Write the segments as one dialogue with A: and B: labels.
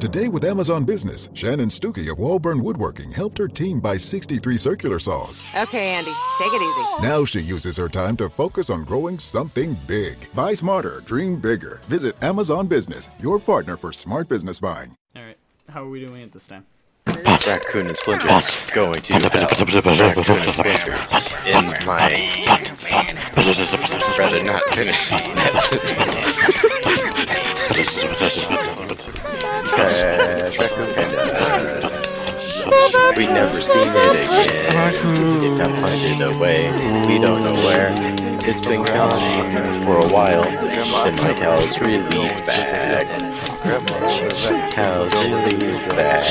A: Today with Amazon Business, Shannon Stuckey of Walburn Woodworking helped her team buy 63 circular saws.
B: Okay, Andy, take it easy.
A: Now she uses her time to focus on growing something big. Buy smarter, dream bigger. Visit Amazon Business, your partner for smart business buying.
C: All right, how are we doing it this time?
D: Raccoon and Splinter going to help Raccoon and Splinter in my rather not finish that sentence. Uh, Raccoon and uh, we never seen it again. It got funded away. We don't know where. It's been gone for a while. Then my house really back. House really back.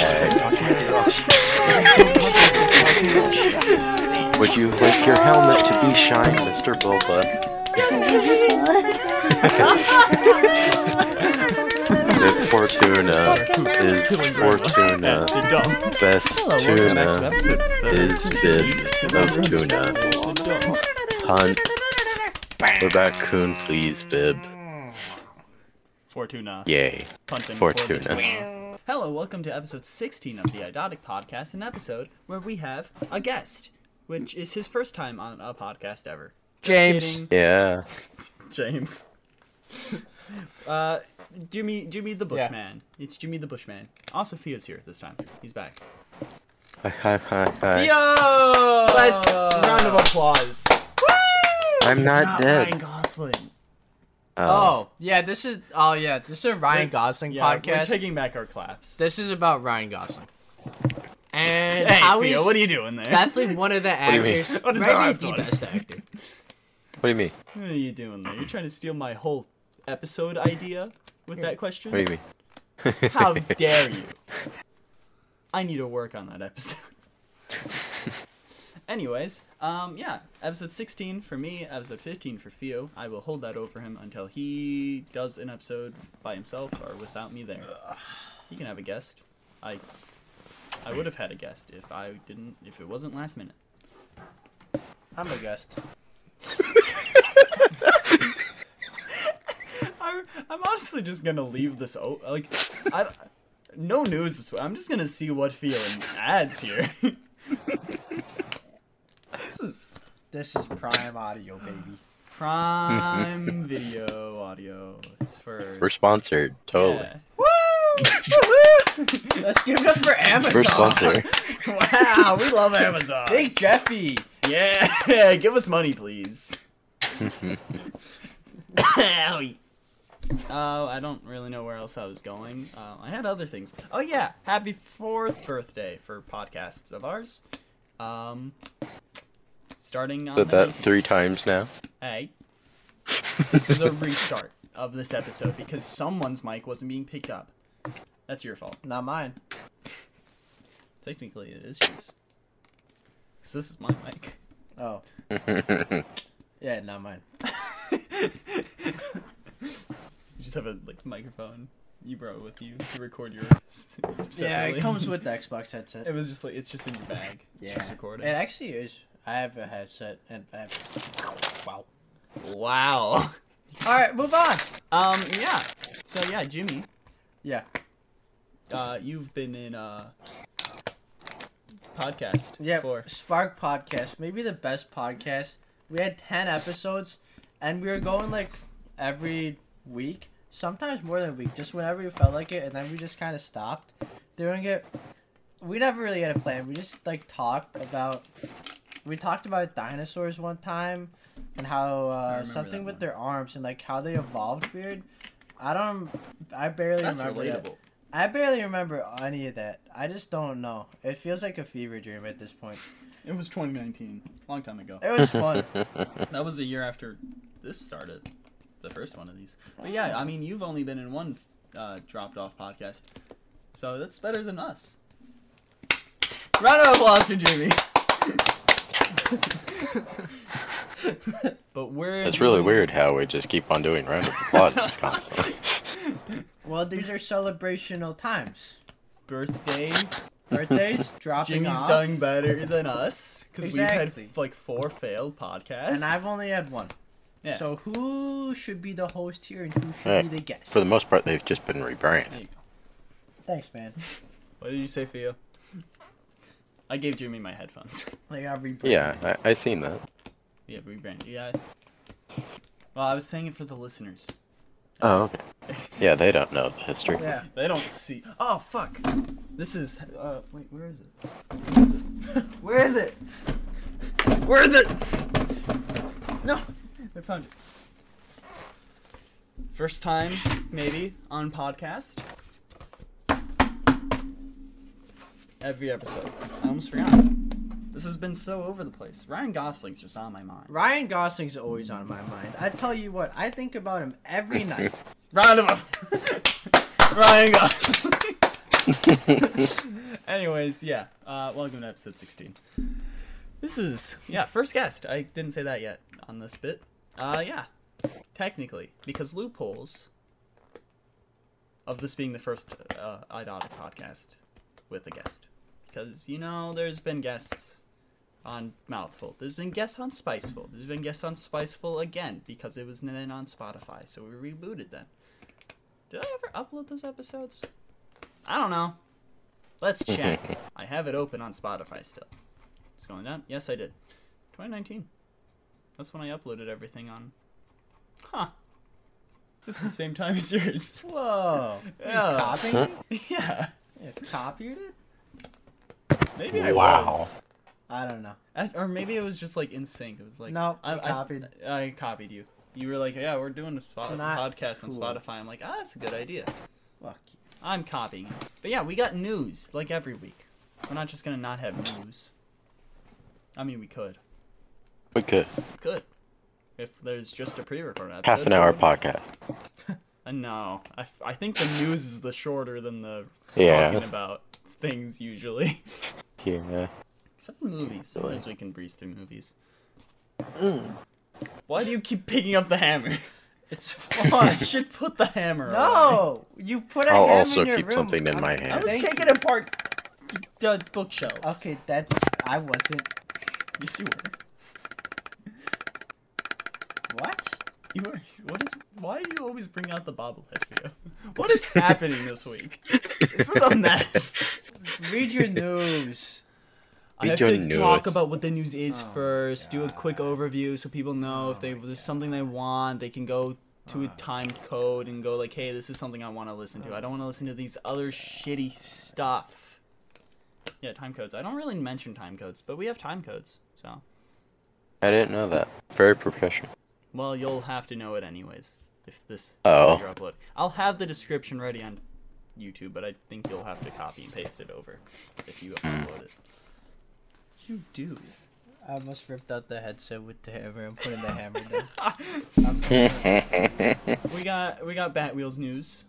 D: Would you like your helmet to be shine, Mr. Boba? That Fortuna is
E: Uh,
D: Fortuna. Best tuna is bit of tuna. Hunt for raccoon, please, Bib.
C: Fortuna.
D: Yay.
C: Punting for the
D: Fortuna.
C: tuna. Hello, welcome to episode 16 of the Idotic Podcast, an episode where we have a guest, which is his first time on a podcast ever. Just
E: James.
C: kidding,
D: Yeah.
C: James. uh, Jimmy, Jimmy the
E: Yeah.
C: Bushman. It's Jimmy the Bushman. Also, Theo's here this time. He's back.
D: Hi, hi, hi, hi.
C: Yo!
E: Let's round of applause.
D: I'm
C: It's Uh,
D: not,
C: not
D: dead.
C: Ryan Gosling.
E: Oh yeah, this is oh yeah, this is a Ryan Gosling
C: Yeah, we're
E: podcast.
C: taking back our claps.
E: this is about Ryan Gosling. And
C: Hey,
E: how
C: Theo,
E: he's
C: what are you doing there?
E: definitely one of the
D: you mean?
E: actors.
C: What is the
E: Maybe he's
C: last
E: the
C: one?
E: best actor.
D: What do you mean?
C: What are you doing there? You're trying to steal my whole episode idea with that question?
D: What do you mean?
C: How dare you? I need to work on that episode. Anyways, um, yeah, episode 16 for me, episode 15 for Theo. I will hold that over him until he does an episode by himself or without me there. He can have a guest. I, I would have had a guest if I didn't, if it wasn't last minute.
E: I'm a guest.
C: I'm, I'm honestly just gonna leave this o like I don't- no news this way. I'm just gonna see what feeling adds here. this is
E: This is prime audio, baby.
C: prime video audio. It's for
D: We're sponsored. Totally.
C: yeah.
E: Let's give it up for
D: We're
E: Amazon.
D: sponsored.
C: wow, we love Amazon.
E: Big Jeffy.
C: Yeah, give us money, please. Owie. Uh, I don't really know where else I was going. Uh, I had other things. Oh yeah, happy fourth birthday for podcasts of ours. Um, starting on
D: Said
C: the
D: that
C: 19th.
D: three times now.
C: Hey, this is a restart of this episode because someone's mic wasn't being picked up. That's your fault.
E: Not mine.
C: Technically, it is yours. 'Cause this is my mic.
E: Oh. yeah, not mine.
C: You just have a like microphone you brought with you to record your.
E: Yeah,
C: separately.
E: it comes with the Xbox
C: It
E: headset.
C: was just like it's just in your bag. It's
E: Yeah.
C: just recording.
E: It actually is. I have a headset and I have... Wow.
C: Wow.
E: Alright, move on.
C: Um. Yeah. So yeah, Jimmy,
E: Yeah.
C: uh, you've been in a podcast
E: Yeah,
C: before.
E: Spark Podcast, maybe the best podcast. We had ten episodes, and we were going like every week, sometimes more than a week, just whenever we felt like it, and then we just kind of stopped doing it. We never really had a plan. We just like talked about. We talked about dinosaurs one time, and how uh,
C: remember
E: something
C: that
E: with
C: one.
E: their arms and like how they evolved weird. I don't. I barely
C: That's
E: remember. that.
C: relatable.
E: I barely remember any of that. I just don't know. It feels like a fever dream at this point.
C: It was 2019, long time ago.
E: It was fun.
C: That was a year after this started, the first one of these. But yeah, I mean, you've only been in one uh, dropped off podcast, so that's better than us. Round of applause for Jimmy. but we're
D: It's really
C: doing-
D: weird how we just keep on doing round of applause constantly.
E: well, these are celebrational times.
C: Birthday.
E: Birthdays dropping
C: Jimmy's
E: off,
C: done better than us because we've
E: Exactly.
C: had like four failed podcasts.
E: and I've only had one.
C: Yeah.
E: So who should be the host here and who should
D: Yeah.
E: be the guest?
D: For the most part, they've just been rebranded.
C: There you go.
E: Thanks, man.
C: What did you say, Theo? I gave Jimmy my headphones.
E: They got rebranded.
D: Yeah, I, I seen that.
C: yeah, rebrand. Yeah. Well, I was saying it for the listeners.
D: Oh, okay. Yeah, they don't know the history.
E: Yeah.
C: They don't see. Oh fuck! This is. Uh, wait, where is it? Where is it? Where is it? No, I found it. First time, maybe, on podcast. Every episode. I almost forgot. This has been so over the place. Ryan Gosling's just on my mind.
E: Ryan Gosling's always on my mind. I tell you what, I think about him every night.
C: Round him up. Ryan Gosling. Anyways, yeah. Uh, welcome to episode 16. This is yeah first guest. I didn't say that yet on this bit. Uh, yeah, technically because loopholes of this being the first uh, idonic podcast with a guest. Because you know there's been guests on Mouthful. There's been guests on Spiceful. There's been guests on Spiceful again because it was then on Spotify, so we rebooted then. Did I ever upload those episodes? I don't know. Let's check. I have it open on Spotify still. It's going down. Yes, I did. 2019. That's when I uploaded everything on. Huh. It's the same time as yours.
E: Whoa.
C: Yeah.
E: Copying it?
C: yeah.
E: You copied it?
C: Maybe I
D: Wow.
C: was.
E: I don't know.
C: I- Or maybe it was just like in sync. It was like
E: No,
C: I,
E: you copied.
C: I, I copied you. You were like, "Yeah, we're doing a spot-
E: Not
C: podcast on
E: cool.
C: Spotify." I'm like, "Ah, that's a good idea."
E: Fuck you.
C: I'm copying. you. But yeah, we got news like every week. We're not just gonna not have news. I mean, we could.
D: We could.
C: Could. If there's just a pre-recorded episode.
D: Half an hour podcast.
C: Uh, No, I, f- I think the news is the shorter than the
D: Yeah.
C: talking about things usually.
D: Yeah.
C: Except movies. Sometimes we can breeze through movies. Why do you keep picking up the hammer? It's fun. I should put the hammer. away.
E: No! Oh, You put a
D: I'll
E: ham
D: also
E: in your
D: keep
E: room.
D: something in my hand.
C: I was
E: Thank
C: taking apart the bookshelves.
E: Okay, that's. I wasn't.
C: Yes, you were.
E: What?
C: You were. What is? Why do you always bring out the bobblehead video? What is happening this week? This is a mess.
E: Read your news.
C: I have
D: your
C: to talk
D: news.
C: about what the news is first. Do a quick overview so people know if they there's something they want, they can go to a timed code and go like, "Hey, this is something I want to listen to. I don't want to listen to these other shitty stuff." Yeah, time codes. I don't really mention time codes, but we have time codes. So,
D: I didn't know that. Very professional.
C: well, you'll have to know it anyways if this is
D: Oh.
C: your upload. I'll have the description ready on YouTube, but I think you'll have to copy and paste it over if you upload it. You do.
E: I almost ripped out the headset with the hammer and put in the hammer down.
C: We got we got Batwheels news.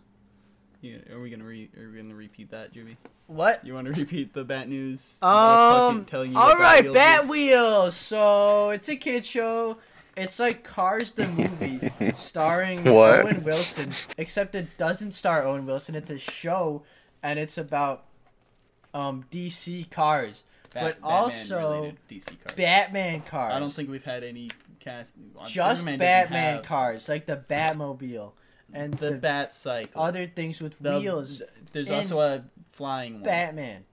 C: You, are we gonna re, are we gonna repeat that, Jimmy?
E: What?
C: You want to repeat the bat news?
E: Um.
C: what
E: all right,
C: Batwheels
E: Bat
C: is?
E: Wheels. So it's a kid show. It's like Cars the movie, starring
D: What?
E: Owen Wilson. Except it doesn't star Owen Wilson. It's a show, and it's about um DC cars,
C: Bat-
E: but
C: Batman
E: also
C: related DC cars.
E: Batman cars.
C: I don't think we've had any cast.
E: just
C: Superman doesn't
E: Batman
C: have
E: cars, like the Batmobile and
C: The
E: the,
C: Bat cycle.
E: other things with
C: The-
E: wheels.
C: There's
E: and
C: also a flying one.
E: Batman.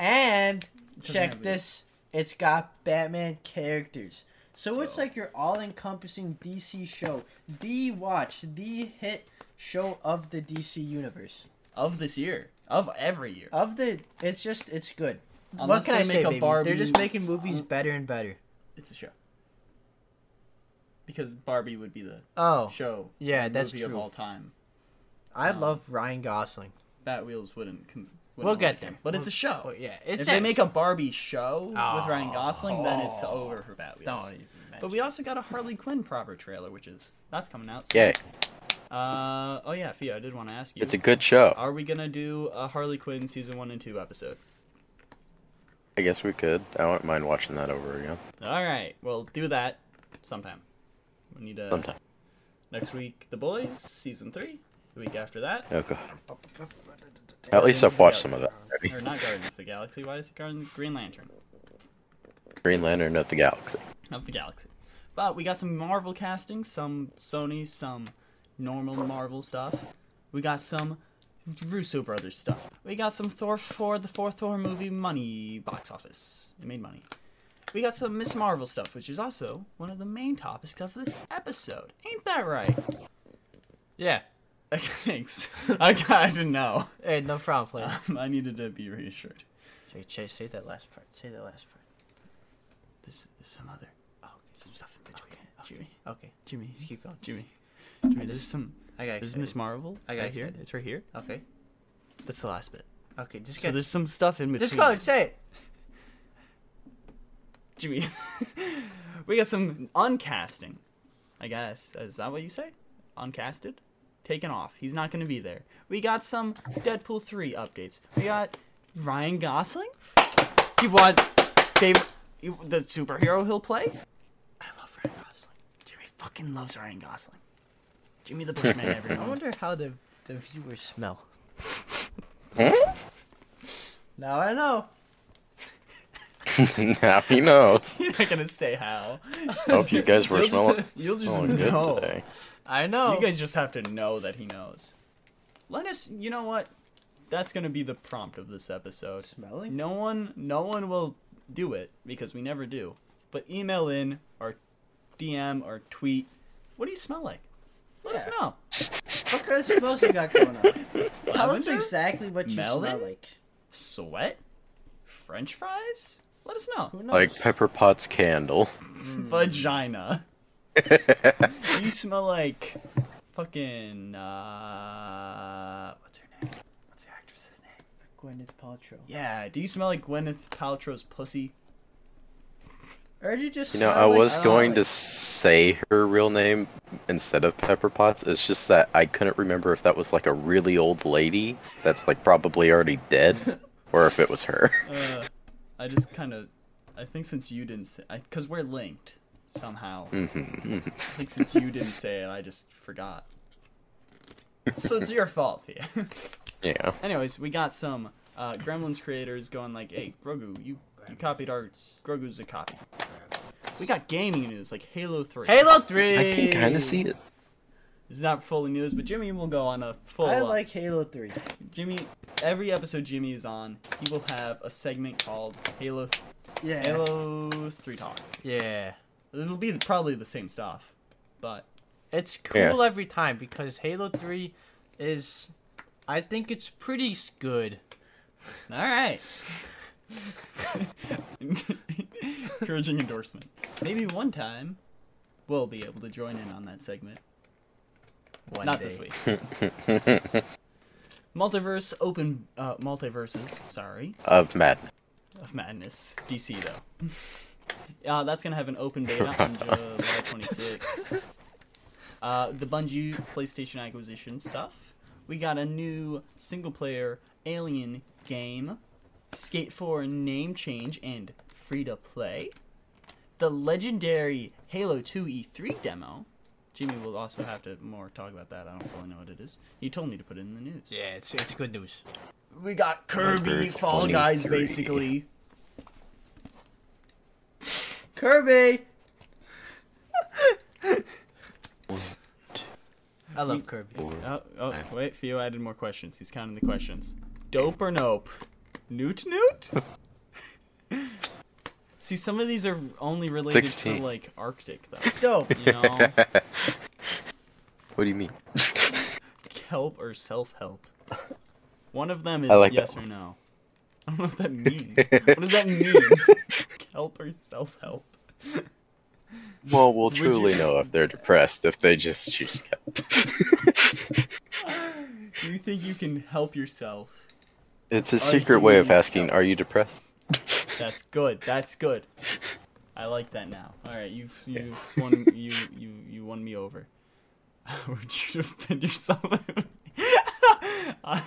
E: And
C: Doesn't
E: check
C: have
E: this. It's got Batman characters. So, it's like your all-encompassing DC show, the watch, the hit show of the DC universe.
C: of this year, of every year.
E: Of the, it's just, it's good. what
C: Unless
E: can
C: they
E: I say,
C: make a
E: baby?
C: Barbie-
E: They're just making movies better and better.
C: It's a show. Because Barbie would be the
E: Oh,
C: show.
E: Yeah,
C: and
E: that's
C: movie of
E: true.
C: all time.
E: I love Ryan Gosling.
C: Batwheels wouldn't. Com- wouldn't
E: We'll
C: hold
E: get
C: it down.
E: there.
C: But
E: We'll-
C: it's a show.
E: well, yeah, it's
C: if they
E: a- Oh.
C: make a Barbie show with Ryan Gosling, then it's over for Batwheels. But we also got a Harley Quinn proper trailer, which is that's coming out. Soon.
D: Yay.
C: Uh oh yeah, Fia, I did want to ask you.
D: It's a good show.
C: Are we gonna do a Harley Quinn season one and two episode?
D: I guess we could. I wouldn't mind watching that over again.
C: All right, we'll do that sometime. We need to
D: Sometime.
C: next week. The Boys season three. The week after that,
D: Oh, God. At least I've watched some of that already.
C: or not Guardians of the Galaxy. Why is it Guardians Green Lantern?
D: Green Lantern of the Galaxy.
C: of the galaxy. But we got some Marvel casting, some Sony, some normal Marvel stuff. We got some Russo brothers stuff. We got some Thor for the fourth Thor movie money box office. It made money. We got some Miss Marvel stuff, which is also one of the main topics of this episode. Ain't that right?
E: Yeah.
C: Thanks. I, I didn't know.
E: Hey, no problem, Flynn.
C: I needed to be reassured.
E: Jay, Jay, say that last part. Say that last part.
C: There's, there's some other oh, some stuff in between. Jimmy,
E: Okay.
C: Jimmy,
E: Just keep going.
C: Jimmy, Jimmy.
E: just-
C: There's some.
E: I got
C: There's
E: excited.
C: Miss Marvel.
E: I got
C: right here.
E: excited.
C: It's right here.
E: Okay.
C: That's the last bit.
E: Okay. Just
C: So
E: go.
C: there's some stuff in between.
E: Just go. Say it.
C: Jimmy. we got some uncasting. I guess is that what you say? Uncasted, taken off. He's not going to be there. We got some Deadpool three updates. We got Ryan Gosling. You want Dave? You, the superhero he'll play. I love Ryan Gosling. Jimmy fucking loves Ryan Gosling. Jimmy the Bushman,
E: I
C: everyone.
E: wonder how the the viewers smell.
D: Eh?
E: now I know.
D: now he knows.
C: You're not gonna say how.
D: Hope you guys were
C: You'll
D: smelling,
C: just, you'll just
D: smelling good
C: know.
D: today.
E: I know.
C: You guys just have to know that he knows. Let us. You know what? That's gonna be the prompt of this episode.
E: Smelling?
C: No one, no one will do it because we never do. But email in or DM or tweet. What do you smell like? Let us
E: Yeah.
C: know.
E: What kind of smells you got going on? Tell us
C: Lavender?
E: exactly what you
C: Melon?
E: smell like.
C: Sweat? French fries? Let us know.
E: Who knows?
D: Like Pepper Pot's candle.
C: Vagina. you smell like fucking uh what's her name? What's the actress's name?
E: Gwyneth Paltrow.
C: Yeah, do you smell like Gwyneth Paltrow's pussy?
E: Or you just.
D: You know,
E: smell
D: I
E: like-
D: was
E: don't know,
D: going
E: like-
D: to say her real name instead of Pepper Potts. It's just that I couldn't remember if that was like a really old lady that's like probably already dead, or if it was her.
C: Uh, I just kind of, I think since you didn't say, because we're linked somehow. I think since you didn't say it, I just forgot. So it's your fault. Fia.
D: Yeah.
C: Anyways, we got some uh, Gremlins creators going like, "Hey, Grogu, you you copied our Grogu's a copy." We got gaming news like Halo Three.
E: Halo 3!
D: I can kind of see it.
C: It's not fully news, but Jimmy will go on a full.
E: I
C: uh,
E: like Halo 3.
C: Jimmy. Every episode Jimmy is on, he will have a segment called Halo
E: Yeah.
C: Halo Three Talk.
E: Yeah.
C: It'll be the- probably the same stuff, but
E: It's cool
D: Yeah.
E: every time because Halo 3 is. I think it's pretty s- good.
C: all right. Encouraging endorsement. Maybe one time we'll be able to join in on that segment.
E: One
C: Not
E: day.
C: this week. multiverse open uh, multiverses. Sorry,
D: Of madness.
C: of madness. DC though. Uh, that's gonna have an open beta on July 26th. Uh, the Bungie PlayStation acquisition stuff. We got a new single-player Alien game, Skate 4 name change and free to play. The legendary Halo 2 E3 demo. Jimmy will also have to more talk about that. I don't fully know what it is. He told me to put it in the news.
E: Yeah, it's, it's good news.
C: We got Kirby, Fall Guys,
D: 23.
C: basically.
E: Kirby! I love
C: We-
E: Kirby.
C: Oh, oh wait, Theo added more questions. He's counting the questions. Dope or nope? Newt newt? See, some of these are only related to
D: 16.
C: like Arctic though.
E: Dope.
C: You know,
D: What do you mean?
C: help or self-help. One of them is
D: I like
C: yes
D: that
C: or no. I don't know what that means. what does that mean? help or self-help?
D: Well, we'll
C: you-
D: truly know if they're depressed if they just choose help.
C: Do you think you can help yourself?
D: it's a
C: Are
D: secret way of
C: you-
D: asking, "Are you depressed?"
C: That's good. That's good. I like that now. All right, you've you swung you you you won me over. Would you defend yourself? All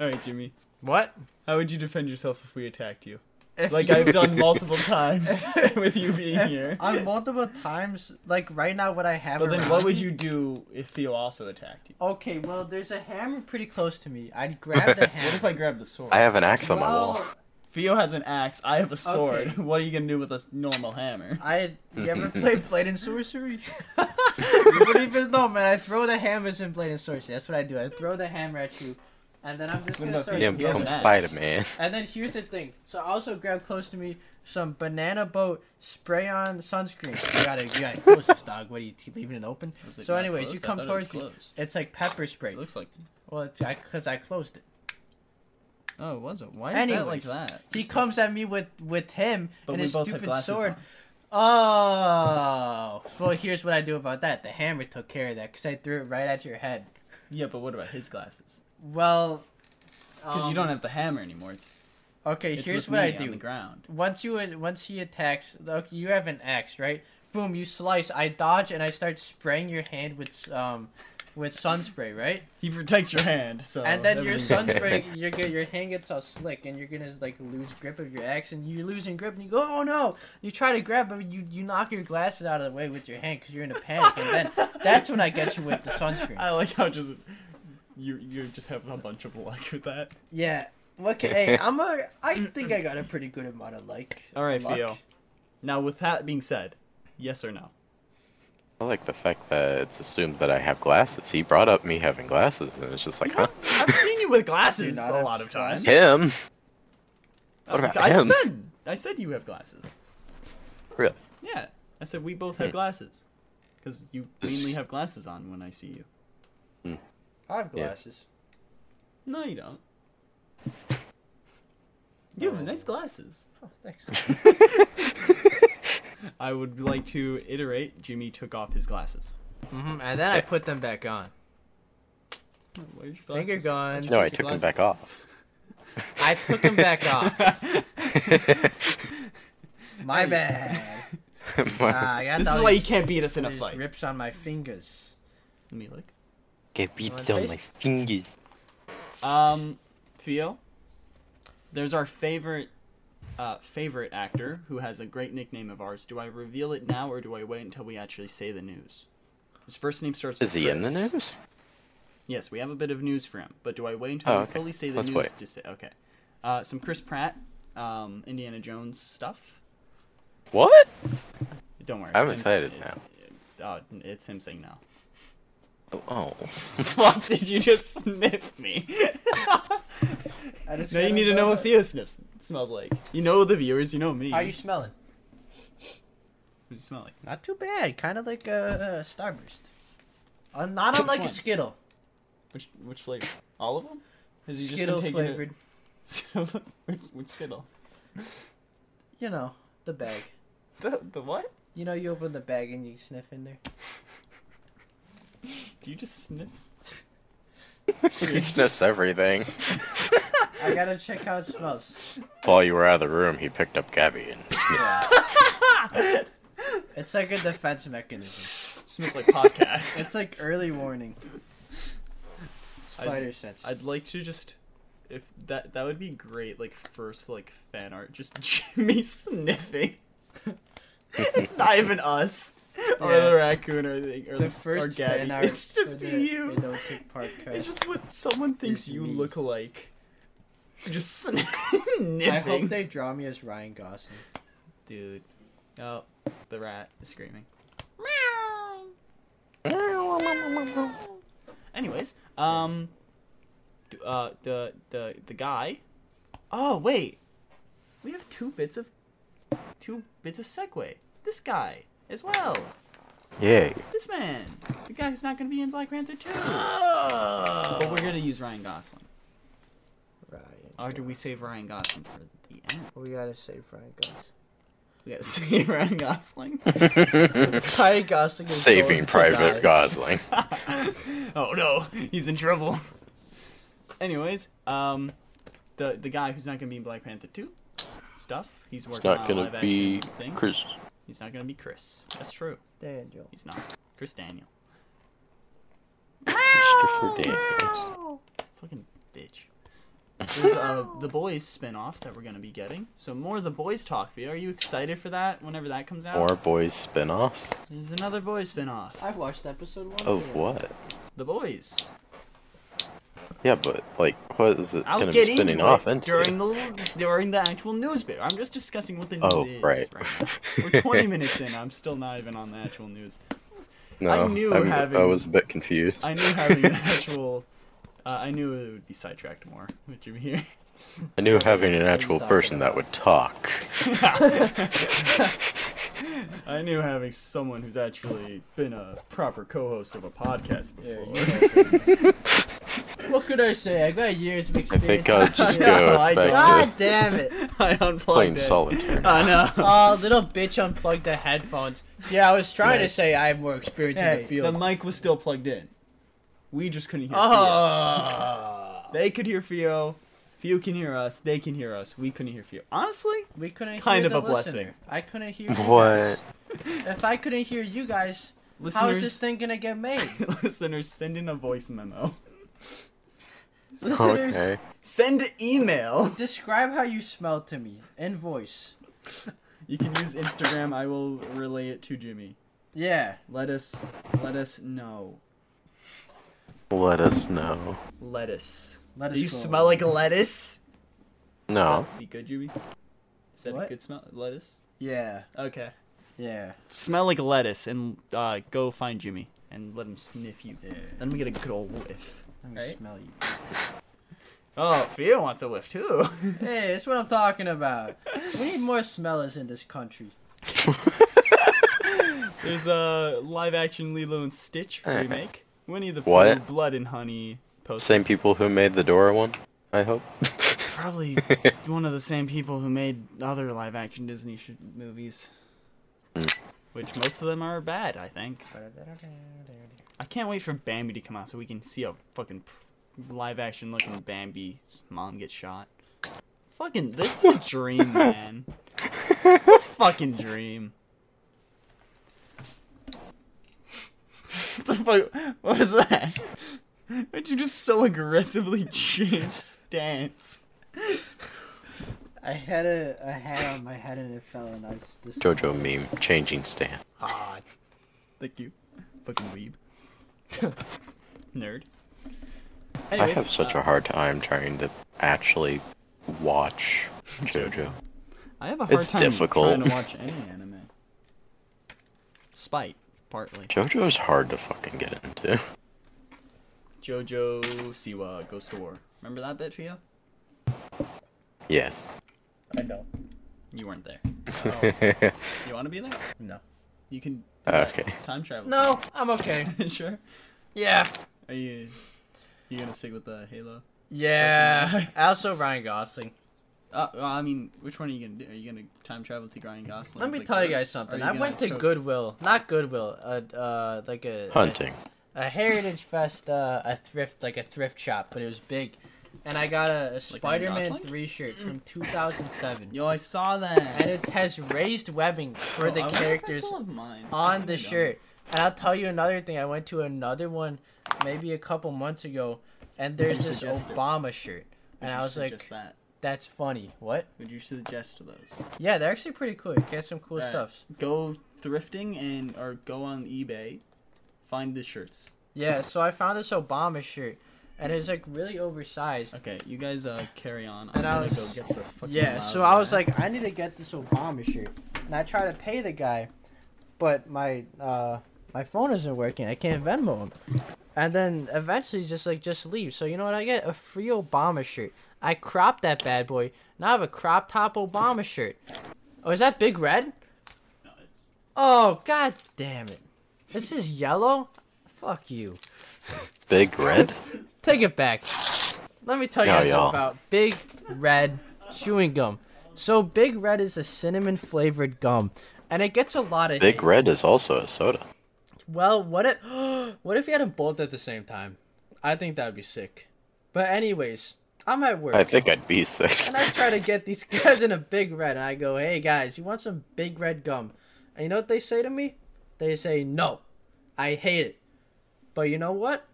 C: right, Jimmy.
E: What?
C: How would you defend yourself if we attacked you?
E: If
C: Like
E: you-
C: I've done multiple times with you being here.
E: on multiple times, like right now, what I have.
C: But then,
E: around
C: what would
E: me-
C: you do if Theo also attacked you?
E: Okay, well, there's a hammer pretty close to me. I'd grab the hammer.
C: What if I grab the sword?
D: I have an axe on my
E: Well,
D: wall.
C: Theo has an axe. I have a sword.
E: Okay.
C: What are you gonna do with a s- normal hammer?
E: I you ever played Blade and Sorcery? you wouldn't even know, man. I throw the hammers in Blade and Sorcery. That's what I do. I throw the hammer at you, and then I'm just
C: What
E: gonna
C: about
E: start.
C: the-
D: Yeah,
C: He
E: eating
C: has
D: become
C: an
E: them.
C: axe.
D: Spider Man.
E: And then here's the thing. So I also grabbed close to me some banana boat spray on sunscreen. You gotta, you gotta close this dog. What are you te- leaving it open?
C: Was it
E: so,
C: not
E: anyways, you
C: closed? I thought it
E: come
C: was
E: towards me.
C: closed.
E: It's like pepper spray.
C: It looks like.
E: Well, it's because I, closed it.
C: Oh, was it? Why is that like
E: Anyways,
C: that?
E: he comes at me with with him
C: But
E: and
C: we
E: his
C: both had
E: stupid
C: glasses
E: sword.
C: on.
E: Oh, well, here's what I do about that. The hammer took care of that because I threw it right at your head.
C: Yeah, but what about his glasses?
E: Well,
C: Because
E: um,
C: you don't have the hammer anymore. It's,
E: Okay,
C: it's
E: here's
C: with
E: what I
C: me on the
E: do.
C: ground.
E: once you once he attacks, look, you have an axe, right? Boom, you slice. I dodge and I start spraying your hand with um, with sunspray, right?
C: He protects your hand, so.
E: and then your
C: everything's
E: sunspray, your get your hand gets all slick, and you're gonna like lose grip of your axe, and you're losing grip, and you go, oh no! You try to grab, but you you knock your glasses out of the way with your hand because you're in a panic, and then that's when I get you with the sunscreen.
C: I like how just you you just have a bunch of luck with that.
E: yeah. Okay, hey, I'm a. I think I got a pretty good amount of like.
C: All right,
E: luck.
C: Theo. Now, with that being said, yes or no?
D: I like the fact that it's assumed that I have glasses. He brought up me having glasses, and it's just like, huh?
C: I've seen you with glasses
E: Do not
C: a
E: have
C: lot of times.
E: glasses?
D: Him? What about
C: I
D: him?
C: said I said you have glasses.
D: Really?
C: Yeah, I said we both have glasses, because you mainly have glasses on when I see you.
E: I have
D: Yeah.
E: glasses.
C: No, you don't. You have nice glasses.
E: Oh, thanks.
C: I would like to iterate. Jimmy took off his glasses.
E: hmm and then I put them back on.
C: Where's your
E: Finger
C: glasses?
E: guns.
D: No, I
C: Your
D: took him
C: glasses.
D: back off.
E: I took them back off. My bad. Ah, I got
C: This is
E: all
C: why you
E: these-
C: can't beat us in a
E: these
C: fight.
E: rips on my fingers.
C: Let me look.
D: Get beat
E: want
D: on my
E: taste?
D: fingers.
C: Um, Theo, there's our favorite uh, favorite actor who has a great nickname of ours. Do I reveal it now or do I wait until we actually say the news? His first name starts with
D: Is he in the
C: Chris.
D: news?
C: Yes, we have a bit of news for him, but do I wait until
D: Oh,
C: we
D: okay.
C: fully say the
D: Let's
C: news
D: wait.
C: to say? Okay. Uh, some Chris Pratt, um, Indiana Jones stuff.
D: What?
C: Don't worry.
D: I'm
C: it's him
D: excited
C: say-
D: now.
C: Uh, it's him saying no.
D: Oh.
C: What did you just sniff me?
E: I just
C: now you
E: gotta
C: need to know what Theo sniffs smells like. You know the viewers, you know me.
E: How you smelling?
C: What does it smell like?
E: Not too bad. Kind of like a, a starburst. Uh, not unlike a
C: one?
E: Skittle.
C: Which which flavor? All of them? Has he
E: Skittle
C: just been
E: flavored.
C: taking flavored. which, which Skittle?
E: You know, the bag.
C: The, the what?
E: You know, you open the bag and you sniff in there.
C: Do you just sniff?
D: he sniffs everything.
E: I gotta check how it smells.
D: While you were out of the room, he picked up Gabby and
E: It's like a defense mechanism.
C: Smells like podcast.
E: It's like early warning. Spider sense.
C: I'd like to just if that that would be great like first like fan art just Jimmy sniffing. it's not even us or
E: Yeah.
C: the raccoon or the or
E: the
C: the or
E: first
C: Gabby.
E: fan art.
C: it's just
E: for the
C: you.
E: Edotic Park cut.
C: It's just what someone thinks
E: It's
C: you
E: me.
C: look like. Just
E: I hope
C: sniffing.
E: they draw me as Ryan Gosling.
C: Dude. Oh, the rat is screaming. Anyways, um, d- uh, the the the guy. Oh wait, we have two bits of two bits of segue. This guy as well.
D: Yay.
C: This man, the guy who's not going to be in Black Panther two. But we're gonna use Ryan Gosling.
E: Ryan.
C: Or do we save Ryan Gosling for the end?
E: We gotta save Ryan Gosling.
C: We gotta save Ryan Gosling.
E: Ryan Gosling is
D: Saving
E: going to die.
D: Private Gosling.
C: oh no, he's in trouble. Anyways, um, the the guy who's not gonna be in Black Panther two stuff. He's working
D: Not
C: on a
D: gonna
C: live
D: be
C: action thing.
D: Chris.
C: He's not gonna be Chris. That's true.
E: Daniel.
C: He's not. Chris Daniel. Ah!
D: Christopher Daniels.
C: Fucking bitch. There's uh, the boys spinoff that we're gonna be getting. So more the boys talk. V, are you excited for that? Whenever that comes out,
D: More boys spin-offs?
C: there's another boys spinoff.
E: I've watched episode one.
D: Of Oh, what?
C: The boys.
D: Yeah, but like, what is it
C: I'll
D: gonna
C: get
D: be spinning
C: into
D: off
C: it
D: into?
C: during the during the actual news bit. I'm just discussing what the news
D: Oh,
C: is.
D: right.
C: now. We're 20 minutes in. I'm still not even on the actual news.
D: no,
C: I knew
D: I'm-
C: having-
D: I was a bit confused.
C: I knew having an actual Uh, I knew it would be sidetracked more with you here.
D: I knew having an actual person that would talk.
C: I knew having someone who's actually been a proper co-host of a podcast before.
E: What could I say? I got years of
D: I
E: experience.
D: think I'll just
C: Yeah,
D: go
C: I
D: back
E: God
D: to
E: damn it.
C: I unplugged
D: playing
C: it.
D: solitaire. now.
C: I know.
E: Oh, little bitch unplugged the headphones. Yeah, I was trying to say I have more experience in
C: Hey,
E: the
C: the
E: field.
C: mic was still plugged in. We just couldn't hear. Theo.
E: oh.
C: They could hear Fio. Fio can hear us. They can hear us. We couldn't hear Fio. Honestly,
E: We couldn't
C: Kind
E: hear
C: of
E: the
C: a blessing.
E: listener. I couldn't hear you
D: What?
E: guys. If I couldn't hear you guys, how is this
C: listeners,
E: thing gonna get made?
C: listeners, send in a voice memo.
E: Listeners,
D: Okay.
C: Send email.
E: describe how you smell to me in voice.
C: You can use Instagram. I will relay it to Jimmy.
E: Yeah.
C: Let us, let us know.
D: Let us know.
C: Lettuce.
E: Let us
C: Do you
E: go.
C: smell like lettuce?
D: No.
C: Be good, Jimmy. Is that a
E: What?
C: good smell? Lettuce.
E: Yeah.
C: Okay.
E: Yeah.
C: Smell like lettuce and uh, go find Jimmy and let him sniff you.
E: Yeah.
C: Then we get a good old whiff.
E: Let me
C: Right?
E: smell you.
C: Oh, Fia wants a whiff too.
E: Hey, that's what I'm talking about. We need more smellers in this country.
C: There's a live action Lilo and Stitch
D: Alright.
C: remake. Winnie the Pooh,
D: What?
C: Blood and Honey. Post.
D: Same people who made the Dora one, I hope.
C: Probably one of the same people who made other live action Disney sh- movies. Which most of them are bad, I think. I can't wait for Bambi to come out so we can see a fucking live action looking Bambi's mom get shot. Fucking, that's the dream, man. It's the fucking dream. what the fuck? What was that? Why'd you just so aggressively change stance?
E: I had a, a hat on my head and it fell and I was just
D: JoJo meme, changing stand.
C: Ah, it's- thank you. Fucking weeb. Nerd.
D: I
C: Anyways, uh,
D: have
E: uh,
D: such a hard time trying to actually watch JoJo.
C: I have a hard
D: It's
C: time
D: difficult.
C: trying to watch any anime. Spite, partly.
D: JoJo's hard to fucking get into.
C: Jojo Siwa Ghost to War. Remember that bit, Fio?
D: Yes.
E: I don't.
C: You weren't there.
D: okay.
C: You want to be there?
E: No.
C: You can time travel.
E: No, I'm okay.
C: sure.
E: Yeah.
C: Are you? You gonna stick with the Halo?
E: Yeah. also Ryan Gosling.
C: Uh, well, I mean, which one are you gonna do? Are you gonna time travel to Ryan Gosling?
E: Let me tell you guys something. I went to Goodwill, not Goodwill, uh, uh, like a
D: Hunting.
E: a, a Heritage Fest, uh, a thrift, like a thrift shop, but it was big, and I got a, a Spider-Man
C: Gosling?
E: three shirt from 2007,
C: Yo, I saw
E: and
C: that.
E: it has raised webbing for the characters
C: mine.
E: on the shirt. And I'll tell you another thing. I went to another one, maybe a couple months ago, and there's
C: you
E: this
C: suggest it?
E: Obama shirt, and I was like,
C: that.
E: "That's funny." What?
C: Would you suggest those?
E: Yeah, they're actually pretty cool. You get some cool
C: Right.
E: stuff.
C: Go thrifting and or go on eBay, find the shirts.
E: Yeah, so I found this Obama shirt, and it's like really oversized.
C: Okay, you guys uh, carry on. I'm
E: And I
C: gonna
E: was-
C: go get the fucking.
E: Yeah, so
C: loud
E: I was
C: guy.
E: like, I need to get this Obama shirt, and I try to pay the guy, but my uh my phone isn't working. I can't Venmo him, and then eventually he's just like just leave. So you know what? I get a free Obama shirt. I cropped that bad boy. Now I have a crop top Obama shirt. Oh, is that Big Red? Oh, god damn it! This is yellow. Fuck you.
D: Big Red?
E: Take it back. Let me tell you
D: Yeah,
E: guys
D: y'all.
E: something about Big Red chewing gum. So Big Red is a cinnamon flavored gum, and it gets a lot of
D: Big
E: hate.
D: Red is also a soda.
E: Well, what if what if you had them both at the same time? I think that'd be sick. But anyways, I'm at work.
D: I think I'd be sick.
E: And I try to get these guys in a Big Red, and I go, "Hey guys, you want some Big Red gum?" And you know what they say to me? They say, "No, I hate it." But you know what?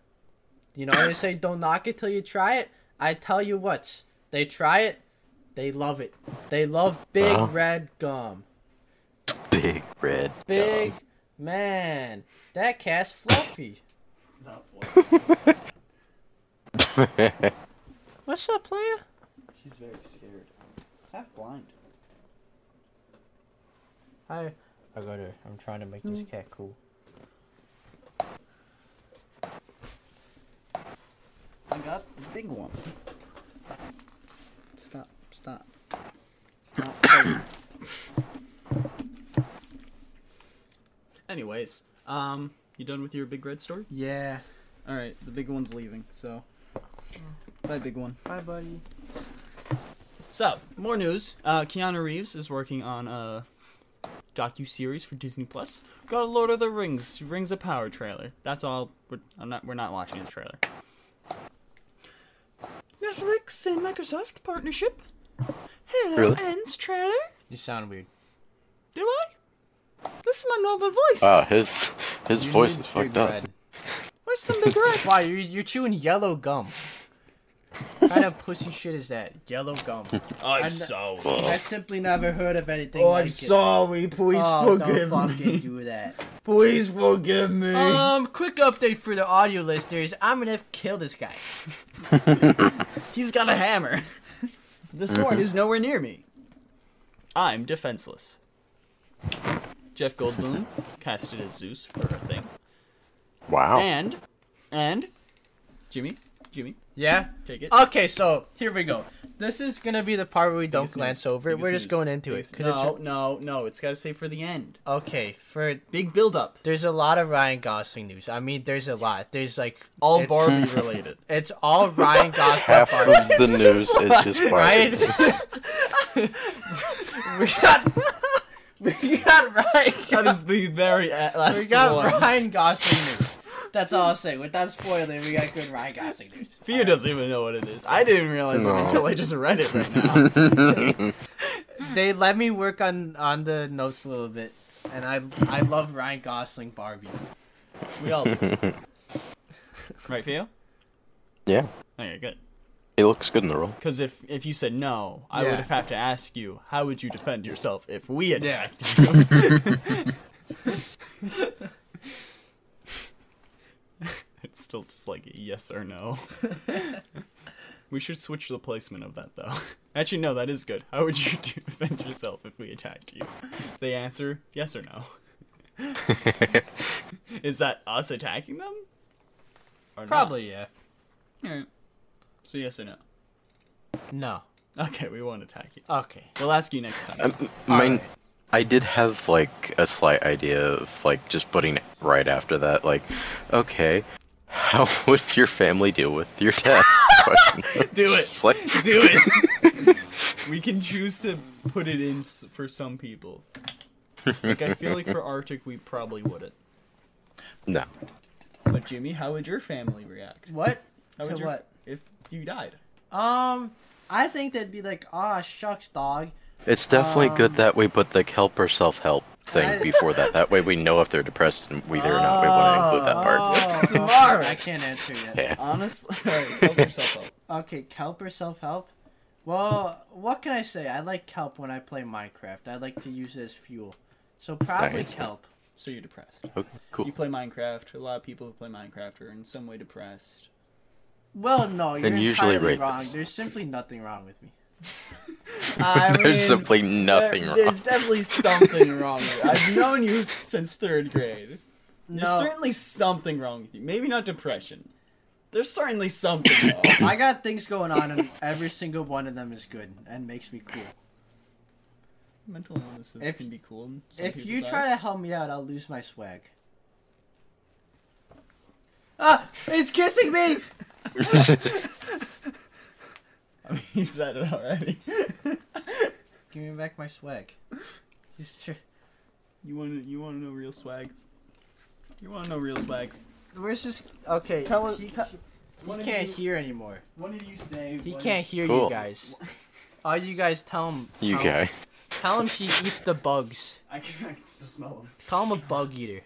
E: You know they say, "Don't knock it till you try it." I tell you what, they try it, they love it. They love Big
D: Wow.
E: Red gum.
D: Big Red.
E: Big
D: Dog.
E: man, that cat's fluffy. What's up, player?
C: She's very scared. Half blind.
E: Hi. I got her. I'm trying to make this cat cool.
C: I got the big one.
E: Stop. Stop. Stop. playing.
C: Anyways, um, you done with your big red story?
E: yeah.
C: All right, the big one's leaving, so bye, big one.
E: Bye, buddy.
C: So, more news. Uh, Keanu Reeves is working on a docu series for Disney Plus. Got a Lord of the Rings, Rings of Power trailer. That's all. We're I'm not. We're not watching this trailer. Netflix and Microsoft partnership. Hello,
D: Really?
C: ends trailer.
E: You sound weird.
C: Do I? This is my normal voice.
D: Wow, his his
E: You
D: voice
E: need
D: is fucked
E: big
D: up.
E: red.
C: Where's some big red?
E: Why you you're chewing yellow gum? what kind of pussy shit is that? Yellow gum.
C: I'm,
E: I'm-
C: so.
E: I simply never heard of anything
F: Oh,
E: like
F: I'm
E: it.
F: sorry. Please
E: Oh,
F: forgive
E: don't
F: me.
E: fucking do that.
F: Please forgive me.
E: Um, quick update for the audio listeners. I'm gonna kill this guy.
C: He's got a hammer. the sword is nowhere near me. I'm defenseless. Jeff Goldblum casted as Zeus for a thing.
D: Wow.
C: And, and, Jimmy, Jimmy,
E: Yeah.
C: take it.
E: Okay, so here we go. This is gonna be the part where we don't
C: Biggest
E: glance
C: news,
E: over it.
C: biggest
E: We're just
C: news,
E: going into it
C: biggest-
E: because
C: no,
E: it's
C: no, no. It's got to say for the end.
E: okay. For
C: Big build up.
E: there's a lot of Ryan Gosling news. I mean, there's a lot. There's like
C: All
E: it's,
C: Barbie related.
E: It's all Ryan Gosling.
D: Half
E: Barbie.
D: of the news is just
E: Ryan.
D: Barbie.
E: we got. We got Ryan.
C: That is the very a- last
E: we got
C: one.
E: Ryan Gosling news. That's all I'll say. Without spoiling, we got good Ryan Gosling news.
C: Fia doesn't even know what it is. I didn't realize
D: No.
C: it until I just read it right now.
E: They let me work on on the notes a little bit, and I I love Ryan Gosling Barbie.
C: we all do. Right, Fia?
D: Yeah,
C: Okay, good.
D: he looks good in the role.
C: Because if if you said no, I
E: Yeah.
C: would have had to ask you, how would you defend yourself if we attacked? It's still just like a yes or no. we should switch the placement of that though. Actually, no, that is good. How would you do- defend yourself if we attacked you? They answer yes or no. is that us attacking them? Or not?
E: Probably yeah.
C: Alright. So yes or no.
E: No.
C: Okay, we won't attack you.
E: Okay.
C: We'll ask you next time.
D: Mine, I did have like a slight idea of like just putting it right after that, like, okay, how would your family deal with your death? Question.
C: Do it.
D: It's like,
C: Do it. we can choose to put it in s- for some people. Like I feel like for Arctic we probably wouldn't.
D: no.
C: But Jimmy, how would your family react?
E: What?
C: How
E: to
C: would your
E: what?
C: if you died?
E: Um, I think they'd be like, ah, shucks, dog.
D: It's definitely
C: Um,
D: good that we put the help or self help thing before that. That way we know if they're depressed and whether or not we want to include that part.
E: Oh,
C: smart.
E: I can't answer yet.
D: Yeah.
C: Honestly, Alright, help yourself out.
E: Okay, kelp or self help? Well, what can I say? I like kelp when I play Minecraft. I like to use it as fuel. So probably
D: Nice.
E: kelp.
C: So you're depressed.
D: Okay,
C: You
D: cool.
C: play Minecraft. A lot of people who play Minecraft are in some way depressed.
E: Well, no, you're
D: And usually
E: entirely
D: rapists.
E: wrong. There's simply nothing wrong with me.
C: I mean,
D: There's simply nothing
C: there-
D: wrong.
C: There's definitely something wrong. With I've known you since third grade. There's
E: No,
C: certainly something wrong with you. Maybe not depression. There's certainly something wrong.
E: I got things going on, and every single one of them is good and makes me cool.
C: Mental illnesses
E: If-
C: can be cool. in some
E: If you
C: people's
E: try to
C: eyes.
E: help me out, I'll lose my swag. Ah, it's kissing me.
C: I mean, you said it already.
E: Give me back my swag. He's tr-
C: you want to you want to know real swag? You want to know real swag?
E: Where's this? Okay,
C: Tell us-
E: he,
C: tell-
E: he
C: One of
E: can't
C: you-
E: hear anymore.
C: One of you say
E: He
C: one-
E: can't hear you
D: Cool.
E: guys. All you guys tell him.
D: You
E: tell,
D: guy.
E: Tell him he eats the bugs.
C: I can, I can still smell them.
E: Call him a bug eater.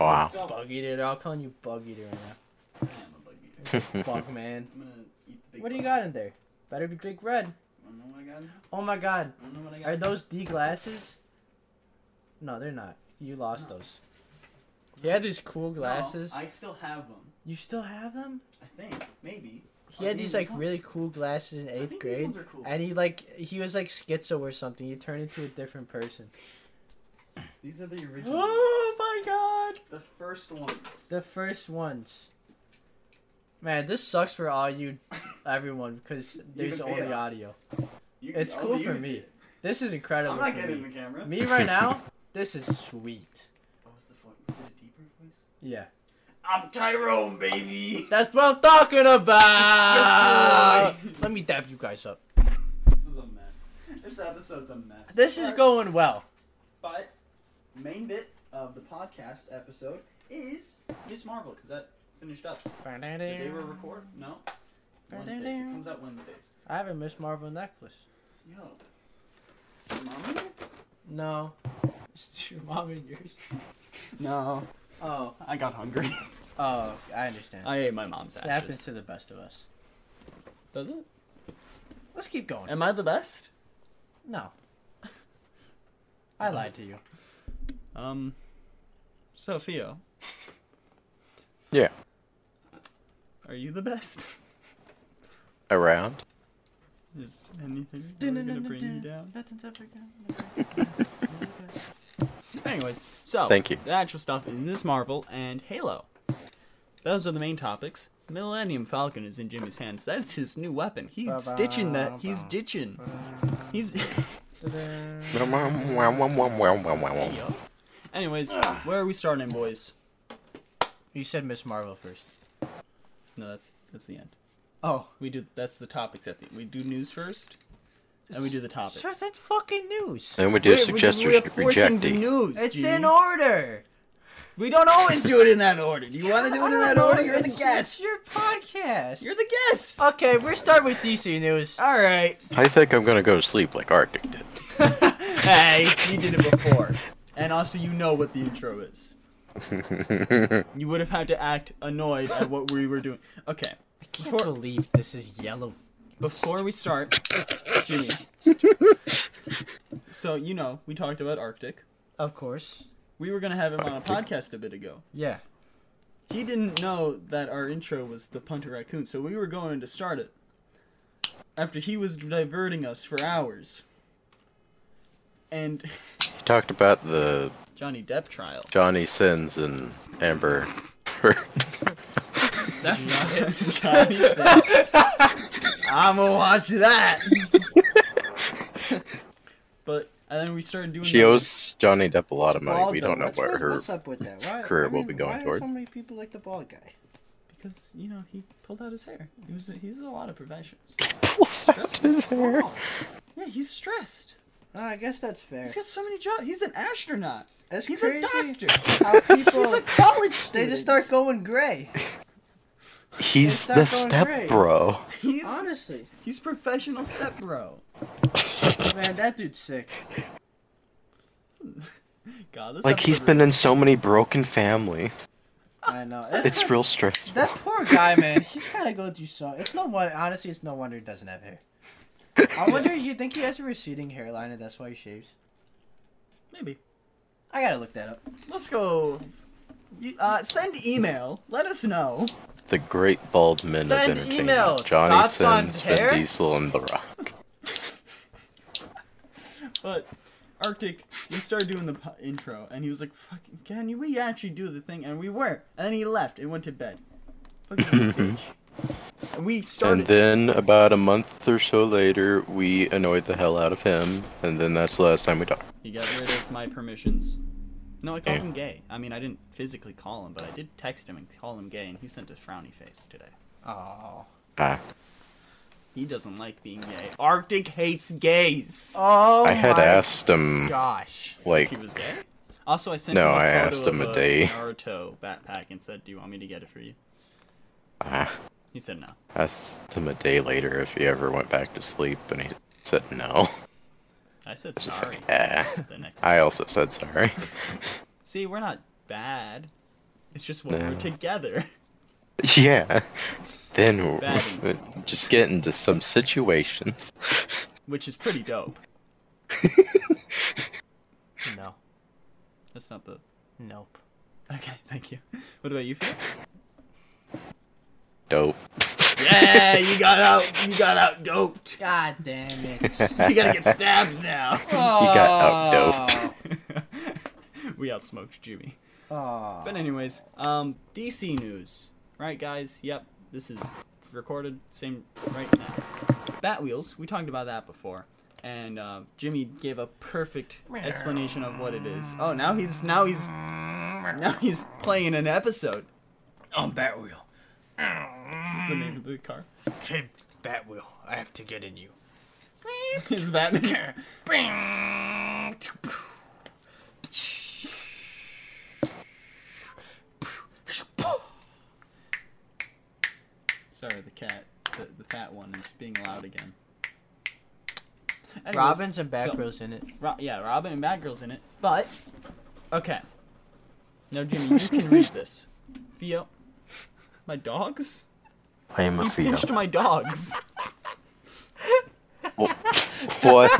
D: Wow.
E: Bug eater. They're all calling you bug eater right
C: I am a bug eater.
E: now. Bug man.
C: I'm gonna eat the big.
E: What do you
C: bug.
E: got in there? Better be big red.
C: I don't know what I got. now.
E: Oh my god.
C: I don't know what I got.
E: Are those D glasses? No, they're not. You lost those. He had these cool
C: No,
E: glasses.
C: I still have them.
E: You still have them?
C: I think maybe.
E: He
C: Oh,
E: had
C: yeah,
E: these
C: these
E: like
C: ones-
E: really cool glasses in eighth
C: think these
E: grade,
C: ones are cool.
E: and he like he was like schizo or something. He turned into a different person.
C: These are the original.
E: Oh my god!
C: The first ones.
E: The first ones. Man, this sucks for all you, everyone, because there's
C: can-
E: only
C: yeah.
E: audio.
C: You can-
E: It's
C: oh,
E: cool
C: you
E: for
C: can see
E: me.
C: it.
E: This is incredible.
C: I'm not
E: for
C: getting in
E: me.
C: the camera.
E: me right now. This is sweet.
C: What was the voice? Is it a deeper voice?
E: Yeah,
F: I'm Tyrone, baby.
E: that's what I'm talking about. Let me dab you guys up.
C: This is a mess. This episode's a mess.
E: This is
C: But-
E: going well.
C: But main bit of the podcast episode is Miss Marvel because that finished up. Did they were record? No. Wednesdays. It comes out Wednesdays.
E: I have a Miss Marvel necklace.
C: Yo. Is your mom in here?
E: No, it's your mom and yours.
C: No.
E: Oh,
C: I got hungry.
E: oh, I understand.
C: I ate my mom's
E: It happens to the best of us.
C: Does it?
E: Let's keep going.
C: Am I the best?
E: No. I lied to you.
C: Um. So Theo,
D: Yeah.
C: are you the best?
D: Around.
C: Is anything ever gonna bring you down? Anyways, so
D: Thank you.
C: The actual stuff in this Marvel and Halo. Those are the main topics. Millennium Falcon is in Jimmy's hands. That's his new weapon. He's ditching that. He's ditching. He's. Yo. Anyways, where are we starting, boys?
E: You said Miss Marvel first.
C: No, that's that's the end.
E: Oh.
C: We do. That's the topics at the. We do news first, and we do the topics.
E: Sure, that's fucking news.
D: Then we do
C: Wait,
D: suggest
C: we
D: you
C: have
D: should
C: four
D: reject
C: things in
D: it.
C: news.
E: It's
C: Jimmy.
E: in order.
C: We don't always do it in that order. Do you want to do it in that order? You're the
E: It's- Oh, It's
C: guest.
E: your podcast.
C: You're the guest.
E: Okay, we're starting with DC news.
C: All right.
D: I think I'm gonna go to sleep like Arctic did.
C: Hey, you did it before. And also, you know what the intro is. you would have had to act annoyed at what we were doing. Okay.
E: I can't
C: Before-
E: believe this is yellow.
C: Before we start, Jimmy. So, you know, we talked about Arctic.
E: Of course.
C: We were going to have him on a podcast a bit ago.
E: Yeah.
C: He didn't know that our intro was the Punter Raccoon, so we were going to start it. After he was diverting us for hours. And
D: You talked about the
C: Johnny Depp trial.
D: Johnny Sins and Amber. Heard.
E: That's not it.
C: Johnny said, I'm gonna watch that. but and then we started doing.
D: she
E: Mm-hmm.
C: the-
D: owes Johnny Depp a lot of money. We
E: Baldwin,
D: don't know
E: what's
D: where
E: with-
D: her.
E: What's up with that? Why,
D: career
E: I
D: will be
E: mean,
D: going
E: why
D: toward.
E: Are so many people like the bald guy.
C: because you know he pulled out his hair. He was he's a lot of professions. Oh.
D: What's his hair?
C: Yeah, he's stressed.
E: Oh, I guess that's fair.
C: He's got so many jobs. He's an astronaut.
E: That's
C: he's
E: crazy.
C: a doctor.
E: How people
C: He's a college
E: they
C: student.
E: just start going gray.
D: He's
E: They
D: the
E: start going
D: step
E: great.
D: bro.
C: He's
E: Honestly,
C: he's professional step bro.
E: man, that dude's sick.
C: God, this
D: Like he's
C: episode
D: been in so many broken families.
E: I know. It-
D: It's real stressful.
E: that poor guy, man. He's gotta go through so. It's no wonder. Honestly, it's no wonder he doesn't have hair. I wonder. You think he has a receding hairline, and that's why he shaves?
C: Maybe.
E: I gotta look that up.
C: Let's go. You- Uh, send email. Let us know.
D: The great bald men
E: Send
D: of entertainment.
E: email.
D: Johnny
E: Thoughts on
D: Sins, Vin
E: hair?
D: Diesel, and The Rock.
C: But Arctic, we started doing the po- intro, and he was like, "Fucking, can you- we actually do the thing?" And we were, and then he left and went to bed. Fucking bitch. And we
E: e-
C: started.
D: And then about a month or so later, we annoyed the hell out of him, and then that's the last time we talked.
C: he got rid of my permissions. No, I called
D: Yeah.
C: him gay. I mean, I didn't physically call him, but I did text him and call him gay, and he sent a frowny face today.
E: Oh.
D: Ah,
C: He doesn't like being gay. Arctic hates gays.
E: Oh
D: I had
E: my
D: asked him
E: gosh.
D: like
C: He was gay. Also, I sent him
D: No,
C: a
D: I
C: photo
D: asked him
C: of
D: a day.
C: Naruto backpack and said, "Do you want me to get it for you?"
D: ah,
C: He said no.
D: asked him a day later if he ever went back to sleep, and he said no.
C: I said
D: Just
C: sorry.
D: like, ah.
C: The next
D: I also said sorry.
C: See, we're not bad. It's just when
D: No.
C: we're together.
D: yeah. Then
C: Bad influences.
D: just get into some situations.
C: Which is pretty dope.
E: No.
C: That's not the.
E: Nope.
C: Okay, thank you. What about you? Phil?
D: Dope.
C: yeah, you got out. You got out doped.
E: God damn it.
C: You gotta get stabbed now.
D: He got out dope.
C: we outsmoked Jimmy.
E: Oh.
C: But anyways, um, DC news, right, guys? Yep, This is recorded same right now. Batwheels, we talked about that before, and uh, Jimmy gave a perfect explanation of what it is. Oh, now he's now he's now he's playing an episode.
G: On Batwheel.
C: That's the name of the car.
G: Say Batwheel. I have to get in you.
C: Is Batman? Sorry, the cat, the, the fat one is being loud again. Anyways,
E: Robin's and
C: so-
E: Batgirl's in it.
C: Ro- yeah, Robin and Batgirl's in it. But okay. Now Jimmy, you can read this. Theo, my dogs?
D: I am a
C: He
D: Theo.
C: pinched my dogs.
D: What?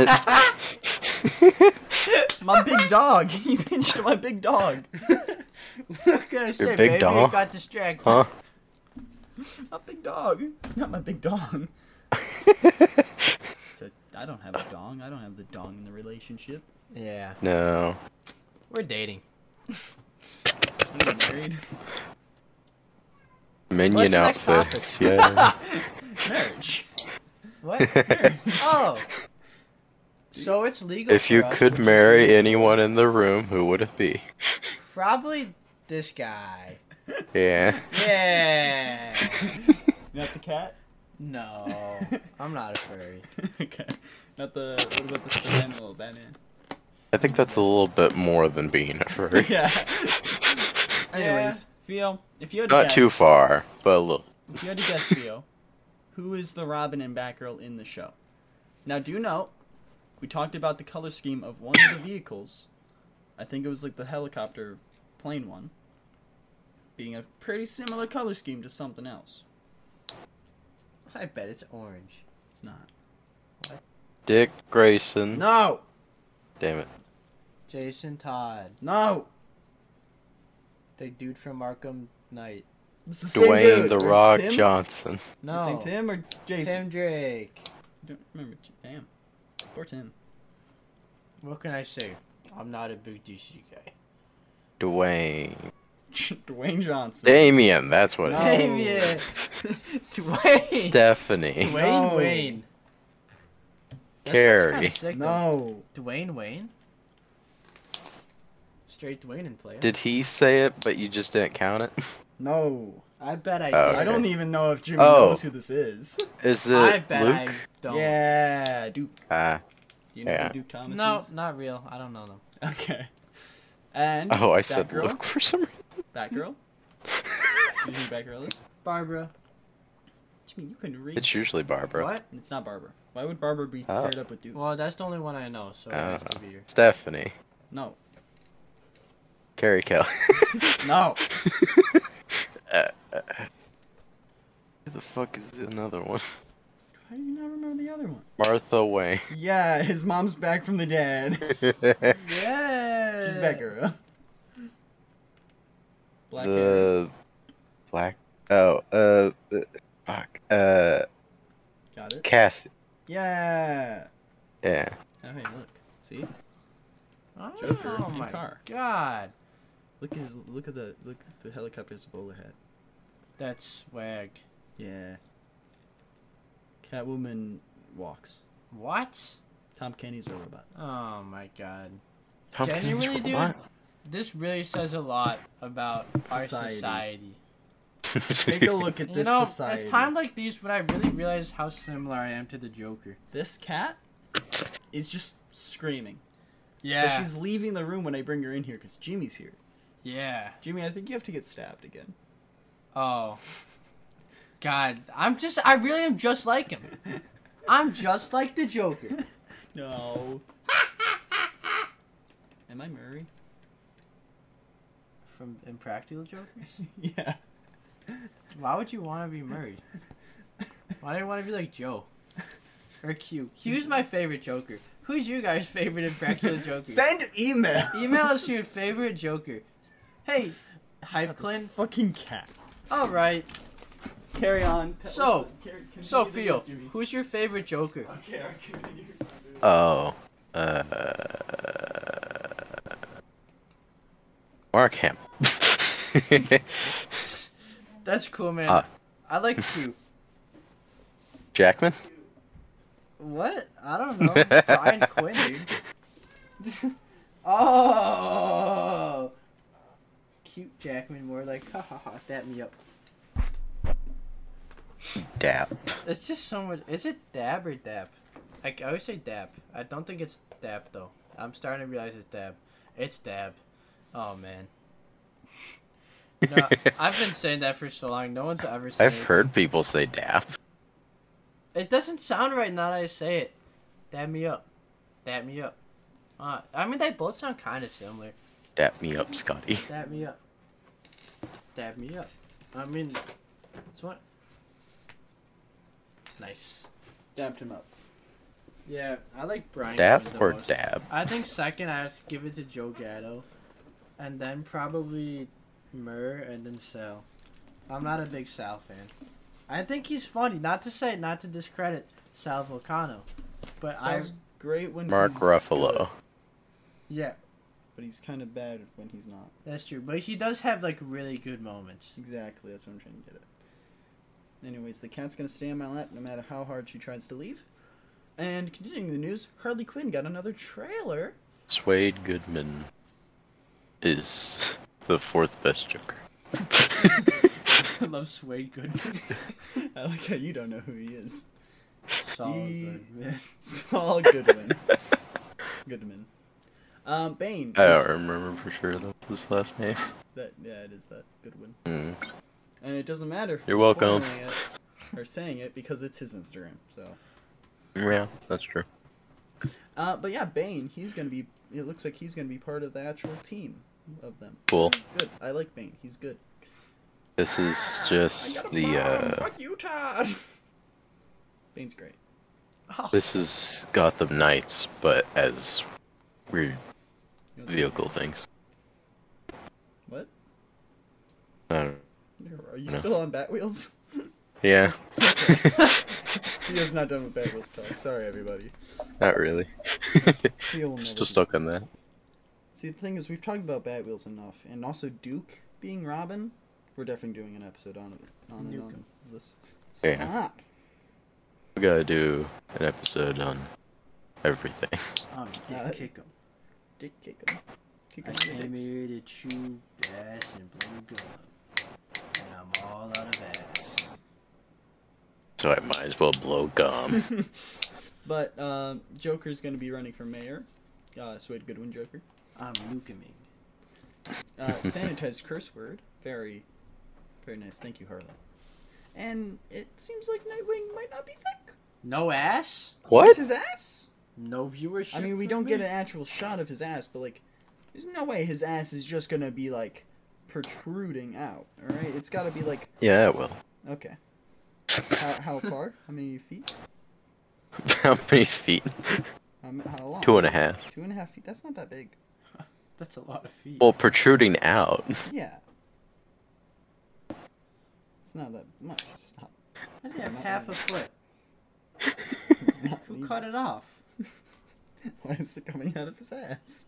C: My big dog. He pinched my big dog.
E: Could I say,
D: big
E: baby,
D: doll?
E: it got distracted.
D: Huh?
C: My big dog. Not my big dog. It's a, I don't have a dong. I don't have the dong in the relationship.
E: Yeah,
D: No.
E: we're dating.
C: I'm not married.
E: What's
D: Minion
E: the next
D: outfits. Yeah.
C: Marriage.
E: What? oh. So it's legal.
D: if you
E: for us,
D: could
E: which is
D: marry
E: weird.
D: anyone in the room, who would it be?
E: probably this guy.
D: Yeah.
E: Yeah.
C: Not the cat?
E: no, I'm not a furry.
C: okay. Not the. What about the Superman little Batman?
D: I think that's a little bit more than being a furry.
C: Yeah. Anyways, Theo, if you had to
D: Not
C: guess,
D: too far, but a little.
C: If you had to guess, Theo, who is the Robin and Batgirl in the show? Now, do note, we talked about the color scheme of one of the vehicles. I think it was like the helicopter plane one, being a pretty similar color scheme to something else.
E: I bet it's orange.
C: It's not.
D: Dick Grayson.
G: No!
D: Damn it.
E: Jason Todd,
G: No!
E: the dude from Arkham Knight.
C: It's the
D: Dwayne the Rock
C: Tim?
D: Johnson.
E: No,
C: Same Tim or Jason?
E: Tim Drake.
C: I don't remember. J- Damn. Poor Tim.
E: What can I say? I'm not a big DC guy.
D: Dwayne.
C: Dwayne Johnson.
D: Damien, that's what it is.
E: Damien, Dwayne,
D: Stephanie.
E: Dwayne
G: No.
E: Wayne. That sounds kinda
D: Carrie.
E: sick, though.
G: No!
E: Dwayne Wayne? Straight Dwayne in player.
D: Did he say it, but you just didn't count it?
G: No!
E: I bet I
D: Oh,
E: did.
D: okay.
C: I don't even know if Jimmy
D: Oh.
C: knows who this is.
D: Is it
E: I bet
D: Luke?
E: I don't.
C: Yeah, Duke.
D: Ah.
C: Do you know
D: Yeah.
C: who Duke Thomas
E: No,
C: is?
E: not real. I don't know them.
C: Okay. And
D: oh, I said
C: Batgirl?
D: Luke for some reason.
C: Batgirl? you think Batgirl is?
E: Barbara.
C: Jimmy, you couldn't read.
D: It's usually Barbara.
E: What?
C: It's not Barbara. Why would Barbara be
D: Oh.
C: paired up with Duke?
E: Well, that's the only one I know, so it has
D: Oh.
E: to be her.
D: Stephanie.
C: No.
D: Carrie Kelly.
G: No!
D: Who the fuck is another one?
C: How do you not remember the other one?
D: Martha Wayne.
G: Yeah, his mom's back from the dead.
D: the
C: Yeah.
G: She's back, girl.
C: Black hair.
D: black. Oh, uh, uh, fuck. Uh,
C: Got it.
D: Cassie.
G: Yeah!
D: Yeah.
C: Oh, hey, look. See? Joker
E: Oh
C: in
E: my
C: car.
E: god.
C: Look at his, look at the look at the helicopter's bowler hat.
E: That's swag.
C: Yeah. Catwoman walks.
E: What?
C: Tom Kenny's a robot.
E: Oh my god.
D: Tom Kenny's
E: Genuinely, dude?
D: robot.
E: This really says a lot about our
C: Society.
E: society.
G: Take a look at
E: You
G: this
E: know,
G: society.
E: it's time like these when I really realize how similar I am to the Joker.
C: This cat is just screaming. But
E: Yeah.
C: she's leaving the room when I bring her in here because Jimmy's here.
E: Yeah.
C: Jimmy, I think you have to get stabbed again.
E: Oh. God, I'm just, I really am just like him. I'm just like the Joker.
C: No. Am I Murray?
E: From Impractical Jokers?
C: Yeah.
E: Why would you want to be Murray? Why do you want to be like Joe? Or Q? Q's my favorite Joker. Who's you guys' favorite Impractical Joker?
G: Send email!
E: Email us your favorite Joker. Hey, Hype Clint.
C: Fucking cat.
E: Alright.
C: Carry on.
E: So,
C: Let's- carry- continue
E: So,
C: the
E: Theo,
C: news, Jimmy.
E: who's your favorite Joker?
C: Okay, I continue.
D: Oh. Uh, Mark Hamill.
E: That's cool, man.
D: Uh,
E: I like cute.
D: Jackman?
E: What? I don't know. Brian Quinn, dude. oh, cute Jackman, more like ha ha ha. That me up.
D: Dap.
E: It's just so much. Is it dab or dap? I, I always say dab. I don't think it's dab though. I'm starting to realize it's dab. It's dab. Oh man. No, I've been saying that for so long. No one's ever. Said
D: I've
E: it.
D: heard people say dap.
E: It doesn't sound right now that I say it. Dab me up. Dab me up. Uh, I mean, they both sound kind of similar.
D: Dap me up, Scotty.
E: Dab me up. Dab me up. I mean, it's what. Nice.
G: Dapped him up.
E: Yeah, I like Brian.
D: Dap
E: Quinn the
D: or
E: most.
D: dab?
E: I think second, I'd give it to Joe Gatto, and then probably Murr, and then Sal. I'm not a big Sal fan. I think he's funny. Not to say, not to discredit Sal Volcano, but
C: Sounds
E: I
C: great when
D: Mark
C: he's
D: Ruffalo.
C: good,
E: yeah,
C: but he's kind of bad when he's not.
E: that's true. But he does have like really good moments.
G: Exactly, that's what I'm trying to get at. Anyways, the cat's gonna stay on my lap no matter how hard she tries to leave.
C: And continuing the news, Harley Quinn got another trailer.
D: Swade Goodman is the fourth best Joker.
E: I love Swade Goodman.
C: I like how you don't know who he is.
E: Solid Goodman.
C: Saul Goodwin. Goodman. Um, Bane.
D: I
C: is-
D: don't remember for sure that's his last name.
C: that yeah, it is that Goodwin.
D: Hmm.
C: And it doesn't matter. If
D: You're
C: we're
D: welcome.
C: spoiling It or saying it because it's his Instagram. So.
D: Yeah, that's true.
C: Uh, but yeah, Bane. He's gonna be. It looks like he's gonna be part of the actual team of them.
D: Cool.
C: Good. I like Bane. He's good.
D: This is just the uh
C: Fuck you, Todd. Bane's great.
D: this is Gotham Knights, but as weird
C: You know,
D: vehicle things.
C: What?
D: I don't
C: Are you still on Bat Wheels?
D: Yeah.
C: He is not done with Bat Wheels talk. Sorry, everybody.
D: Not really.
C: He will never
D: Still
C: be.
D: stuck on that.
C: See, the thing is, we've talked about Bat Wheels enough, and also Duke being Robin. We're definitely doing an episode on it. On and
E: Nuke
C: on this.
D: Yeah.
C: Stop.
D: We gotta do an episode on everything.
E: Um, dick
C: Uh,
E: kick him.
C: Dick kick him. Kick
E: I
C: him in
E: came
C: the dicks.
E: here to chew ass and blue gum, and I'm all out of ass.
D: So I might as well blow gum.
C: But um, Joker's going to be running for mayor. Uh, Swade Goodwin Joker.
E: I'm leukaming.
C: Uh, sanitized curse word. Very, very nice. Thank you, Harlow. And it seems like Nightwing might not be thick.
E: No ass.
C: It's
D: what?
C: his ass.
E: No viewership.
C: I mean, we
E: for
C: don't
E: me?
C: get an actual shot of his ass, but like, there's no way his ass is just gonna be like protruding out. All right, it's gotta be like
D: Yeah, well.
C: okay. How, how far? How many feet?
D: How many feet?
C: How, m- how long?
D: Two and a half.
C: Two and a half feet. That's not that big.
E: That's a lot of feet.
D: Well, protruding out.
C: Yeah. It's not that much. It's not.
E: I didn't have half a foot.
C: not
E: Who
C: lean.
E: cut it off?
C: Why is it coming out of his ass?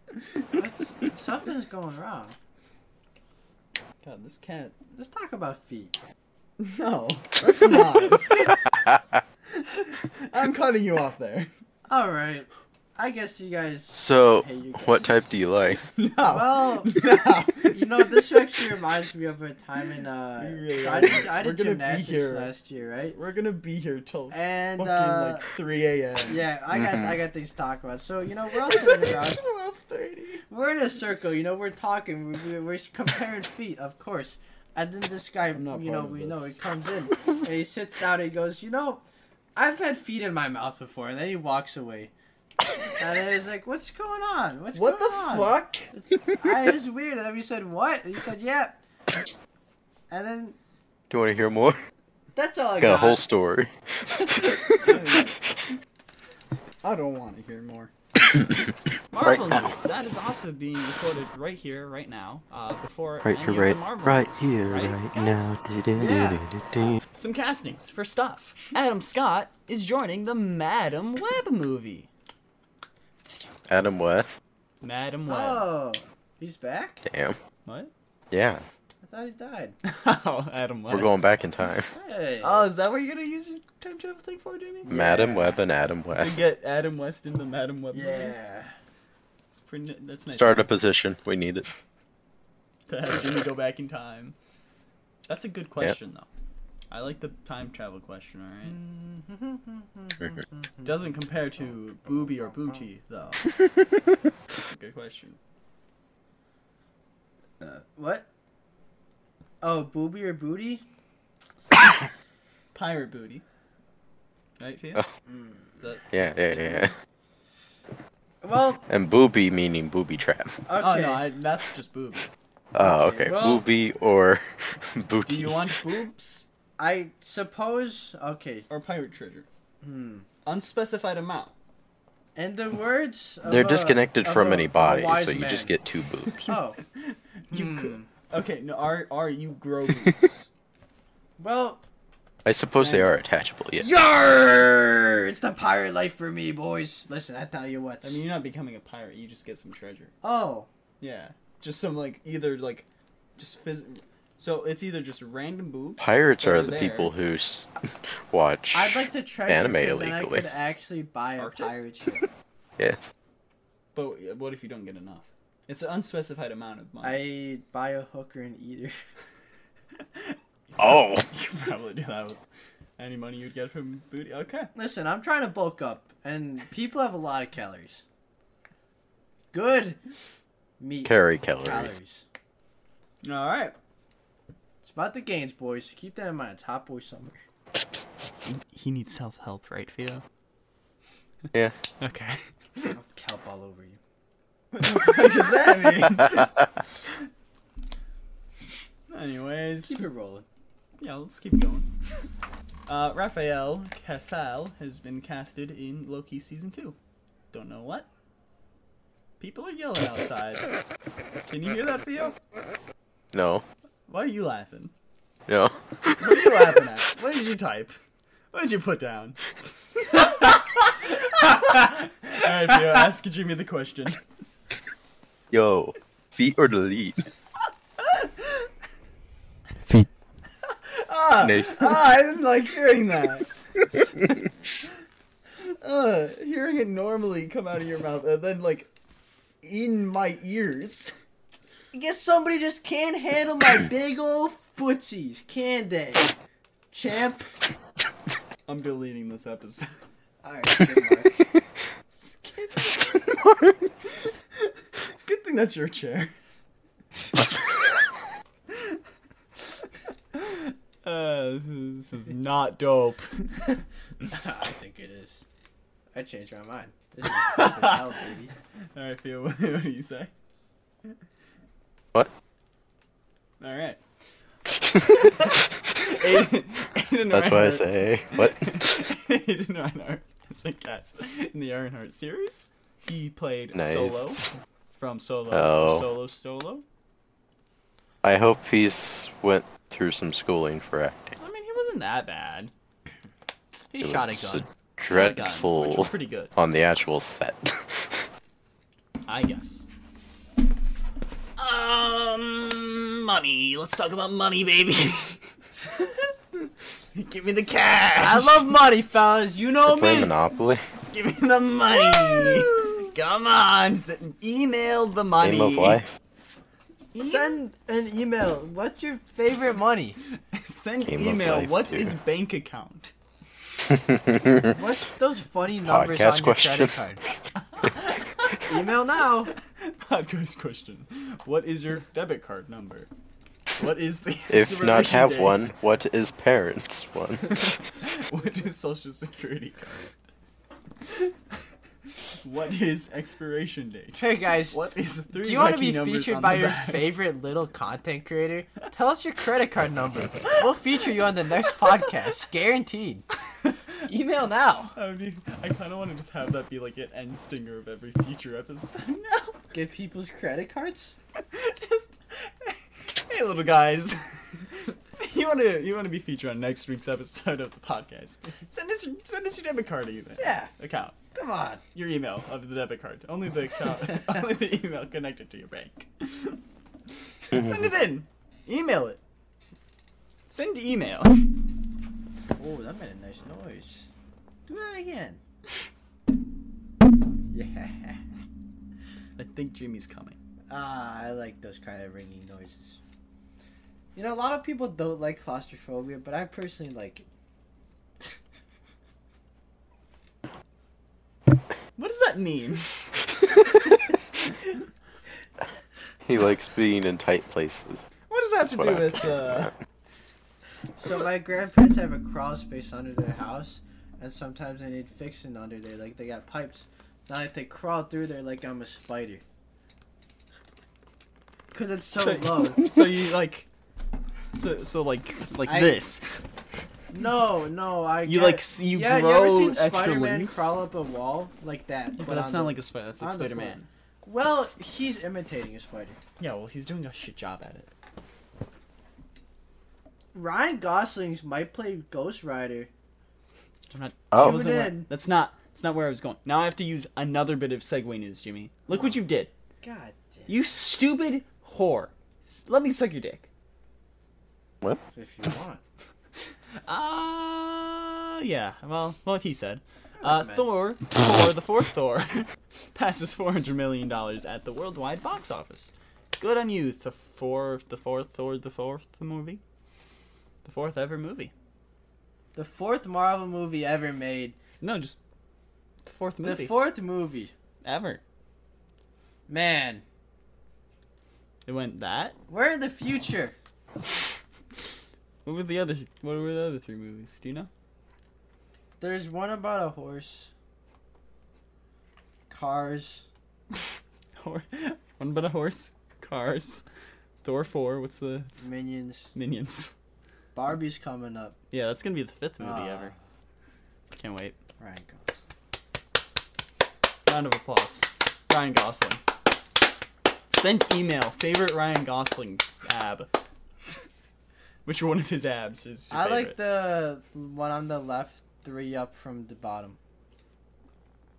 E: That's something's going wrong.
C: God, this cat.
E: Let's talk about feet.
C: No, that's not. I'm cutting you off there.
E: All right. I guess you guys.
D: So,
E: Hey, you
D: what
E: guys.
D: type do you like?
C: No.
E: Well,
C: no.
E: you know, this actually reminds me of a time in uh,
C: We really
E: so I
C: are.
E: did, I
C: We're
E: did
C: gonna be
E: gymnastics
C: here.
E: last year, right?
C: We're gonna be here till
E: And
C: fucking
E: uh,
C: like 3 a.m.
E: yeah, I got I got things to talk about. So you know, we're all
C: It's
E: sitting
C: already
E: around.
C: 12:30.
E: We're in a circle, you know. We're talking. we- we- We're comparing feet, of course. And then this guy,
C: I'm not
E: you know,
C: part of
E: we know he
C: this.
E: comes in and he sits down and he goes, you know, I've had feet in my mouth before. And then he walks away. And I was like, what's going on? What's
C: What the
E: going on?
C: fuck?
E: It's, I, it's weird. And then we said, what? And he said, yeah. And then
D: Do you want to hear more?
E: that's all I
D: Got a
E: got.
D: whole story.
C: I don't want to hear more.
D: Right
C: Marvel
D: now.
C: news that is also being recorded right here, right now. Uh, before
H: Right
C: any
H: here,
C: of
H: right,
C: the Marvel
H: right
C: news,
H: here, right,
C: guys?
H: now.
E: Yeah.
C: Some castings for stuff. Adam Scott is joining the Madam Web movie.
D: Adam West.
C: Madam Web.
E: Oh, he's back?
D: Damn.
C: What?
D: Yeah.
E: I thought he died.
C: oh, Adam West.
D: We're going back in time.
E: Hey.
C: Oh, is that what you're gonna use your time travel thing for, Jamie?
D: Madam Web and Adam
C: To
D: West.
C: get Adam West in the Madam Web movie.
E: yeah.
C: It's pretty, ni- that's nice.
D: Start a position. We need it.
C: to have Jimmy go back in time. That's a good question though. I like the time travel question. All right. Doesn't compare to booby or booty though. That's a good question.
E: What? Oh, booby or booty?
C: Pirate booty. Right, Fia?
D: Oh.
C: Is that-
D: Yeah, yeah, yeah.
E: Well,
D: And booby meaning booby trap.
E: okay.
C: Oh no, I, that's just boob.
D: Oh,
E: Okay,
D: okay.
E: well-
D: Booby or booty.
C: Do you want boobs
E: I suppose. Okay.
C: or pirate treasure? Hmm. Unspecified amount.
E: In the words. Of
D: They're
E: a-
D: disconnected
E: of
D: from
E: a-
D: any
E: a
D: body,
E: wise
D: so you just
E: man.
D: get two boobs.
E: Oh.
C: You could. Okay, no, are are you grow boobs?
E: Well.
D: I suppose they are attachable, yeah.
E: Yarr! It's the pirate life for me, boys. Listen, I tell you what.
C: I mean, you're not becoming a pirate. You just get some treasure.
E: oh.
C: Yeah, just some like either like, just phys- So it's either just random boobs.
D: Pirates
C: that
D: are the
C: there.
D: people who s- watch
E: I'd like to treasure
D: anime
E: because then I
D: illegally.
E: could actually buy a
C: Arctic?
E: pirate ship.
D: Yes.
C: But what if you don't get enough? It's an unspecified amount of money.
E: I'd buy a hooker and eat her.
D: Oh,
C: You could probably do that with any money you'd get from booty. Okay.
E: Listen, I'm trying to bulk up, and people have a lot of calories. Good meat
D: carry calories.
E: calories.
C: All right.
E: It's about the gains, boys. Keep that in mind. It's hot boy summer.
C: He needs self help, right, Theo?
D: Yeah.
C: Okay.
E: I'll kelp all over you.
C: what does that mean? Anyways.
E: Keep it rolling.
C: Yeah, let's keep going. Uh, Raphael Casal has been casted in Loki season two. Don't know what. People are yelling outside. Can you hear that, Theo?
D: No.
C: Why are you laughing?
D: No.
C: What are you laughing at? What did you type? What did you put down? All right, Theo, ask Jimmy the question.
D: Yo. Feet or delete?
E: Feet.
D: Nice.
C: Ah, I didn't like hearing that. Ugh, Uh, hearing it normally come out of your mouth and then like in my ears.
E: I guess somebody just can't handle my big old footsies, can they? Champ.
C: I'm deleting this episode.
E: Alright, good luck.
C: Skip. Good thing that's your chair. uh, this is- this is not dope.
E: I think it is. I changed my mind. This is fucking hell, baby.
C: All right, Phil, what do you say?
D: What?
C: All right. Aiden, Aiden
D: That's what I
C: Reinhardt-
D: say. What?
C: Aiden Reinhardt has been cast in the Ironheart series. He played
D: Nice.
C: Solo from Solo,
D: Oh.
C: Solo, Solo.
D: I hope he's went through some schooling for acting.
C: I mean, he wasn't that bad.
E: He shot a
D: It's
E: gun.
C: Shot a gun, which
D: dreadful
C: was pretty good,
D: on the actual set.
C: I guess. Um, money. Let's talk about money, baby. Give me the cash.
E: I love money, fellas. You know
C: Oh,
D: Play
E: me.
D: Monopoly.
C: Give me the money. Come on, s- email the money.
D: Game of life.
E: Send an email. What's your favorite money?
C: Send
D: Game of
C: email. What
D: life,
C: is
D: dude.
C: bank account?
E: What's those funny numbers
D: Podcast
E: on your
D: question.
E: credit card? email now.
C: Podcast question. What is your debit card number? What is the
D: If not
C: expiration
D: have
C: date?
D: one, what is parents one?
C: What is social security card? what is expiration date?
E: Hey guys,
C: What is three
E: do you want to
C: lucky
E: be
C: numbers
E: featured
C: on
E: by
C: the
E: your
C: back?
E: favorite little content creator? Tell us your credit card number. We'll feature you on the next podcast, guaranteed. Email now.
C: I, mean, I kind of want to just have that be like an end stinger of every future episode now.
E: Get people's credit cards?
C: Just, hey, little guys. You want to you want to be featured on next week's episode of the podcast? Send us send us your debit card email.
E: Yeah.
C: account.
E: Come on.
C: Your email of the debit card. Only the account. only the email connected to your bank. send it in. Email it. Send email.
E: Oh, that made a nice noise. Do that again. Yeah.
C: I think Jimmy's coming.
E: Ah, I like those kind of ringing noises. You know, a lot of people don't like claustrophobia, but I personally like it.
C: What does that mean?
D: he likes being in tight places.
C: What does that have to
D: That's
C: do
D: what I-
C: with uh
E: So my grandparents have a crawl space under their house, and sometimes they need fixing under there. Like they got pipes. Not like they crawl through there like I'm a spider. Cause it's so low.
C: so, so you like so so like like
E: I-
C: this.
E: No, no, I.
C: You,
E: get-
C: like, s- you
E: yeah, you ever
C: grow
E: seen
C: extra
E: Spider-Man
C: limbs?
E: crawl up a wall like that?
C: But that's
E: on
C: not
E: the-
C: like a spider. That's like
E: on the
C: Spider Man.
E: Well, he's imitating a spider.
C: Yeah, well, he's doing a shit job at it.
E: Ryan Gosling's might play Ghost Rider.
C: I'm not.
D: Oh.
C: that wasn't
E: Tune
C: where-
E: in.
C: that's not. That's not where I was going. Now I have to use another bit of segue news, Jimmy. Look what you did.
E: God damn.
C: You stupid whore. S- Let me suck your dick.
D: What?
E: If you want.
C: Uh, yeah. Well, what he said. Uh,
E: man.
C: Thor, Thor, the fourth Thor, passes four hundred million dollars at the worldwide box office. Good on you, the four, the fourth Thor, the fourth movie, the fourth ever movie.
E: The fourth Marvel movie ever made.
C: No, just the fourth movie
E: The fourth movie.
C: ever.
E: Man,
C: It went that.
E: we're in the future.
C: What were the other? What were the other three movies? Do you know?
E: There's one about a horse. Cars.
C: Hor- One but a horse, Cars, Thor four. What's the it's
E: Minions.
C: Minions?
E: Barbie's coming up.
C: Yeah, that's gonna be the fifth movie
E: Ah.
C: ever. Can't wait.
E: Ryan Gosling.
C: Round of applause. Ryan Gosling. Send email favorite Ryan Gosling ab. Which one of his abs is your
E: I
C: favorite?
E: like the one on the left, three up from the bottom.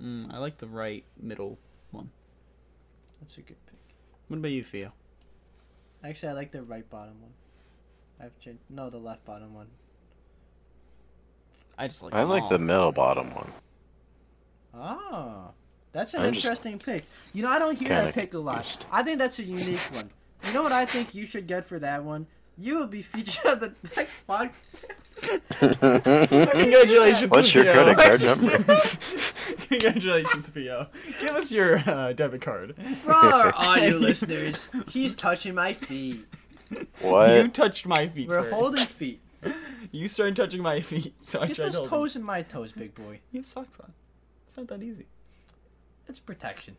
C: Mm, I like the right middle one.
E: That's a good pick.
C: What about you, Theo?
E: Actually, I like the right bottom one. I've changed. No, the left bottom one.
C: I just like.
D: I
C: them
D: like
C: all.
D: the middle bottom one.
E: Oh, that's an
D: I'm just
E: interesting pick. You know, I don't hear
D: kinda
E: that pick a lot.
D: confused.
E: I think that's a unique one. You know what I think you should get for that one? You will be featured on the next podcast.
C: Congratulations,
D: What's your
C: Theo.
D: credit card number?
C: Congratulations, Theo. Give us your uh, debit card.
E: For all our audio listeners, he's touching my feet.
C: You
D: what?
C: touched my feet.
E: We're
C: first.
E: holding feet.
C: You started touching my feet, so I
E: Get
C: tried
E: those
C: holding.
E: toes in my toes, big boy.
C: You have socks on. It's not that easy.
E: It's protection.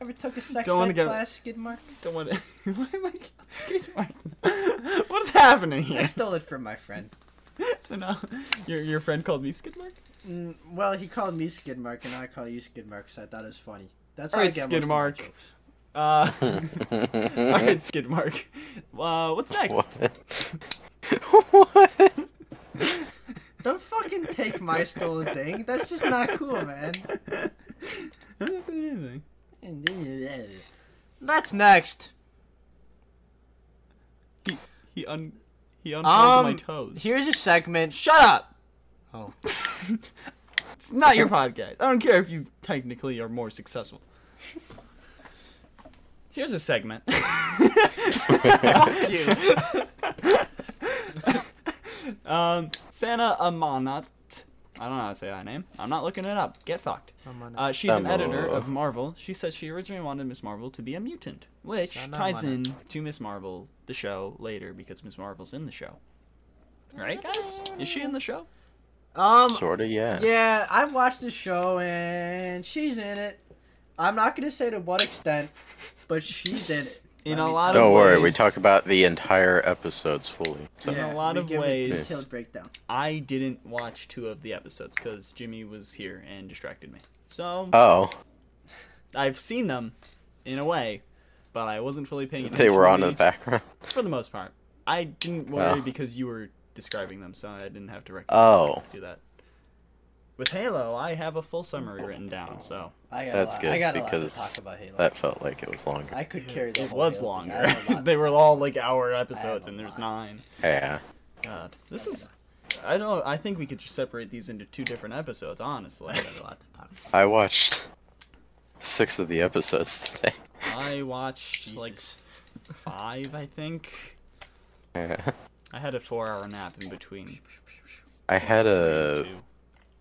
E: Ever took a sex
C: Don't wanna
E: ed
C: get-
E: class, skid mark?
C: Don't want to. Why am I skate mark? What's happening
E: I
C: here?
E: stole it from my friend.
C: So now your your friend called me Skidmark.
E: Mm, well, he called me skid mark, and I call you skid mark, so I thought it was funny. That's how
C: All
E: I
C: right,
E: get most
C: skid
E: of my
C: mark.
E: jokes.
C: Uh, all right, Skidmark. Uh, what's next?
D: What? what?
E: Don't fucking take my stolen thing. That's just not cool, man.
C: I don't have to do anything.
E: That's next.
C: He he un he unplugged my
E: Um,
C: toes.
E: here's a segment. Sh-
C: Shut up.
E: Oh.
C: It's not your podcast. I don't care if you technically are more successful. Here's a segment.
E: you.
C: Um, Santa Amanat. I don't know how to say that name. I'm not looking it up. Get fucked.
E: Amanat.
C: Uh, she's an editor
D: Amanat.
C: of Marvel. She says she originally wanted Miss Marvel to be a mutant, which
E: Santa
C: ties in
E: Amanat.
C: to Miss Marvel, the show, later because Miss Marvel's in the show. Right, guys? Is she in the show?
E: Um,
D: Sorta, yeah.
E: yeah, I watched the show and she's in it. I'm not gonna say to what extent, but she's in it.
C: In
E: Let
C: a
E: me-
C: lot of
D: Don't worry, we
C: ways-
D: talk about the entire episodes fully. So.
C: in a lot
E: we
C: of
E: give a
C: ways-
E: detailed breakdown.
C: I didn't watch two of the episodes because Jimmy was here and distracted me. So
D: Oh,
C: I've seen them, in a way, but I wasn't fully paying attention.
D: they were
C: to
D: on in the background.
C: for the most part. I didn't worry
D: Oh. Uh.
C: because you were describing them, so I didn't have to recognize
D: Oh,
C: do that. With Halo, I have a full summary written down, so
E: I got
D: That's
E: a lot,
D: good
E: I got a lot
D: because
E: to talk about Halo.
D: that felt like it was longer.
E: I could carry the
C: it
E: whole
C: was
E: Halo thing. I
C: longer.
E: have a lot-
C: they were all like hour episodes,
E: a
C: and there's
E: lot.
C: nine.
D: Yeah.
C: God, this is. I don't. I think we could just separate these into two different episodes. Honestly,
E: I got a lot to talk about.
D: I watched six of the episodes today.
C: I watched like
E: Jesus.
C: five. I think
D: Yeah.
C: I had a four-hour nap in between.
D: I had a
C: two.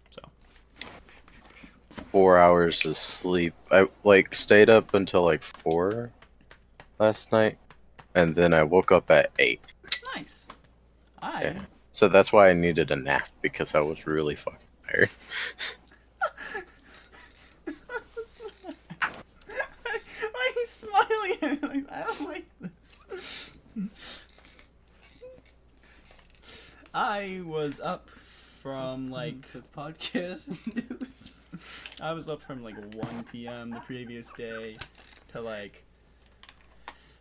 C: So
D: four hours of sleep. I like stayed up until like four last night, and then I woke up at eight.
C: nice. I
D: Yeah. So that's why I needed a nap because I was really fucking tired.
C: Why are you smiling at me like that? I don't like this. I was up from like
E: The podcast news.
C: I was up from like 1 p.m. the previous day to like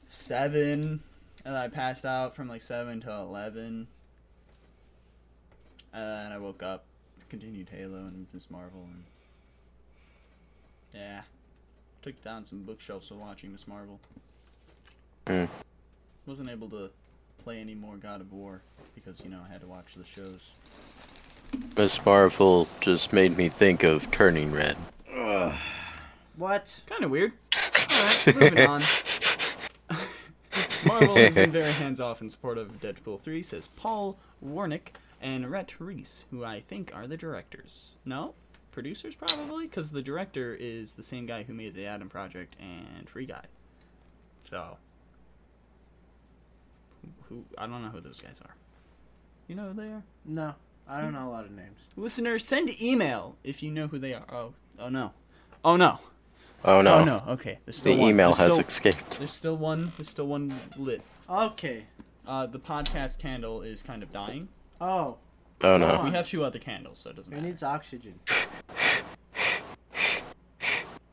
C: 7 and I passed out from like 7 to 11 and I woke up continued Halo and Miss Marvel and yeah took down some bookshelves while watching Miss Marvel
D: Mm.
C: wasn't able to play any more God of War because you know I had to watch the shows
D: Miss Marvel just made me think of turning red.
E: What?
C: kind of weird alright moving on Marvel has been very hands off and supportive of Deadpool 3, says Paul Warnick and Rhett Reese, who I think are the directors. No? Producers, probably? Because the director is the same guy who made The Adam Project and Free Guy. So. Who, I don't know who those guys are. You know who they are?
E: No, I don't know a lot of names.
C: Listener, send email if you know who they are. Oh, oh no. Oh no.
D: Oh no.
C: Oh no. Okay. There's
D: The
C: still one.
D: email
C: There's
D: has
C: still-
D: escaped.
C: There's still one. There's still one lit.
E: Okay.
C: Uh, the podcast candle is kind of dying.
E: Oh,
D: Oh
E: Come
D: no.
C: We have two other candles, so it doesn't
E: it
C: matter.
E: needs oxygen.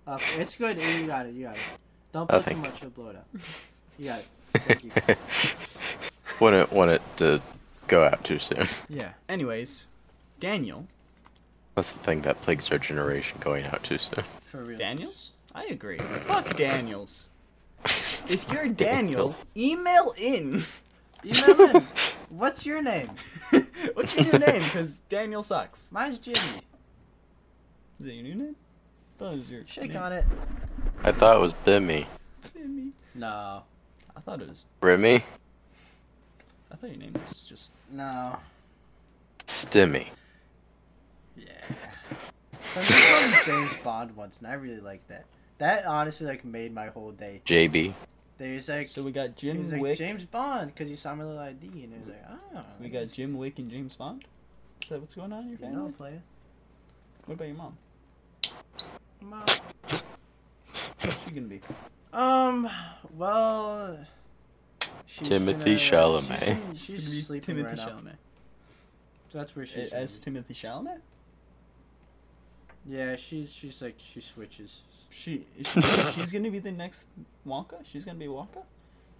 E: Uh, it's good. You got it. You got it. Don't
D: Oh,
E: put too
D: thank
E: much. You'll blow it up. You got it. Thank you.
D: Wouldn't want it to go out too soon.
E: Yeah.
C: Anyways, Daniel.
D: That's the thing that plagues our generation going out too soon.
E: For real.
C: Daniels? I agree. Fuck Daniels. If you're Daniel, email in.
E: Email in. What's your name?
C: What's your new name? Because Daniel sucks.
E: Mine's Jimmy.
C: Is it your new name? thought it was your
E: Shake
C: name.
E: on it.
D: I thought it was Bimmy.
C: Timmy.
E: No.
C: I thought it was.
D: Brimmy?
C: I thought your name was just.
E: No.
D: Stimmy.
E: Yeah. Somebody called me James Bond once, and I really liked that. That honestly like made my whole day.
D: JB.
E: They was like,
C: So we got
E: he
C: Jim
E: was like
C: Wick.
E: James Bond because you saw my little ID, and it was like, oh.
C: We got Jim Wick and James Bond. Is that what's going on in your
E: You
C: family?
E: know, player.
C: What about your mom?
E: Mom.
C: What's she gonna be?
E: Um. Well. She's
D: Timothy
E: gonna-
D: Chalamet.
E: She's,
C: She's gonna
E: she's
C: be
E: sleeping
C: Timothy
E: right now.
C: Chalamet.
E: So that's where she's.
C: A-
E: gonna
C: As
E: be.
C: Timothy Chalamet?
E: yeah, she's she's like she switches.
C: She, she she's gonna be the next Wonka. She's gonna be Wonka.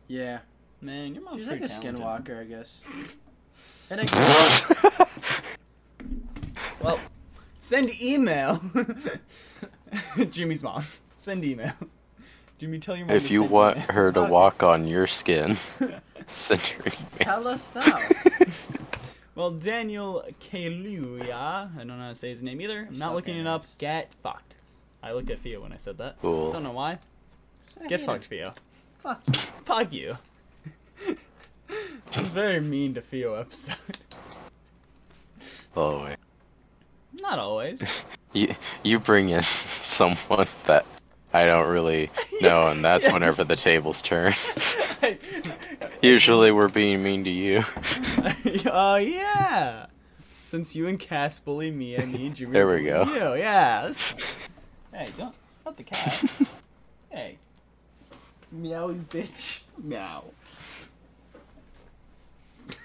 E: Yeah.
C: Man, your mom's
E: she's like
C: pretty
E: a
C: Oh, talented.
E: skinwalker, I guess. And I,
C: Well, send email. Jimmy's mom. Send email. Jimmy, tell your mom.
D: if
C: to
D: you
C: send
D: want
C: email.
D: her to walk on your skin, send her email.
E: tell us now.
C: Well, Daniel Kaluuya. I don't know how to say his name either. I'm not
E: So
C: looking it
E: bad.
C: up. Get fucked. I looked at Fia when I said that.
D: Cool.
C: Don't know why. Get fucked, Fio.
E: Fuck you.
C: Fuck you. this is very mean to Fio episode.
D: Oh, wait.
C: Not always.
D: You, you bring in someone that I don't really know, and that's whenever the tables turn. Usually we're being mean to you.
C: Oh yeah. Since you and Cass bully me, I need Jimmy.
D: There we
C: bully
D: go.
C: You, yeah. this- Hey, don't not the cat. hey,
E: Meow, you bitch.
C: meow.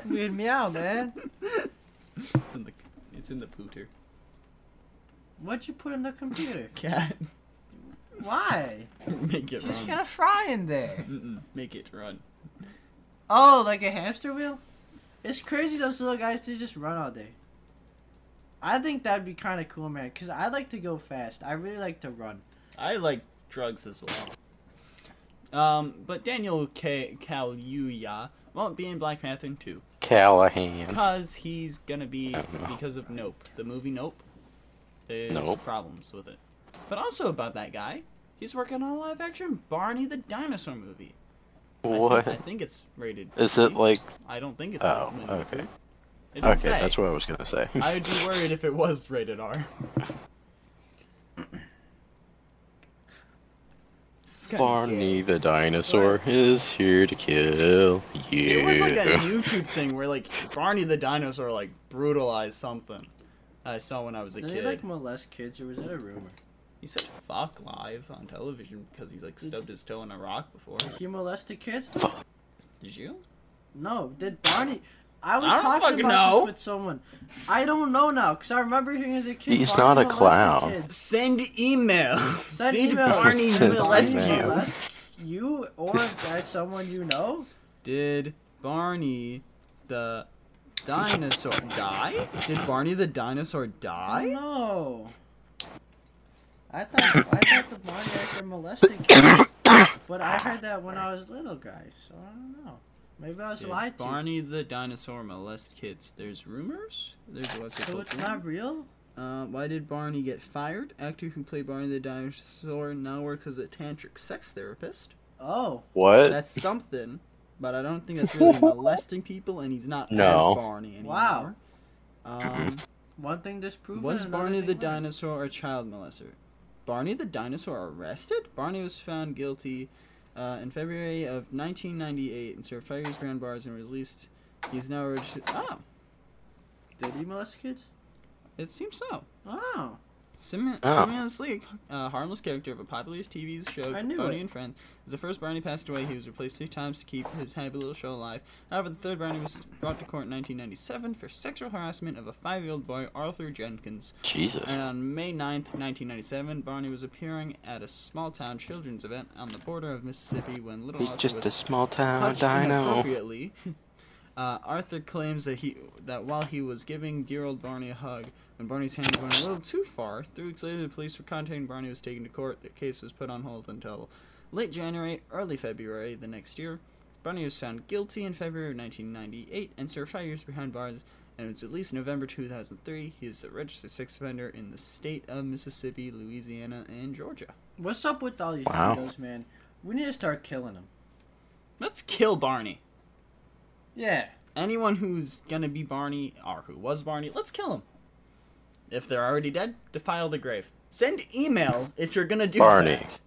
E: Weird meow, man.
C: It's in the it's in the pooter.
E: What'd you put in the computer?
C: Cat,
E: Why?
C: make it
E: She's
C: run.
E: gonna fry in there.
C: Mm-mm, make it run.
E: Oh, like a hamster wheel? It's crazy those little guys to just run all day. I think that'd be kind of cool, man. Cause I like to go fast. I really like to run.
C: I like drugs as well. Um, but Daniel K- Kaluuya won't be in Black Panther 2
D: Callahan.
C: because he's gonna be
D: don't know.
C: because of Nope, the movie Nope. There's
D: Nope.
C: problems with it, but also about that guy, he's working on a live action Barney the Dinosaur movie. I think- I
D: What?
C: think it's rated.
D: Is it
C: PG.
D: like?
C: I don't think it's.
D: Oh,
C: rated
D: okay.
C: PG. It didn't
D: Okay,
C: say.
D: that's what I was gonna say.
C: I would be worried if it was rated R. This is kinda
D: Barney the dinosaur is here to kill you.
C: It was like a YouTube thing where like Barney the dinosaur like brutalized something. I saw when I was a
E: Did they
C: kid.
E: like molest kids, or was that a rumor?
C: He said "fuck" live on television because he's like stubbed his toe in a rock before.
E: He molested kids?
C: Did you?
E: No, did Barney? I was
C: I don't
E: talking
C: fucking
E: about
C: know.
E: this with someone. I don't know now because I remember hearing as a kid.
D: He's
E: Barney
D: not a
E: molested
D: clown.
E: kids.
C: Send email.
E: Send
C: Did
E: email.
C: Barney
D: Send
C: molest
D: email.
C: you?
E: Molest you or by someone you know?
C: Did Barney the dinosaur die? Did Barney the dinosaur
E: I
C: die?
E: know. I thought I thought the Barney actor molested kids, but I heard that when I was little, guys. So I don't know. Maybe I was
C: Did
E: lied to.
C: Barney the dinosaur molest kids? There's rumors. There's what's
E: so it's not real.
G: Uh, why did Barney get fired? Actor who played Barney the dinosaur now works as a tantric sex therapist.
E: Oh,
D: What?
G: That's something, but I don't think that's really molesting people, and he's not
D: No.
G: as Barney anymore.
E: Wow.
G: Um,
E: one thing disproven.
G: was
E: another
G: Barney
E: thing
G: the
E: right.
G: dinosaur a child molester? Barney the dinosaur arrested? Barney was found guilty uh, in February of 1998 and served five years behind bars and released. He's now registered. Oh,
E: Did he molest kids?
G: it seems so.
E: Oh.
G: Simeon,
D: Oh.
G: Simeon Sleek, a harmless character of a popular TV show,
E: I knew
G: Barney
E: it.
G: and Friends, is the first Barney passed away. He was replaced two times to keep his happy little show alive. However, the third Barney was brought to court in 1997 for sexual harassment of a five-year-old boy, Arthur Jenkins.
D: Jesus.
G: And on May 9th, 1997, Barney was appearing at a small-town children's event on the border of Mississippi when little
D: He's
G: Arthur
D: just
G: was
D: a small town
G: touched
D: dino.
G: inappropriately. Uh, Arthur claims that he that while he was giving dear old Barney a hug, when Barney's hands went a little too far, three weeks later the police were contacting Barney was taken to court. The case was put on hold until late January, early February the next year. Barney was found guilty in February of 1998 and served five years behind bars. And it's at least November 2003. He is a registered sex offender in the state of Mississippi, Louisiana, and Georgia.
E: What's up with all these
D: Wow.
E: Cheetos, man? We need to start killing them.
C: Let's kill Barney.
E: Yeah.
C: anyone who's gonna be Barney or who was Barney, let's kill him. If they're already dead, defile the grave. Send email if you're gonna do
D: Barney.
C: that.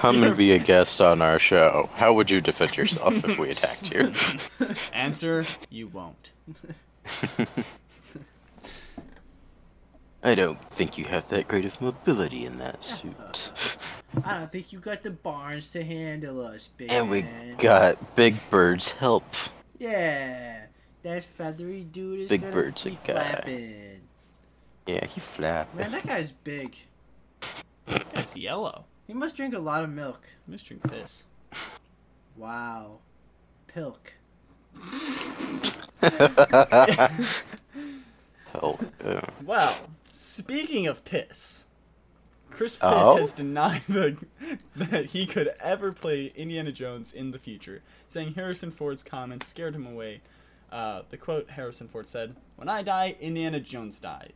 D: Come and be a guest on our show. How would you defend yourself if we attacked you?
C: Answer: You won't.
D: I don't think you have that great of mobility in that suit.
E: I don't think you got the barns to handle us, big
D: And we
E: man.
D: got Big Bird's help.
E: Yeah. That feathery dude is
D: Big
E: gonna
D: Bird's a
E: be
D: guy.
E: flapping.
D: Yeah, he flapped.
E: Man, that guy's big.
C: That's yellow.
E: He must drink a lot of milk.
C: Mr. Piss.
E: Wow. Pilk.
D: Help. yeah.
C: Well, speaking of piss, Chris Piss
D: Oh?
C: has denied the, that he could ever play Indiana Jones in the future, saying Harrison Ford's comments scared him away. Uh, the quote Harrison Ford said, "When I die, Indiana Jones died,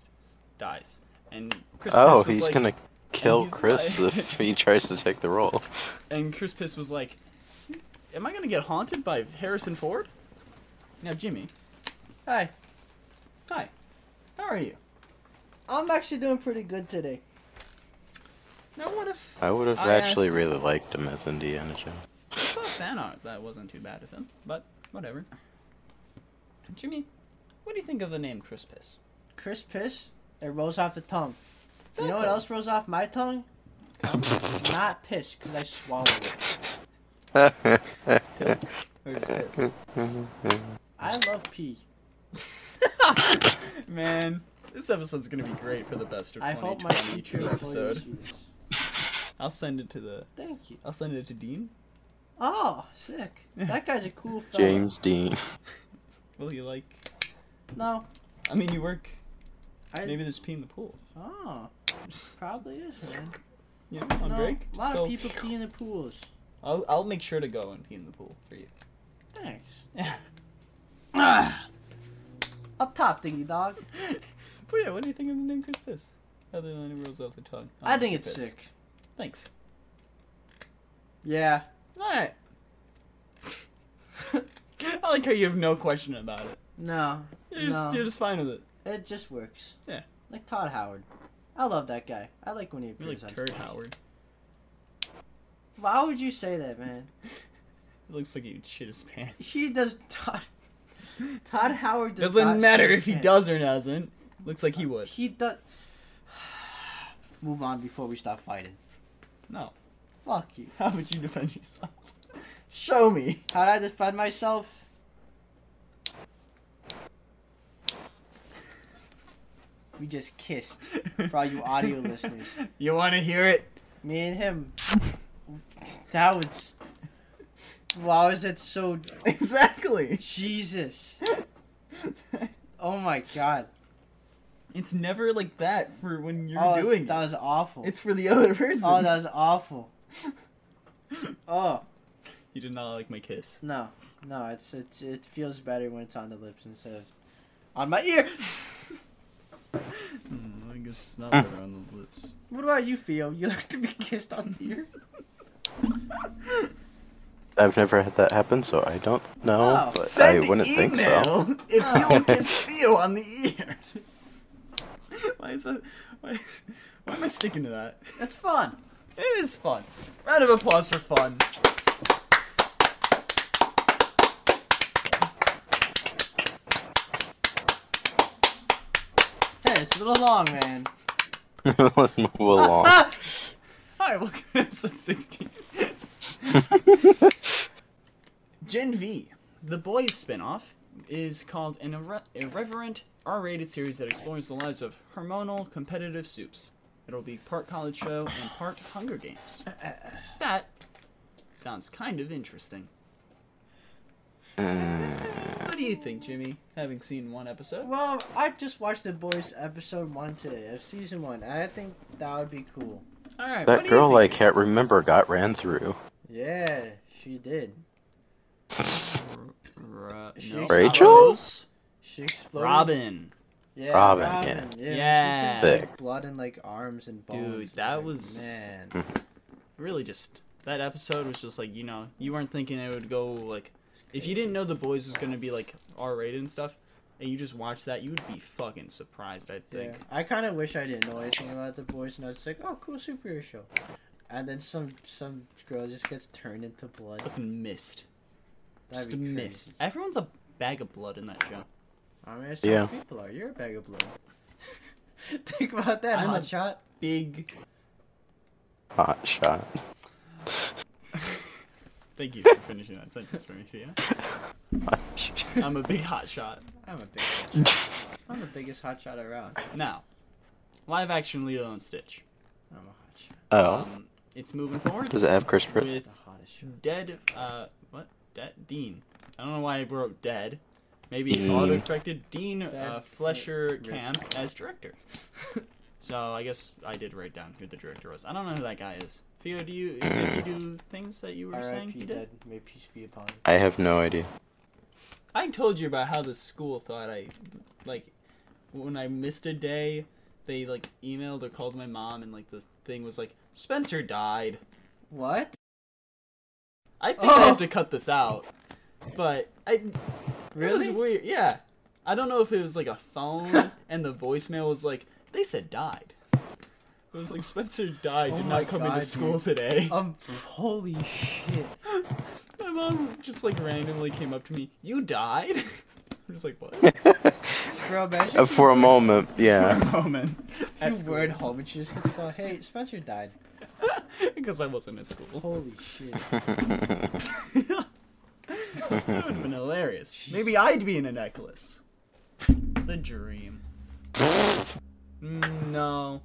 C: dies." And Chris
D: Oh,
C: Piss was
D: he's
C: like,
D: gonna kill
C: he's
D: Chris
C: like-
D: if he tries to take the role.
C: and Chris Piss was like, "Am I gonna get haunted by Harrison Ford?" Now, Jimmy,
E: Hi.
C: hi, how are you?
E: I'm actually doing pretty good today.
C: Now, what if
D: I would have
C: I
D: actually
C: asked-
D: really liked him as Indiana Jones.
C: I saw fan art that wasn't too bad of him, but whatever. Jimmy, what do you think of the name Chris Piss?
E: Chris Piss, it rolls off the tongue. You know what
C: Exactly.
E: else rolls off my tongue? Not piss, because I swallowed it.
C: Or just Piss?
E: I love pee.
C: Man, this episode's gonna be great for the best of
E: I hope my
C: 2020
E: future
C: true
E: employees
C: episode.
E: see this.
C: I'll send it to the.
E: Thank you.
C: I'll send it to Dean.
E: Oh, sick. That guy's a cool fella.
D: James Dean.
C: Will you like?
E: No,
C: I mean, you work.
E: I-
C: Maybe there's pee in the pool.
E: Oh, probably is, man.
C: Yeah, on
E: No,
C: break.
E: a
C: just
E: lot
C: go-
E: of people pee in the pools.
C: I'll, I'll make sure to go and pee in the pool for you.
E: Thanks.
C: but Ah!
E: Up top, dingy dog.
C: yeah, what do you think of the name Chris Piss? Other than it rolls off the tongue.
E: I
C: Um,
E: think it's
C: Piss.
E: sick.
C: Thanks.
E: Yeah.
C: Alright. I like how you have no question about it.
E: No.
C: You're just,
E: no.
C: you're just fine with it.
E: It just works.
C: Yeah.
E: Like Todd Howard. I love that guy. I like when he
C: You're
E: appears
C: like
E: on
C: Turd
E: stage.
C: Howard.
E: Why would you say that, man?
C: It looks like he shit his pants.
E: He does Todd. Todd Howard does not
C: Doesn't matter
E: shit
C: if he
E: his
C: does or doesn't. Looks like he
E: pants.
C: would.
E: He does. Move on before we stop fighting.
C: No.
E: Fuck you.
C: How would you defend yourself? Show me.
E: How'd I defend myself? We just kissed. For all you audio listeners,
C: You want to hear it?
E: me and him. That was. Why was that so
C: Exactly.
E: Jesus. Oh my god.
C: It's never like that for when you're
E: oh,
C: doing
E: that
C: it.
E: was awful.
C: It's for the other person.
E: oh, that was awful. oh
C: You did not like my kiss.
E: no, no. It's it's it feels better when it's on the lips instead of on my ear.
C: I guess it's not better on the lips.
E: What about you, Theo? You like to be kissed on the ear?
D: I've never had that happen, so I don't know.
E: Oh,
D: but I
C: Send
D: wouldn't
C: email
D: think so.
C: if you'll kiss Theo on the ear. why is that? Why, is, why am I sticking to that?
E: That's fun.
C: It is fun. Round of applause for fun.
E: Hey, it's a little long, man.
D: Let's move along.
C: Hi, welcome to episode 16. Gen V, the boys spin-off, is called an irre- irreverent R-rated series that explores the lives of hormonal competitive soups. It'll be part college show and part Hunger Games. That sounds kind of interesting. What do you think, Jimmy? Having seen one episode,
E: Well, I just watched the boys episode one today of season one, and I think that would be cool.
C: all right. what
D: That
C: do
D: girl
C: you
D: I
C: think?
D: can't remember got ran through.
E: Yeah, she did.
C: Ra-
E: She
C: no,
E: exploded.
D: Rachel?
C: Rose?
E: She exploded.
C: Robin.
E: Yeah,
D: Robin,
E: Yeah,
C: Yeah.
E: She turns,
D: Sick.
E: like, blood and like arms and bones.
C: Dude,
E: It's
C: that
E: like,
C: was-
E: man.
C: really just that episode was just like you know you weren't thinking it would go like if you didn't know the boys was gonna be like R rated and stuff and you just watched that you would be fucking surprised I
E: Yeah.
C: think
E: I kind of wish I didn't know anything about the boys, and I was like, "Oh, cool superhero show," and then some some girl just gets turned into blood.
C: fucking missed
E: That'd
C: just
E: be
C: missed
E: crazy.
C: everyone's a bag of blood in that show
E: I mean, that's how
D: Yeah.
E: people are. You're a bag of blood. Think about that,
C: I'm a-
E: hot shot.
C: big
D: Hot shot.
C: thank you for finishing that sentence for me Fia. I'm a big hot shot
E: I'm a big. Hot shot. I'm the biggest hot shot around.
C: now live action Lilo and Stitch
E: I'm a hot shot.
D: oh,
C: um it's moving forward
D: does it have Chris Pratt?
C: with
E: The hottest shot.
C: dead uh what dead dean i don't know why i wrote dead maybe it auto corrected dean uh,
E: Dead.
C: fletcher
E: Rip.
C: camp as director so i guess i did write down who the director was i don't know who that guy is theo do you did he do things that you were saying
E: R.I.P.
C: he did
E: Dead. May peace be upon him.
D: I have no idea.
C: i told you about how the school thought i like when i missed a day they like emailed or called my mom and like the thing was like spencer died
E: What?
C: i think i have
E: Oh.
C: to cut this out but i It
E: Really?
C: was weird. Yeah. I don't know if it was like a phone and the voicemail was like, they said died. It was like Spencer died,
E: Oh
C: did
E: my
C: not come into
E: God,
C: school
E: dude.
C: today.
E: Um. Holy shit.
C: My mom just like randomly came up to me, You died? I'm just like, What?
E: Bro, imagine
D: Uh,
E: if
D: For a moment, yeah.
C: Moment.
E: you
C: Oh, At
E: word home and she just gets called, "Hey, Spencer died."
C: Because I wasn't at school.
E: Holy shit.
C: That would have been hilarious. Maybe I'd be in a necklace. The dream. Mm, no.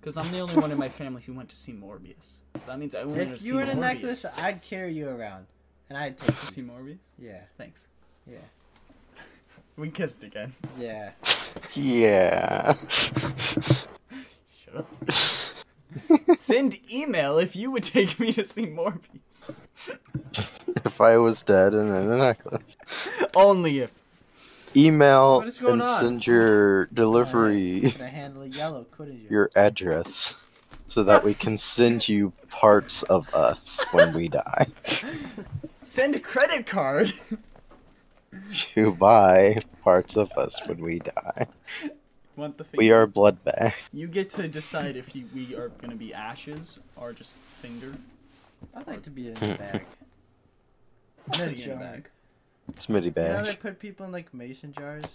C: Because I'm the only one in my family who went to see Morbius. So that means I wouldn't have
E: If you
C: seen
E: were the
C: Morbius.
E: necklace, I'd carry you around, and I'd take
C: To
E: you.
C: see Morbius?
E: Yeah,
C: Thanks.
E: yeah.
C: We kissed again.
E: Yeah.
D: Yeah.
C: Shut up. Send email if you would take me to see Morbius.
D: if I was dead and in a necklace.
C: Only if.
D: Email
E: What is going
D: and
E: on?
D: send your delivery,
E: Could I handle it yellow? Couldn't you?
D: your address, so that we can send you parts of us when we die.
C: Send a credit card.
D: To buy parts of us when we die.
C: Want the finger?
D: We are blood bags.
C: You get to decide if you, we are gonna be ashes or just finger.
E: I'd like to be in the bag. In a
C: Putting it in a
E: jar.
C: bag.
D: Smitty
E: You know how they
D: bag.
E: put people in like mason jars?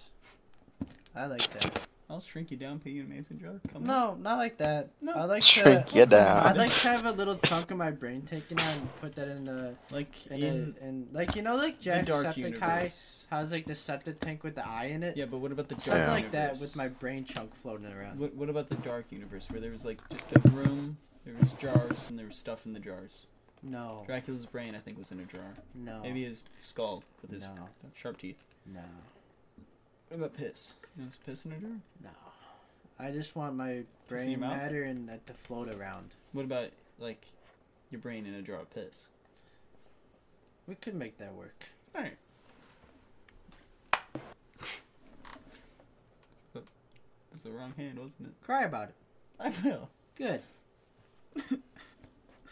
E: I like that.
C: I'll shrink you down, put you in a mason jar. Come on.
E: No, not like that.
C: No.
E: I like
D: Shrink
E: to.
D: you down.
E: I'd like to have a little chunk of my brain taken out and put that in the
C: Like
E: in,
C: in.
E: a, in like you know like Jack
C: dark
E: Septicai
C: universe.
E: how's like the septic tank with the eye in it.
C: Yeah, but what about the dark
E: Something
D: Yeah.
E: like that
C: universe?
E: with my brain chunk floating around.
C: What, what about the dark universe where there was like just a room, there was jars, and there was stuff in the jars.
E: No,
C: Dracula's brain, I think, was in a jar.
E: no,
C: Maybe his skull with his
E: No.
C: sharp teeth.
E: no,
C: What about piss? You know, it's piss in a jar.
E: no. I just want
C: Just
E: my
C: in
E: brain
C: your mouth?
E: matter and that to float around.
C: What about like your brain in a jar of piss?
E: We could make that work.
C: All right. But It's the wrong hand, wasn't it?
E: Cry about it.
C: I will.
E: Good.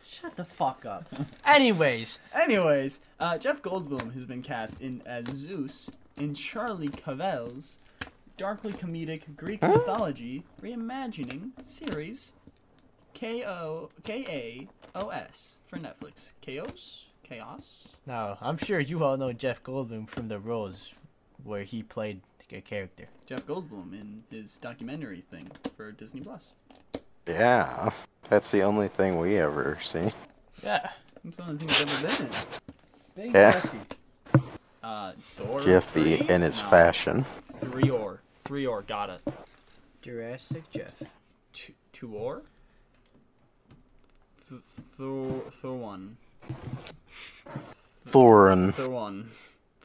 E: Shut the fuck up. Anyways,
C: Anyways, uh, Jeff Goldblum has been cast in as Zeus in Charlie Cavell's darkly comedic Greek mythology reimagining series K O K A O S for Netflix. Chaos? Chaos?
E: now I'm sure you all know Jeff Goldblum from The Rose, where he played a character.
C: Jeff Goldblum in his documentary thing for Disney Plus.
D: Yeah. That's the only thing we ever see.
C: Yeah. That's one of the things I've ever been in.
E: Big
D: Yeah.
E: Jeffy.
C: Uh, Dora
D: Jeff the
C: three?
D: in his
C: No,
D: fashion.
C: Three or. Three or, got it.
E: Jurassic Jeff.
C: Two, two or? Th- Thor, Thor one.
D: Thorin.
C: Thor one.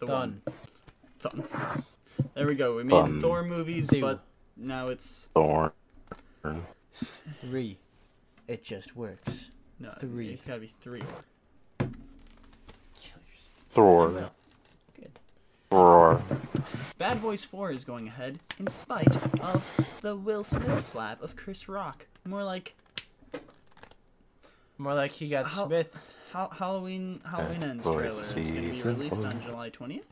C: The
E: Done.
C: One. Thun. There we go. We made
D: Thun.
C: Thor movies,
E: Two.
C: but now it's
D: Thorn.
E: Three. It just works.
C: no.
E: Three.
C: It's gotta be three or.
D: Thor. Roar.
C: Bad Boys 4 is going ahead in spite of the Will Smith slap of Chris Rock. More like
E: More like he got
C: How-
E: Smith.
C: Hal- Halloween Halloween
D: Bad
C: Ends
D: Boys
C: trailer is going to be
D: season
C: released on
D: four.
C: July 20th.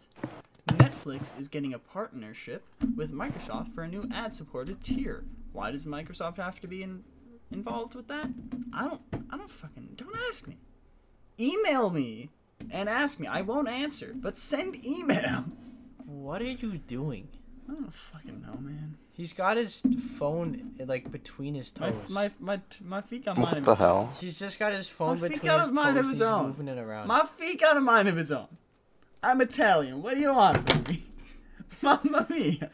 C: Netflix is getting a partnership with Microsoft for a new ad-supported tier. Why does Microsoft have to be in, involved with that? I don't I don't fucking don't ask me. Email me and ask me. I won't answer, but send email.
E: What are you doing?
C: I don't fucking know, man.
E: He's got his phone like between his
C: My
E: toes.
C: my my, my feet got mine
D: What
C: of
D: the
C: its own.
D: hell?
E: He's just got his phone
C: My feet
E: between
C: got
E: his
C: a mind
E: toes.
C: of
E: and
C: its
E: He's
C: own.
E: moving it around.
C: My feet got a mind of its own. I'm Italian. What do you want from me? Mamma mia.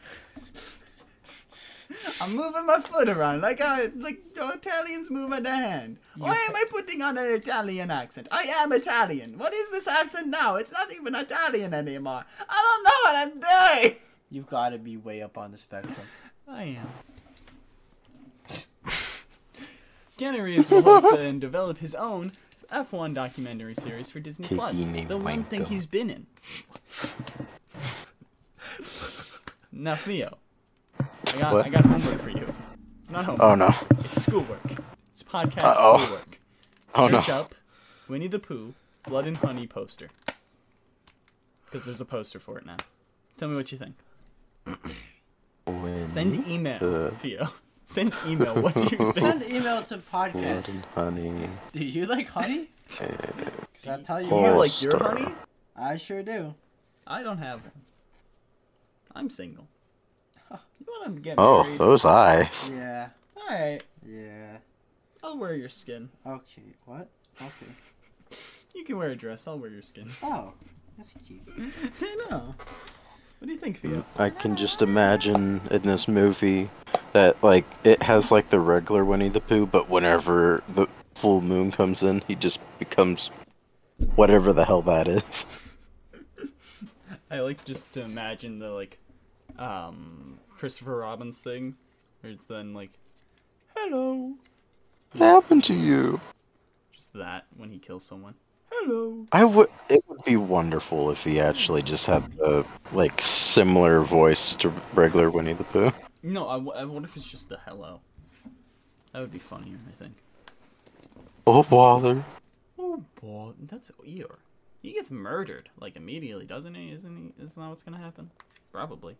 C: I'm moving my foot around like I like the Italians move with their hand. Why am I putting on an Italian accent? I am Italian. What is this accent now? It's not even Italian anymore. I don't know what I'm doing.
E: You've got to be way up on the spectrum.
C: I am. Keanu Reeves will host and develop his own F1 documentary series for Disney
D: Taking
C: Plus.
D: me
C: The one
D: my
C: thing
D: dog.
C: he's been in. now, Theo, I got,
D: What?
C: I got homework for you. It's not homework.
D: Oh no.
C: It's schoolwork. It's podcast
D: Uh-oh.
C: schoolwork.
D: Oh no.
C: Search up Winnie the Pooh Blood and Honey poster. Because there's a poster for it now. Tell me what you think.
D: When
C: Send email,
D: Uh.
C: Theo. Send email. What do you think?
E: Send an email to
D: blood
E: podcast.
D: and honey.
E: Do you like honey? Cause I tell you,
D: Oh,
C: Do you
E: what,
C: like your
D: Star.
C: honey?
E: I sure do.
C: I don't have one. I'm single. You want to get
D: Oh,
C: married?
D: those eyes.
E: Yeah,
C: All right,
E: yeah.
C: I'll wear your skin.
E: Okay, what? Okay.
C: You can wear a dress. I'll wear your skin.
E: Oh, that's cute.
C: I know. What do you think, Theo?
D: I can just imagine in this movie that like it has like the regular Winnie the Pooh, but whenever the full moon comes in, he just becomes whatever the hell that is.
C: I like just to imagine the like um, Christopher Robbins thing, where it's then like, "Hello,"
H: What happened to you?
C: just that when he kills someone. Hello.
D: I would. It would be wonderful if he actually just had the like similar voice to regular Winnie the Pooh.
C: No, I, w- I- what if it's just the hello? That would be funnier, I think.
D: Oh bother!
C: Oh boy, that's Eeyore. He gets murdered like immediately, doesn't he? Isn't he? Isn't that what's gonna happen? Probably.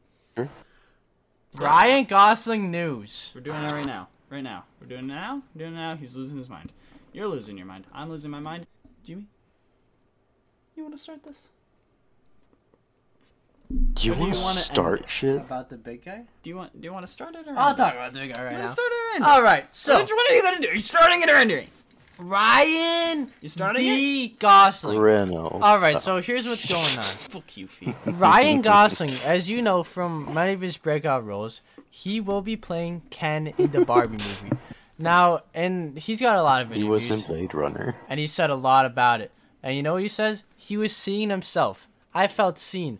E: Ryan Gosling news.
C: We're doing it right now. Right now. We're doing it now. We're doing it now. He's losing his mind. You're losing your mind. I'm losing my mind. Jimmy, you want to start this?
D: Do you
C: Or do you
D: want
C: wanna
D: to
C: end
D: start
C: it?
D: shit?
E: About the big guy?
C: Do you want? Do you want to start it or?
E: Oh, I'll
C: end it?
E: talk about the big guy right
C: Let's
E: now.
C: Start it or end it?
E: Alright, so
C: Which one are you gonna do? You're starting it or ending?
E: Ryan
C: You starting it?
E: B. Gosling.
D: Renault.
E: Alright, so here's what's going on.
C: Fuck you, feet.
E: Ryan Gosling, as you know from many of his breakout roles, he will be playing Ken in the Barbie movie. Now, and he's got a lot of
D: he
E: interviews,
D: was in Blade Runner.
E: and he said a lot about it. And you know what he says? He was seeing himself. I felt seen.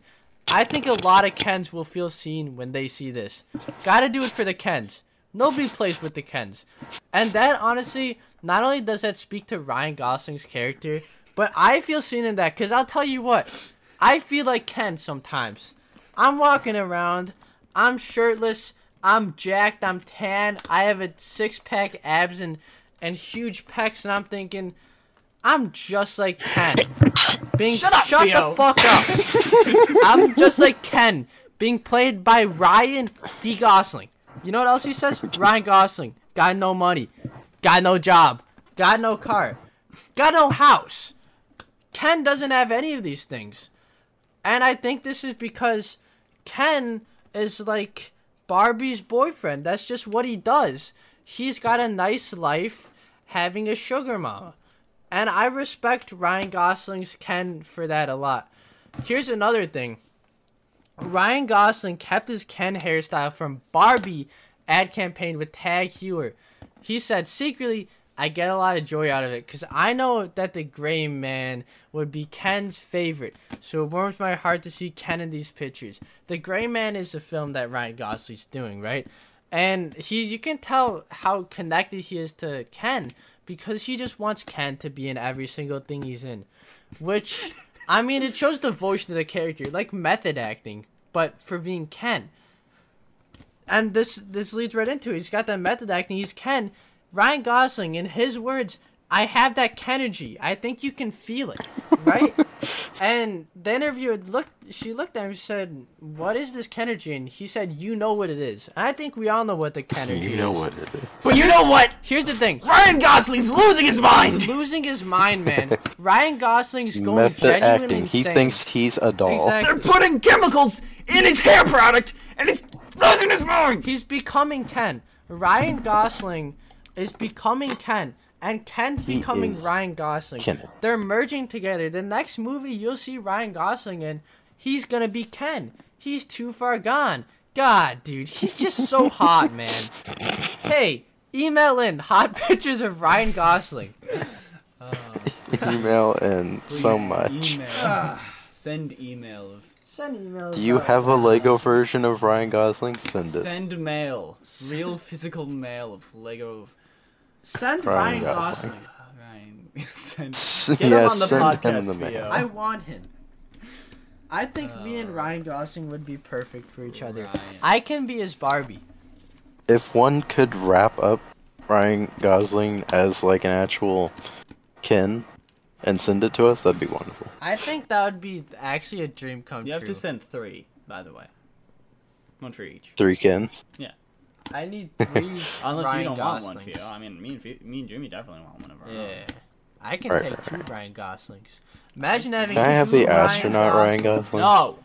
E: I think a lot of Kens will feel seen when they see this. Gotta do it for the Kens. Nobody plays with the Kens. And that honestly, not only does that speak to Ryan Gosling's character, but I feel seen in that because I'll tell you what, I feel like Ken sometimes. I'm walking around, I'm shirtless, I'm jacked, I'm tan, I have a six pack abs and, and huge pecs, and I'm thinking, I'm just like Ken. Being shut up, shut the fuck up. I'm just like Ken, being played by Ryan D. Gosling. You know what else he says? Ryan Gosling got no money, got no job, got no car, got no house. Ken doesn't have any of these things, and I think this is because Ken is like Barbie's boyfriend. That's just what he does. He's got a nice life, having a sugar mama. And I respect Ryan Gosling's Ken for that a lot. Here's another thing. Ryan Gosling kept his Ken hairstyle from Barbie ad campaign with Tag Heuer. He said secretly, I get a lot of joy out of it because I know that the gray man would be Ken's favorite. So it warms my heart to see Ken in these pictures. The Gray Man is a film that Ryan Gosling's doing, right? And he you can tell how connected he is to Ken because he just wants Ken to be in every single thing he's in which I mean, it shows devotion to the character, like method acting, but for being Ken. And this this leads right into it. He's got that method acting. He's Ken. Ryan Gosling, in his words, I have that Kenergy. I think you can feel it, right? and the interviewer looked. She looked at him. and said, "What is this Kenergy?" And he said, "You know what it is." And I think we all know what the Kenergy
D: You know
E: is.
D: what it is.
F: But you know what?
E: Here's the thing.
F: Ryan Gosling's losing his
E: He's
F: mind.
E: losing his mind, man. Ryan Gosling's going
D: Method
E: genuinely
D: acting. He
E: insane.
D: thinks he's a doll.
E: Exactly.
F: They're putting chemicals in his hair product, and he's losing his mind.
E: He's becoming Ken. Ryan Gosling is becoming Ken. And Ken's becoming
D: is
E: Ryan Gosling.
D: Ken.
E: They're merging together. The next movie you'll see Ryan Gosling in, he's gonna be Ken. He's too far gone. God, dude, he's just so hot, man. Hey, email in hot pictures of Ryan Gosling.
D: Email and so
C: Please,
D: much.
C: Email.
E: Ah.
C: Send email. of-
E: Send an email.
D: Do you have a Lego version of Ryan Gosling? Send it.
C: Send mail. Real physical mail of Lego.
E: Send
D: Ryan
E: Ryan Gosling.
D: Gosling.
C: Ryan. Send.
D: Yes,
C: Get him on the
D: send
C: podcast.
D: him the mail.
C: Theo.
E: I want him. I think me and Ryan Gosling would be perfect for each other.
C: Uh. Ryan.
E: I can be his Barbie.
D: If one could wrap up Ryan Gosling as like an actual kin and send it to us, that'd be wonderful.
E: I think that would be actually a dream come
C: You have
E: true.
C: to send three, by the way. One for each.
D: Three kins.
E: I need three.
C: Unless
E: Ryan
C: you don't want one,
E: Goslings.
C: Theo. I mean, me and Fe- me and Jimmy definitely want one of our own.
E: Yeah, I can
D: Right,
E: take
D: right,
E: two Ryan Goslings. Imagine having.
D: Can I have
E: two
D: the astronaut Ryan Gosling?
C: No,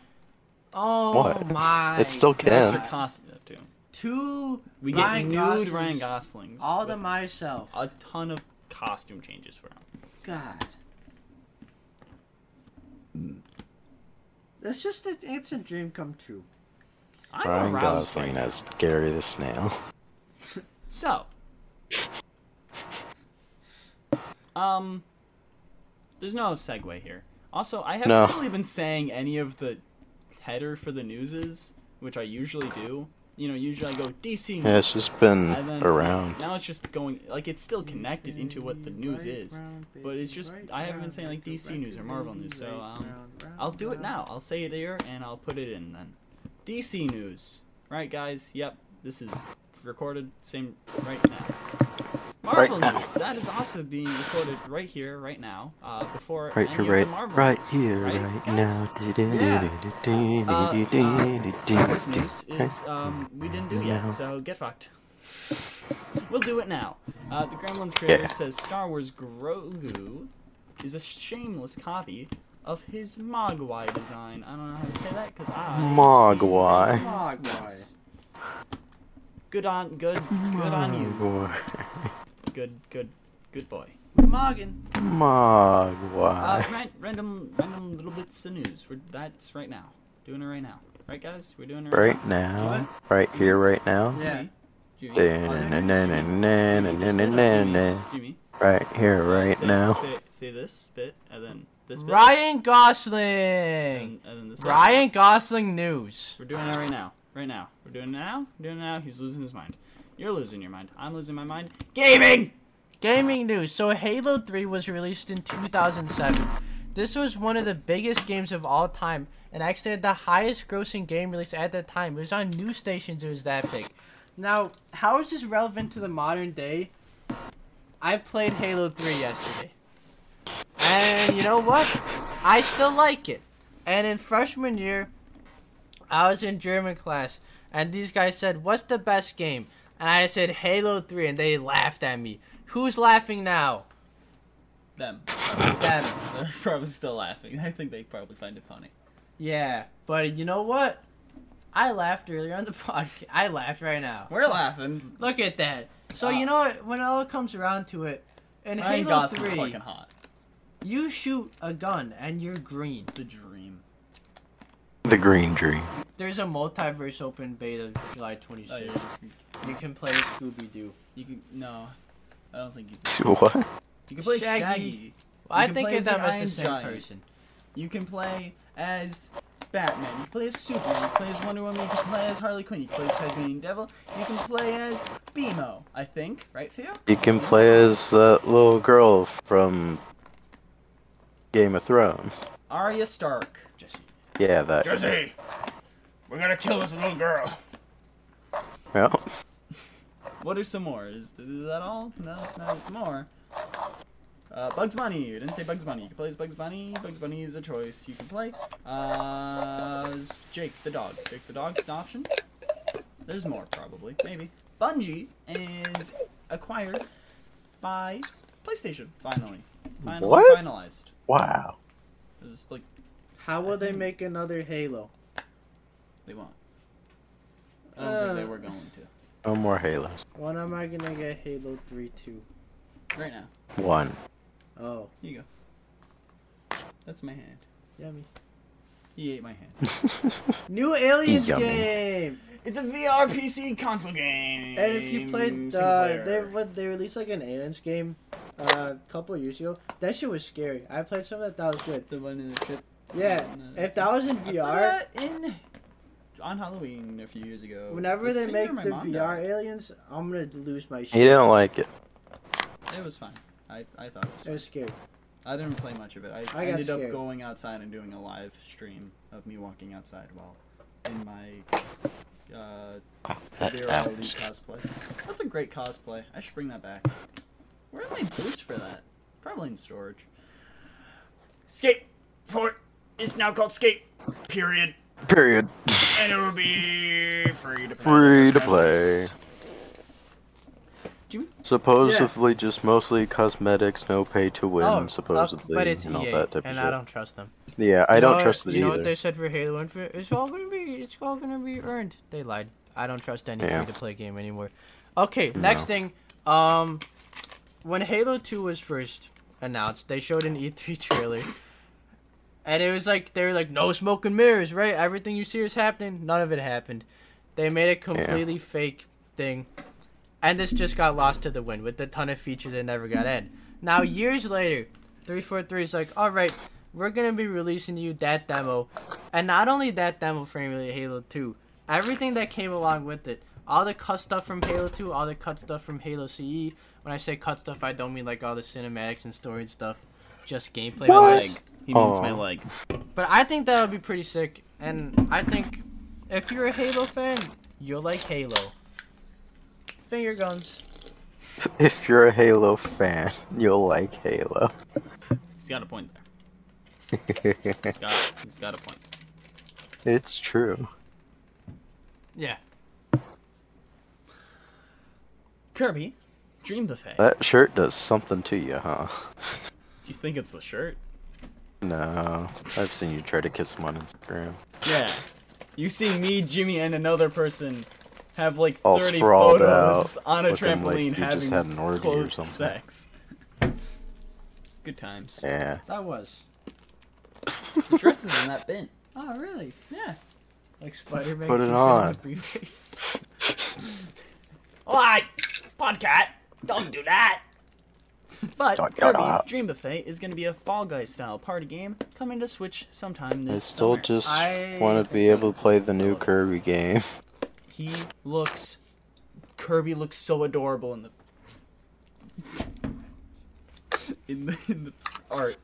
E: Oh
D: What?
E: my!
D: It's still
C: that's
D: Ken.
C: your cost that too.
E: Two.
C: We get
E: Ryan
C: nude
E: Goslings,
C: Ryan Goslings.
E: All to
C: with
E: myself.
C: a ton of costume changes for him.
E: God. It's just a, it's a dream come true.
C: I'm
D: Ryan
C: aroused right
D: Gosling
C: now.
D: as Gary the Snail.
C: So, um, there's no segue here. Also, I haven't
D: No.
C: really been saying any of the header for the news is. which I usually do. You know, usually I go DC news.
D: Yeah, it's just been
C: and then
D: around.
C: Now it's just going like it's still connected into what the news is, but it's just I haven't been saying like DC news or Marvel news, so um, I'll do it now. I'll say it here and I'll put it in then. DC news, right, guys? Yep, this is recorded same right now. Marvel
D: now.
C: news that is also being recorded right here, right now, uh, before
D: Right
C: any
D: here,
C: of
D: right,
C: the Marvel
D: right
C: news,
D: here,
C: right,
D: right
C: guys?
D: now.
C: Uh, uh, Star Wars news is um, we didn't do yet, so get fucked. We'll do it now. Uh, the Gremlins creator
D: Yeah.
C: says Star Wars Grogu is a shameless copy of his Mogwai design. I don't know how to say that because I
D: Mogwai.
E: Mogwai.
C: Good on good good on you.
D: Mogwai.
C: Good good good boy.
E: Moggin.
C: Uh,
D: Mogwai.
F: Uh,
C: ran- random random little bits of news. We're, that's right now. Doing it right now. Right guys, we're doing it right,
D: Right now. Right here, right now.
E: Yeah.
C: now. Jimmy,
D: Da-na-na-na-na-na-na-na-na.
C: Jimmy.
D: Right here, right
C: say,
D: now.
C: Say, say this bit, and then this bit,
E: Ryan Gosling.
C: and, and then this bit.
E: Ryan Gosling news.
C: We're doing it right now. Right now. We're doing it now. We're doing it now. He's losing his mind. You're losing your mind. I'm losing my mind. Gaming!
E: Gaming news. So Halo 3 was released in 2007. This was one of the biggest games of all time and actually had the highest grossing game release at that time. It was on news stations, it was that big. Now, how is this relevant to the modern day? I played Halo 3 yesterday. And you know what? I still like it. And in freshman year, I was in German class, and these guys said, "What's the best game?" And I said, "Halo 3," and they laughed at me. Who's laughing now?
C: Them.
E: Them.
C: They're probably still laughing. I think they probably find it funny.
E: Yeah, but you know what? I laughed earlier on the podcast. I laughed right now.
C: We're laughing.
E: Look at that. So
C: Uh,
E: you know what? When it all comes around to it, in
C: Ryan
E: Halo
C: Gosling's
E: 3,
C: fucking hot.
E: you shoot a gun and you're green.
C: The dream.
D: The green dream.
E: There's a multiverse open beta July 26th.
C: Oh, you're just,
E: You can play Scooby Doo.
C: you can, no. I don't think he's.
D: What?
C: You can play
E: Shaggy.
C: Shaggy.
E: I
C: can
E: think
C: play
E: of
C: as the
E: them as the
C: Iron
E: same
C: Giant.
E: person.
C: You can play as Batman. You can play as Superman. You can play as Wonder Woman. You can play as Harley Quinn. You can play as Tasmanian Devil. You can play as Beemo. I think, right, Theo?
D: You can play as that little girl from Game of Thrones.
C: Arya Stark.
E: Jesse.
D: Yeah, that.
F: Jesse, we're gonna kill this little girl.
D: Well,
C: What are some more? Is, is that all? No, it's not just more. Uh, Bugs Bunny. You didn't say Bugs Bunny. You can play as Bugs Bunny. Bugs Bunny is a choice. You can play uh, as Jake the dog. Jake the dog's an option. There's more probably. Maybe. Bungie is acquired by PlayStation. Finally. Finally
D: What?
C: finalized.
D: wow.
C: It was like
E: How will they make another Halo?
C: they won't. I don't think they were going to.
D: No more Halos.
E: When am I gonna get Halo 3 2?
C: Right now.
D: One.
E: Oh,
C: Here you go. That's my hand.
E: yummy.
C: He ate my hand.
E: New Aliens
D: Yummy.
E: game!
C: It's a VR PC console game.
E: And if you played,
C: Single
E: uh,
C: player.
E: they, what, they released like an Aliens game uh, a couple years ago. That shit was scary. I played some of that, that was good.
C: the one in the ship.
E: Yeah, if that was in VR,
C: Put that in on Halloween a few years ago.
E: whenever
C: The
E: they
C: singer
E: make
C: my
E: the
C: mom
E: VR aliens, I'm gonna lose my
D: He
E: shit.
D: didn't like it.
C: died. it was fun. I, I thought it was.
E: It
C: Fun.
E: was scary.
C: I didn't play much of it. I,
E: got
C: ended
E: scared.
C: up going outside and doing a live stream of me walking outside while in my uh,
D: That
C: VR
D: ouch.
C: Elite cosplay. That's a great cosplay. I should bring that back. Where are my boots for that? Probably in storage.
F: Skate Fort is now called Skate. Period.
D: Period.
F: And it will be free to play.
D: Free to play.
C: Jimmy?
D: Supposedly just mostly cosmetics, no pay to win,
E: Oh,
D: supposedly,
E: but it's
D: and all
E: EA,
D: that type
E: and
D: of
E: I
D: shit.
E: don't trust them.
D: Yeah, I don't
E: know-
D: trust it
E: You know
D: either.
E: what they said for Halo Infinite? It's all gonna be, it's all gonna be earned. They lied. I don't trust any
D: Yeah.
E: free-to-play game anymore. Okay, next thing. Um, when Halo Two was first announced, they showed an E3 trailer, and it was like they were like, "No smoke and mirrors, right? Everything you see is happening. None of it happened. They made a completely fake thing, and this just got lost to the wind with a ton of features that never got in. Now years later, 343 is like, all right, we're gonna be releasing you that demo, and not only that demo for Halo 2, everything that came along with it. All the cut stuff from Halo 2, all the cut stuff from Halo CE. When I say cut stuff, I don't mean like all the cinematics and story and stuff, just gameplay.
C: Leg.
E: Wise.
C: He means
D: Aw.
C: my leg.
E: But I think that would be pretty sick, and I think if you're a Halo fan, you'll like Halo. Finger guns.
D: If you're a Halo fan, you'll like Halo.
C: He's got a point there. He's got, he's got a point.
D: it's true.
E: Yeah. Kirby.
C: Dream buffet.
D: That shirt does something to you, huh?
C: You think it's the shirt?
D: No, I've seen you try to kiss him on Instagram.
C: Yeah. You see me, Jimmy, and another person have like
D: All
C: 30
D: sprawled
C: photos
D: out,
C: on a
D: looking like
C: trampoline
D: you just
C: having
D: had an orgy or
C: close
D: something.
C: sex. Good times.
D: Yeah.
E: That was.
C: The dress is in that bin.
E: Oh, really?
C: Yeah.
E: Like Spider-Man.
D: Put it
E: keeps in
D: on.
E: the briefcase.
C: Why? Podcat, don't do that. But
D: Don't do
C: Kirby
D: that.
C: Dream Buffet is going to be a Fall Guys style party game coming to Switch sometime
D: I
C: this
D: still
C: summer.
D: just
E: I-
D: want to be able to play the new Kirby game.
C: He looks. Kirby looks so adorable in the. In the, in the art.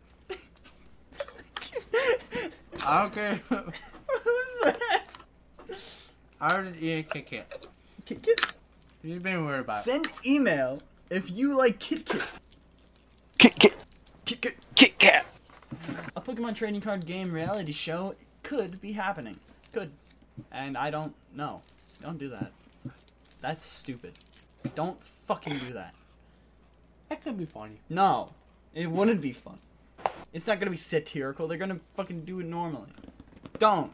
E: I don't care.
C: Who's that?
E: I already yeah, kick it.
C: Kit Kit?
E: You've been worried about. it.
C: Send email if you like Kit Kit.
D: Kit Kit
C: Kit Kit.
D: Kit Kat.
C: A Pokemon trading card game reality show could be happening. Could. And I don't know. Don't do that. That's stupid. Don't fucking do that.
E: That could be funny.
C: No. It wouldn't be fun. It's not gonna be satirical. They're gonna fucking do it normally. Don't.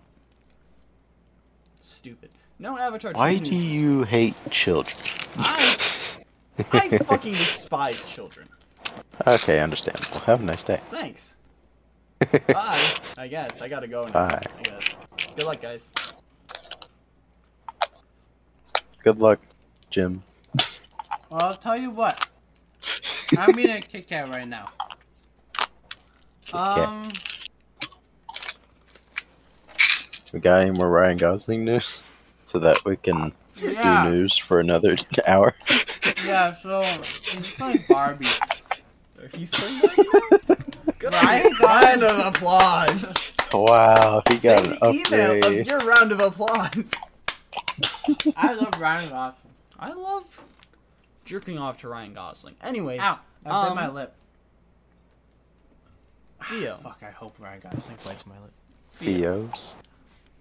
C: Stupid. No Avatar
D: Why
C: trading
D: do
C: uses-
D: you hate children?
C: I, I fucking despise children.
D: Okay, understandable. Have a nice day.
C: Thanks. Bye. I guess. I gotta go now.
D: Bye.
C: I guess. Good luck, guys.
D: Good luck, Jim.
E: Well, I'll tell you what. I'm eating a Kit Kat right now.
D: Kat.
E: Um,
D: We got any more Ryan Gosling news? So that we can
E: yeah,
D: do news for another hour.
E: yeah. So he's playing Barbie.
C: Are he playing Good
E: Ryan
C: round of applause.
D: wow, he got
C: Send
D: an
C: the email of
D: upgrade.
C: your round of applause.
E: I love Ryan Gosling.
C: I love jerking off to Ryan Gosling. Anyways,
E: Ow! I bit
C: um,
E: my lip.
C: Theo,
E: Fuck! I hope Ryan Gosling bites my lip.
D: Theo's.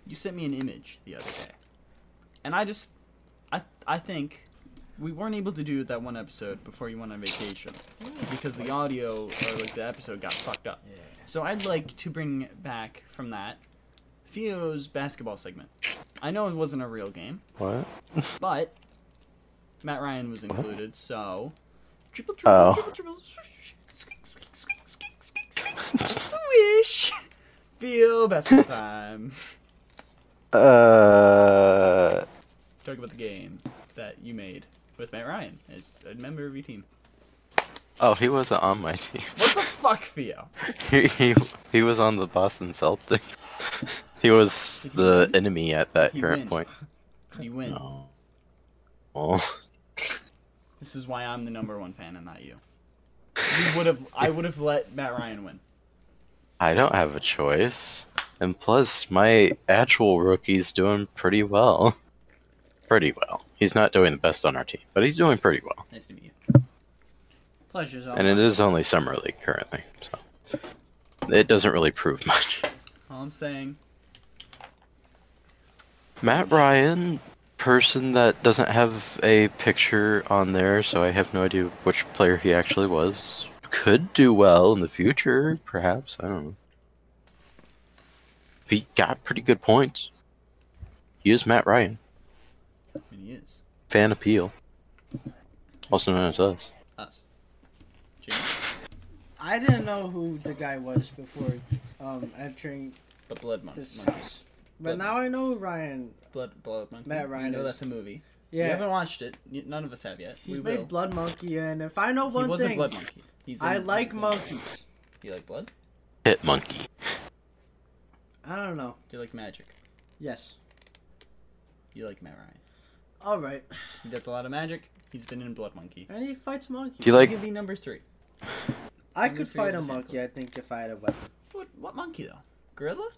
C: you sent me an image the other day, and I just, I, I think we weren't able to do that one episode before you went on vacation because the audio or like the episode got fucked up. So I'd like to bring back from that Theo's basketball segment. I know it wasn't a real game,
D: What?
C: but Matt Ryan was included, so triple triple
D: Oh.
C: triple triple swish squeak squeak squeak squeak squeak squeak swish. Feel basketball time.
D: Uh.
C: Talk about the game that you made with Matt Ryan as a member of your team.
D: Oh, he wasn't on my team.
C: What the fuck, Theo?
D: he, he he was on the Boston Celtics. He was
C: Did he
D: the
C: win?
D: enemy at that
C: He
D: current
C: win?
D: point.
C: You win.
D: Oh,
C: This is why I'm the number one fan and not you. You would have. I would have let Matt Ryan win.
D: I don't have a choice. And plus, my actual rookie's doing pretty well. Pretty well. He's not doing the best on our team, but he's doing pretty well.
C: Nice to meet you.
E: Pleasure's all.
D: And it is only summer league currently, so it doesn't really prove much.
C: All I'm saying.
D: Matt Ryan, person that doesn't have a picture on there, so I have no idea which player he actually was, could do well in the future, perhaps. I don't know. He got pretty good points. He is Matt Ryan.
C: I mean, he is
D: Fan appeal. Also known as us.
C: us. Jimmy.
E: I didn't know who the guy was before um entering
C: The Blood Mon-
E: this
C: Monkey.
E: house, but now I know who Ryan.
C: Blood Blood Monkey.
E: Matt
C: You
E: Ryan
C: know
E: is-
C: that's a movie. Yeah. You
E: Yeah,
C: haven't watched it. N- None of us have yet.
E: he's
C: we
E: made
C: will.
E: Blood Monkey, and if I know
C: He
E: one
C: was
E: thing,
C: a blood monkey. He's
E: I
C: in-
E: like
C: he's in-
E: monkeys.
C: Do you like blood?
D: Hit monkey.
E: I don't know.
C: Do you like magic?
E: Yes.
C: You like Matt Ryan.
E: All right,
C: He does a lot of magic. He's been in Blood Monkey.
E: and he fights
D: Do
E: monkeys.
D: you like?
C: He could be number three.
E: I could
C: figure
E: fight a
C: this out
E: monkey. I think if I had a weapon.
C: What what monkey though? Gorilla?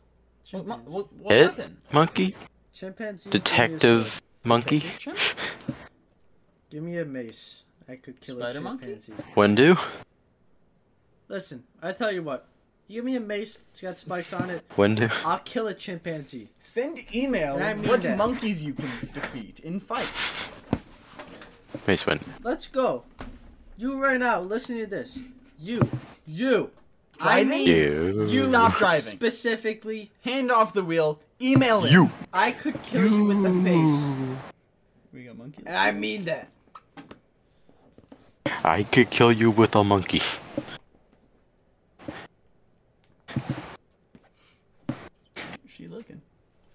C: What, mon-
E: Chimpanzee.
C: what, what
D: It?
C: weapon?
D: Monkey?
E: Chimpanzee. give me a sword.
D: Detective monkey?
C: Detective chimp?
E: Give me a mace. I could kill
C: Spider
E: a
C: monkey?
E: chimpanzee.
D: Wendu?
E: Listen, I tell you what. You give me a mace. It's got spikes on it.
D: Wendu?
E: I'll kill a chimpanzee.
C: Send email
E: And I mean
C: what
E: that.
C: monkeys you can defeat in fight.
D: Mace Windu.
E: Let's go. You right now, listen to this. You, you, I
C: Driving?
E: mean
D: You.
C: Stop driving.
E: specifically,
C: Hand off the wheel. Email it.
D: You.
E: I could kill you with the mace,
C: We got monkey.
E: and I mean that.
D: I could kill you with a monkey.
C: She looking.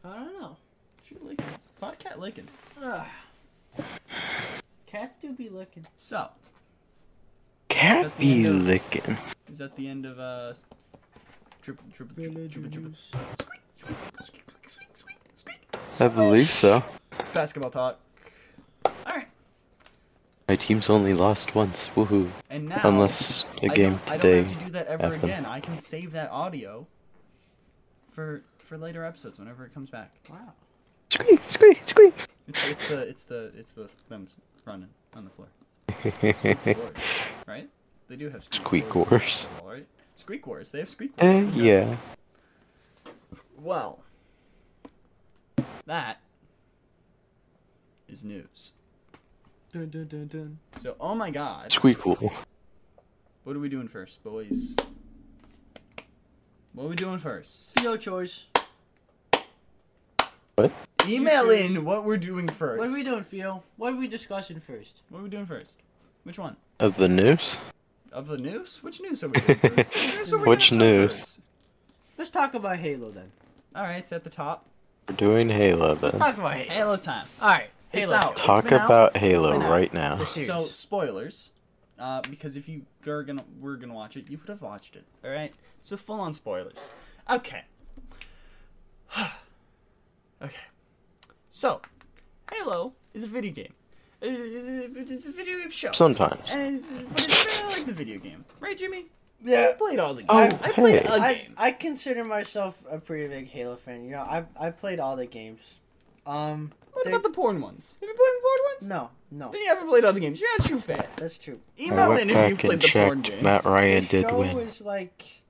E: I don't know.
C: She looking. Podcat looking.
E: Ah. Cats do be looking.
C: So,
D: Cat be licking.
C: is that the end of uh? s- Drip, drip, drip, drip, drip, drip.
D: I believe so.
C: Basketball talk. All right.
D: My team's only lost once. Woohoo.
C: And now,
D: Unless a
C: I
D: game
C: don't, I don't
D: today.
C: have to do that ever
D: happened.
C: again. I can save that audio for for later episodes whenever it comes back.
E: Wow.
D: Squeak, squeak, squeak.
C: It's, it's the it's the it's the them running on the floor. Floors, right? They do have
D: Squeak
C: floors in
D: wars.
C: basketball, right? Squeak wars. They have squeak wars.
D: Eh,
C: in
D: yeah.
C: basketball. Well, that is news.
E: Dun, dun, dun, dun.
C: So, oh my God,
D: Squeakle.
C: what are we doing first, boys? What are we doing first?
E: Theo choice.
D: What?
C: Email
E: choose.
C: in what we're doing first.
E: What are we doing, Theo? What are we discussing first?
C: What are we doing first? Which one?
D: Of the news?
C: Of the news? Which news are we doing first? Which news are we
D: Which
C: gonna do
D: news?
C: first?
E: Let's talk about Halo then.
C: All right, it's at the top.
D: We're doing Halo
E: Let's
D: then.
E: talk about Halo.
C: Halo time.
E: All right, Halo.
C: It's out.
D: Talk
C: It's been out.
D: about
C: It's
D: Halo
C: been out.
D: right now.
E: This year.
C: So
E: Serious.
C: spoilers, uh, because if you are gonna were gonna watch it, you would have watched it. All right. So full on spoilers. Okay. okay. So, Halo is a video game. It is- It's a, video game show.
D: Sometimes.
C: And it's, but it's kind of like the video game, right, Jimmy? I
E: Yeah.
C: played all the games.
D: Oh,
C: I played
D: hey.
C: a
E: I,
C: game.
E: I consider myself a pretty big Halo fan. You know, I I played all the games. Um,
C: What
E: they-
C: about the porn ones? Have you played the porn ones?
E: no, no,
C: Then you haven't played all the games. You're not too fan.
E: that's true.
D: I
C: Email
D: went
C: in if you
D: back
C: played
D: and
C: the porn
D: checked.
C: games.
D: Matt Ryan
E: the
D: did
E: show
D: win.
E: was like,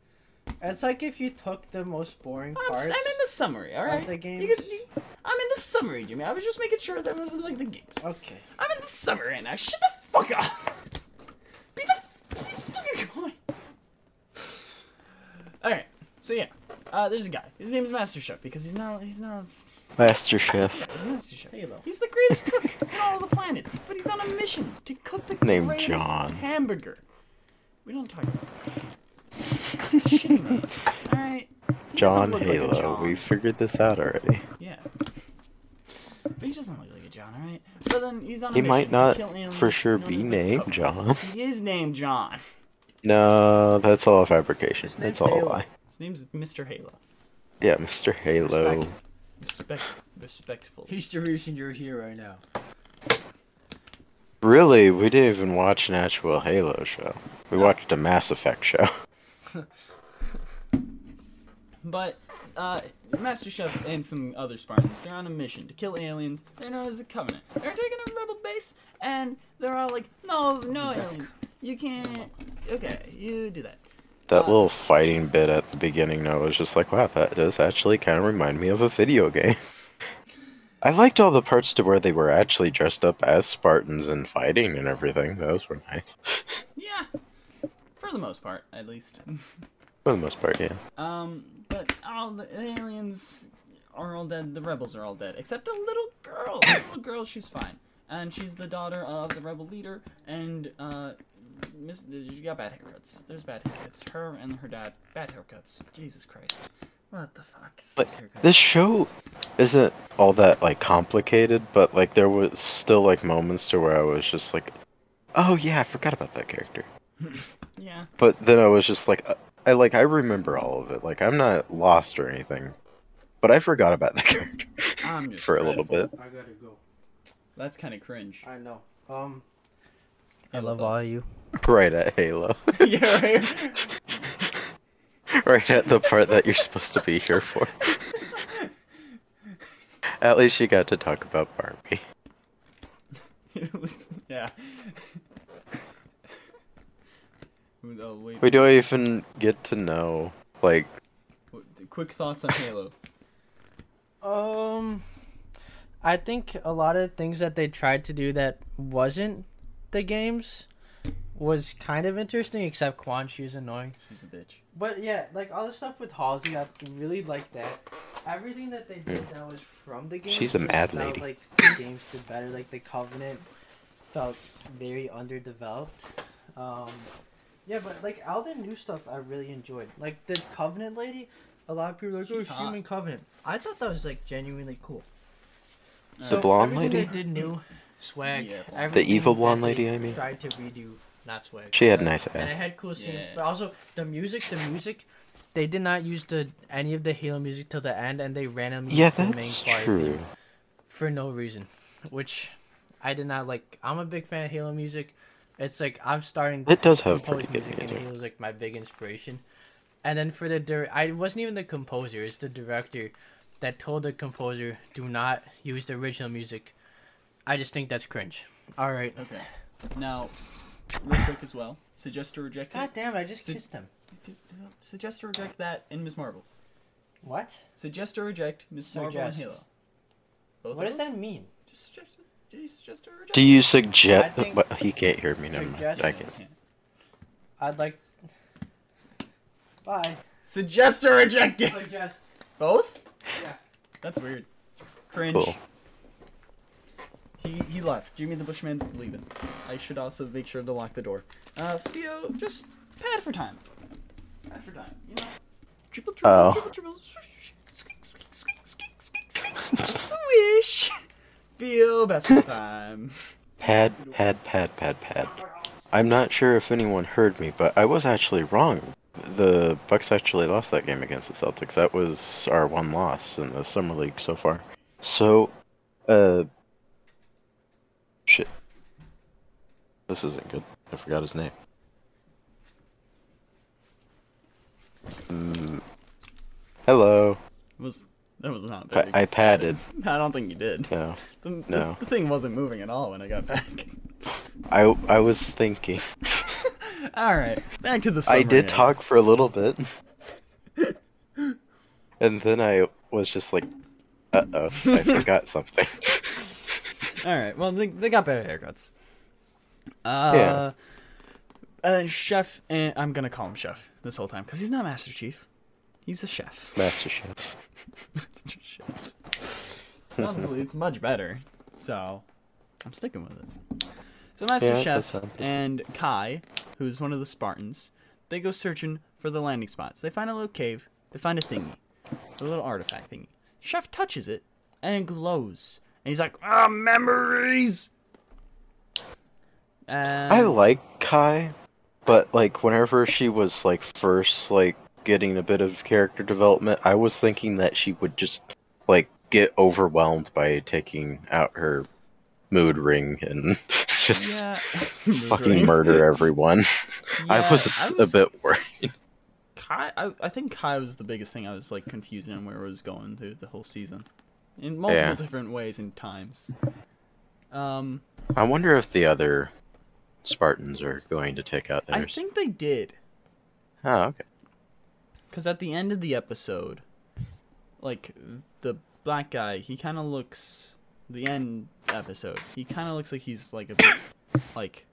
E: it's like if you took the most boring
C: I'm,
E: parts.
C: s- I'm in the summary, all right.
E: the
C: You
E: games.
C: could- you- I'm in the summary, Jimmy. I was just making sure that wasn't like the games.
E: Okay.
C: I'm in the summary right now. Shut the fuck up. Be the be the fucking going. All right. So yeah, uh, there's a guy. His name is Master Chef because he's not. He's not.
D: Master Chef.
C: He's Master Chef.
E: Halo.
C: He's the greatest cook in all the planets, but he's on a mission to cook the
D: Named
C: greatest
D: John.
C: hamburger. We don't talk about that. It's a shame. All right. He doesn't
D: John
C: look like a
D: Halo.
C: John.
D: We figured this out already.
C: Yeah. But he doesn't look like a John, alright? But then he's on a
D: He
C: mission
D: might
C: to
D: not
C: kill aliens
D: for sure
C: known
D: be
C: as the
D: named
C: Covenant.
D: John.
C: He is named John.
D: No, that's all a fabrication.
E: His name's
D: That's all a
E: Halo.
D: lie.
C: His name's Mr. Halo.
D: Yeah, Mr. Halo.
E: Respect.
C: Respect respectful.
E: He's the reason you're here right now.
D: Really, we didn't even watch an actual Halo show. We watched a Mass Effect show.
C: But uh Master Chef and some other Spartans, they're on a mission to kill aliens. They're known as the Covenant. They're taking a rebel base and they're all like, No, no aliens. You can't Okay, you do that.
D: That little fighting bit at the beginning, though, was just like, wow, that does actually kind of remind me of a video game. I liked all the parts to where they were actually dressed up as Spartans and fighting and everything. Those were nice.
C: Yeah. For the most part, at least.
D: For the most part, yeah.
C: Um, but all the aliens are all dead. The rebels are all dead, except a little girl. A little girl, she's fine, and she's the daughter of the rebel leader. And uh, miss, she got bad haircuts. There's bad haircuts. Her and her dad, bad haircuts. Jesus Christ, what the fuck is
D: But
C: this haircut?
D: this show isn't all that, like, complicated, but, like, there was still, like, moments to where I was just like, oh, yeah, I forgot about that character.
C: yeah,
D: But then I was just like, uh, I like I remember all of it. Like I'm not lost or anything. But I forgot about that character
C: I'm just
D: for a little
C: dreadful.
D: bit.
E: I gotta go.
C: That's kind of cringe.
E: I know. Um,
C: I love
G: all
C: those.
G: you.
D: Right at Halo.
C: yeah, right.
D: right at the part that you're supposed to be here for. at least you got to talk about Barbie.
C: It was- yeah. Ooh, oh, wait.
D: We don't even get to know, like,
C: Wait, Quick thoughts on Halo.
E: Um, I think a lot of things that they tried to do that wasn't the games was kind of interesting, except Quan Chi is annoying.
C: She's a bitch.
E: But yeah, like all the stuff with Halsey, I really like that. Everything that they did that was from the game.
D: Hmm. She's a mad lady.
E: Like the games did better. Like the Covenant felt very underdeveloped. Um, yeah, but like all the new stuff, I really enjoyed. Like the Covenant lady, a lot of people are like,
C: She's
E: "Oh,
C: hot.
E: Human Covenant." I thought that was like genuinely cool.
C: The
D: blonde
E: everything
D: lady?
E: They did new swag.
C: Yeah, blonde. The
E: everything
D: evil
E: that
D: blonde
E: they
D: lady, I mean.
E: Tried to redo, not swag.
D: she had nice
E: And it
D: ass.
E: had cool scenes,
C: Yeah.
E: but also the music. The music, they did not use the any of the Halo music till the end, and they randomly
D: Yeah,
E: used the main
D: that's
E: choir
D: true.
E: theme for no reason, which I did not like. I'm a big fan of Halo music. It's like I'm starting.
D: It does have
E: compose
D: pretty good music.
E: and Halo's like my big inspiration. And then for the dir- I wasn't even the composer; it's the director that told the composer, "Do not use the original music." I just think that's cringe. All right.
C: Okay. Now, real quick as well. Suggest to reject
E: God damn it! I just
C: Did-
E: kissed him.
C: it. Suggest to reject that and Ms. Marvel.
E: What?
C: Suggest or reject Ms. Marvel and
E: Suggest.
C: Halo. Both
E: What
C: of
E: does
C: them?
E: that mean?
C: Just suggest. Just suggest or reject.
D: Do you suggest?
E: I think-
D: But he can't hear me. Never mind. I
E: Suggest-
D: can.
C: Can't.
E: I'd like. Bye.
C: Suggest or reject it.
E: Suggest.
C: Both?
E: Yeah.
C: That's weird. Cringe.
D: Cool.
C: He he left. Jimmy the Bushman's leaving. I should also make sure to lock the door. Uh, Theo, just pad for time. Pad for time. You know. Triple, triple,
D: Oh.
C: triple, triple. Swish, squeak, squeak, squeak, squeak, squeak, squeak, swish. Theo, basketball time.
D: Pad, pad, pad, pad, pad. I'm not sure if anyone heard me, but I was actually wrong. The Bucks actually lost that game against the Celtics. That was our one loss in the summer league so far. So, uh, shit. This isn't good. I forgot his name. Mm. Hello.
C: Was that was not
D: Pa-
C: very
D: I padded.
C: I don't think you did.
D: No,
C: The, the-
D: no.
C: the thing wasn't moving at all when I got back.
D: I I was thinking.
C: all right, back to the.
D: I
C: Summary,
D: did talk
C: guess.
D: for a little bit. and then I was just like, uh oh, I forgot something.
C: All right. Well, they, they got better haircuts. Uh,
D: Yeah.
C: And then Chef, and I'm gonna call him Chef this whole time because he's not Master Chief. He's a chef.
D: Master Chef.
C: Master Chef. Honestly, it's much better. So, I'm sticking with it. So Master
D: Yeah, that does
C: Chef
D: sound good.
C: and Kai, who's one of the Spartans, they go searching for the landing spots. They find a little cave. They find a thingy, a little artifact thingy. Chef touches it, and it glows. And he's like,
F: Ah, memories.
C: uh,
D: I like Kai, but like whenever she was like first like getting a bit of character development, I was thinking that she would just like get overwhelmed by taking out her mood ring and just
C: Yeah.
D: fucking murder everyone. I
C: Yeah,
D: was
C: I
D: a
C: was-
D: bit worried.
C: Kai, I, I think Kai was the biggest thing I was like confused on where it was going through the whole season, in multiple
D: Yeah.
C: different ways and times. Um,
D: I wonder if the other Spartans are going to take out
C: I
D: theirs.
C: think they did
D: Oh, okay.
C: because at the end of the episode, like the black guy, he kind of looks the end episode. He kind of looks like he's like a bit like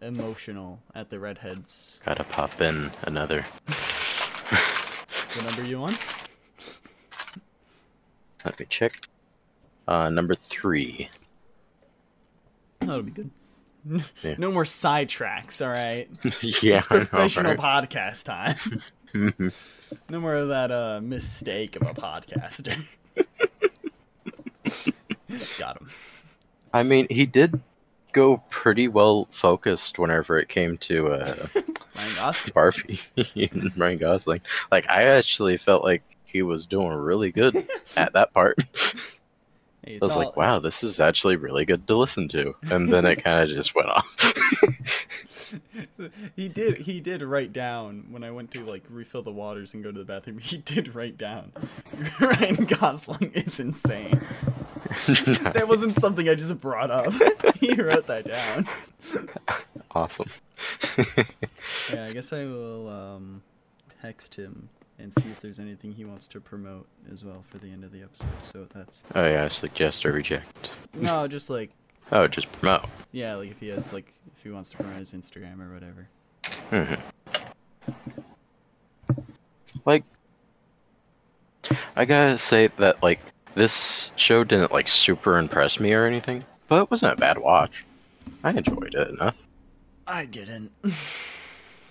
C: emotional at the redheads.
D: Gotta pop in another.
C: The number you want?
D: Let me check. Uh, number three.
C: That'll be good.
D: Yeah.
C: No more sidetracks. All right.
D: yeah, I know,
C: professional
D: right?
C: podcast time. no more of that uh, mistake of a podcaster. Got him.
D: I mean, he did go pretty well focused whenever it came to uh,
C: Ryan Gosling.
D: Barfy and Ryan Gosling. Like, I actually felt like he was doing really good at that part.
C: Hey,
D: I
C: it's
D: was
C: all,
D: like, wow, this is actually really good to listen to. And then it kind of just went off.
C: He did. He did write down when I went to like refill the waters and go to the bathroom. He did write down. Ryan Gosling is insane. that wasn't something I just brought up. he wrote that down.
D: awesome.
C: Yeah, I guess I will um, text him and see if there's anything he wants to promote as well for the end of the episode. So that's
D: Oh, yeah, suggest or reject.
C: no, just like
D: Oh, just promote.
C: yeah, like if he has like if he wants to promote his Instagram or whatever.
D: Mm-hmm. like I gotta say that like this show didn't like super impress me or anything, but it wasn't a bad watch. I enjoyed it enough.
C: I didn't.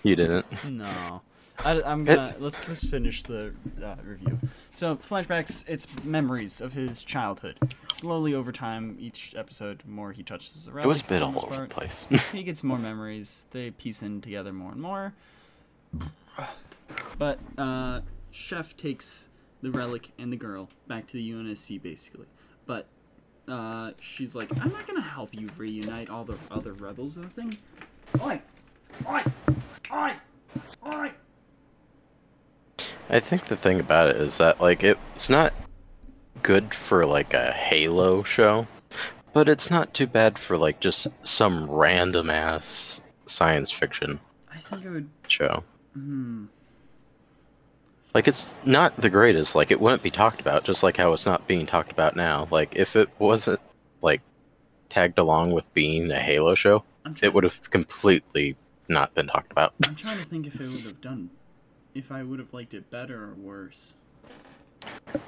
D: You didn't.
C: No. I, am gonna let's let's finish the uh, review. So flashbacks, it's memories of his childhood. Slowly over time, each episode, more he touches the relic.
D: It was a bit
C: on
D: all
C: this
D: over the
C: part.
D: place.
C: He gets more memories. They piece in together more and more. But uh, Chef takes the relic and the girl back to the UNSC basically. But uh, she's like, I'm not gonna help you reunite all the other rebels of the thing.
F: Oi! Oi! Oi! Oi!
D: I think the thing about it is that like it, it's not good for like a Halo show, but it's not too bad for like just some random ass science fiction
C: I think it would
D: show.
C: Mm-hmm.
D: Like it's not the greatest. Like it wouldn't be talked about, just like how it's not being talked about now. Like if it wasn't like tagged along with being a Halo show,
C: I'm trying-
D: it would have completely not been talked about.
C: I'm trying to think if it would have done, if I would have liked it better or worse.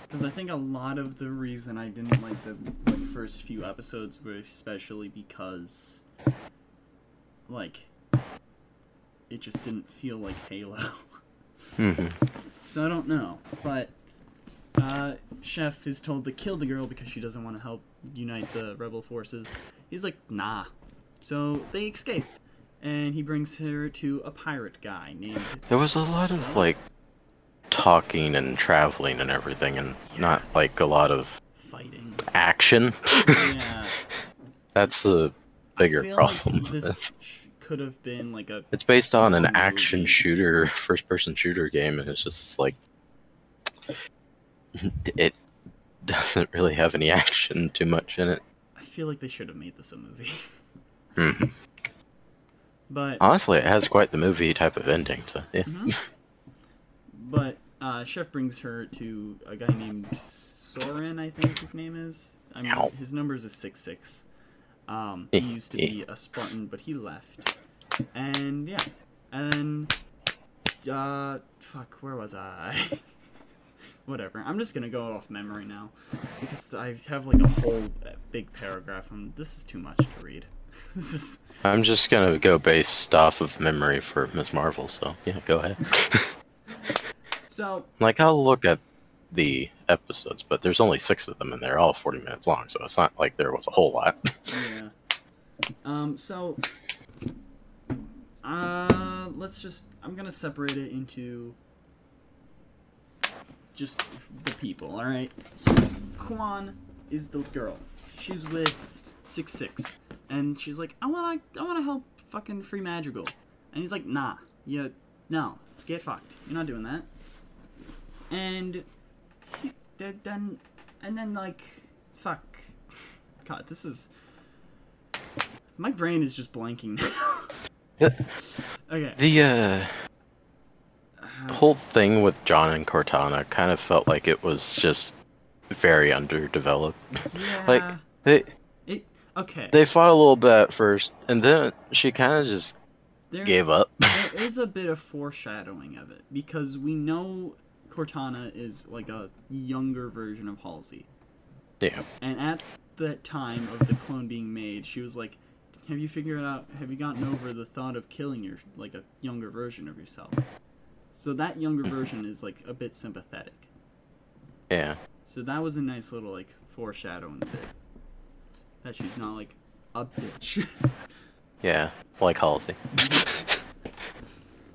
C: Because I think a lot of the reason I didn't like the like, first few episodes were especially because, like, it just didn't feel like Halo.
D: Mm-hmm.
C: so I don't know, but uh, Chef is told to kill the girl because she doesn't want to help unite the rebel forces. He's like, nah. So they escape, and he brings her to a pirate guy named.
D: There was a lot of like talking and traveling and everything, and not like a lot of
C: fighting.
D: action.
C: Yeah.
D: That's the bigger
C: I feel
D: problem.
C: Like this sh- could have been like a
D: It's based on an
C: Movie.
D: action shooter, first person shooter game, and it's just like. It doesn't really have any action too much in it.
C: I feel like they should have made this a movie.
D: Hmm.
C: but
D: Honestly, it has quite the movie type of ending, so yeah.
C: but uh, chef brings her to a guy named Soren, I think his name is. I mean,
D: Ow.
C: his numbers is six six. Um, he used to be a Spartan, but he left. And yeah, and then, uh, fuck, where was I? Whatever. I'm just gonna go off memory now because I have like a whole uh, big paragraph. And this is too much to read. this is.
D: I'm just gonna go based off of memory for Ms. Marvel, so yeah, go ahead.
C: So
D: like, I'll look at the episodes, but there's only six of them, and they're all 40 minutes long, so it's not like there was a whole lot.
C: Yeah. Um, so uh let's just I'm gonna separate it into just the people, alright? So Kwan is the girl. She's with six six. And she's like, I wanna I wanna help fucking free magical. And he's like, nah, you no, get fucked. You're not doing that. And he, then- then and then like fuck God, this is my brain is just blanking. okay.
D: The uh, whole thing with John and Cortana kind of felt like it was just very underdeveloped. Like
C: Yeah.
D: they
C: it, okay.
D: they fought a little bit at first, and then she kind of just
C: There-
D: gave up.
C: there is a bit of foreshadowing of it because we know Cortana is like a younger version of Halsey.
D: yeah,
C: And at the time of the clone being made, she was like, "Have you figured out? Have you gotten over the thought of killing your like a younger version of yourself?" So that younger version is like a bit sympathetic.
D: yeah.
C: So that was a nice little like foreshadowing bit that she's not like a bitch.
D: Yeah, like Halsey.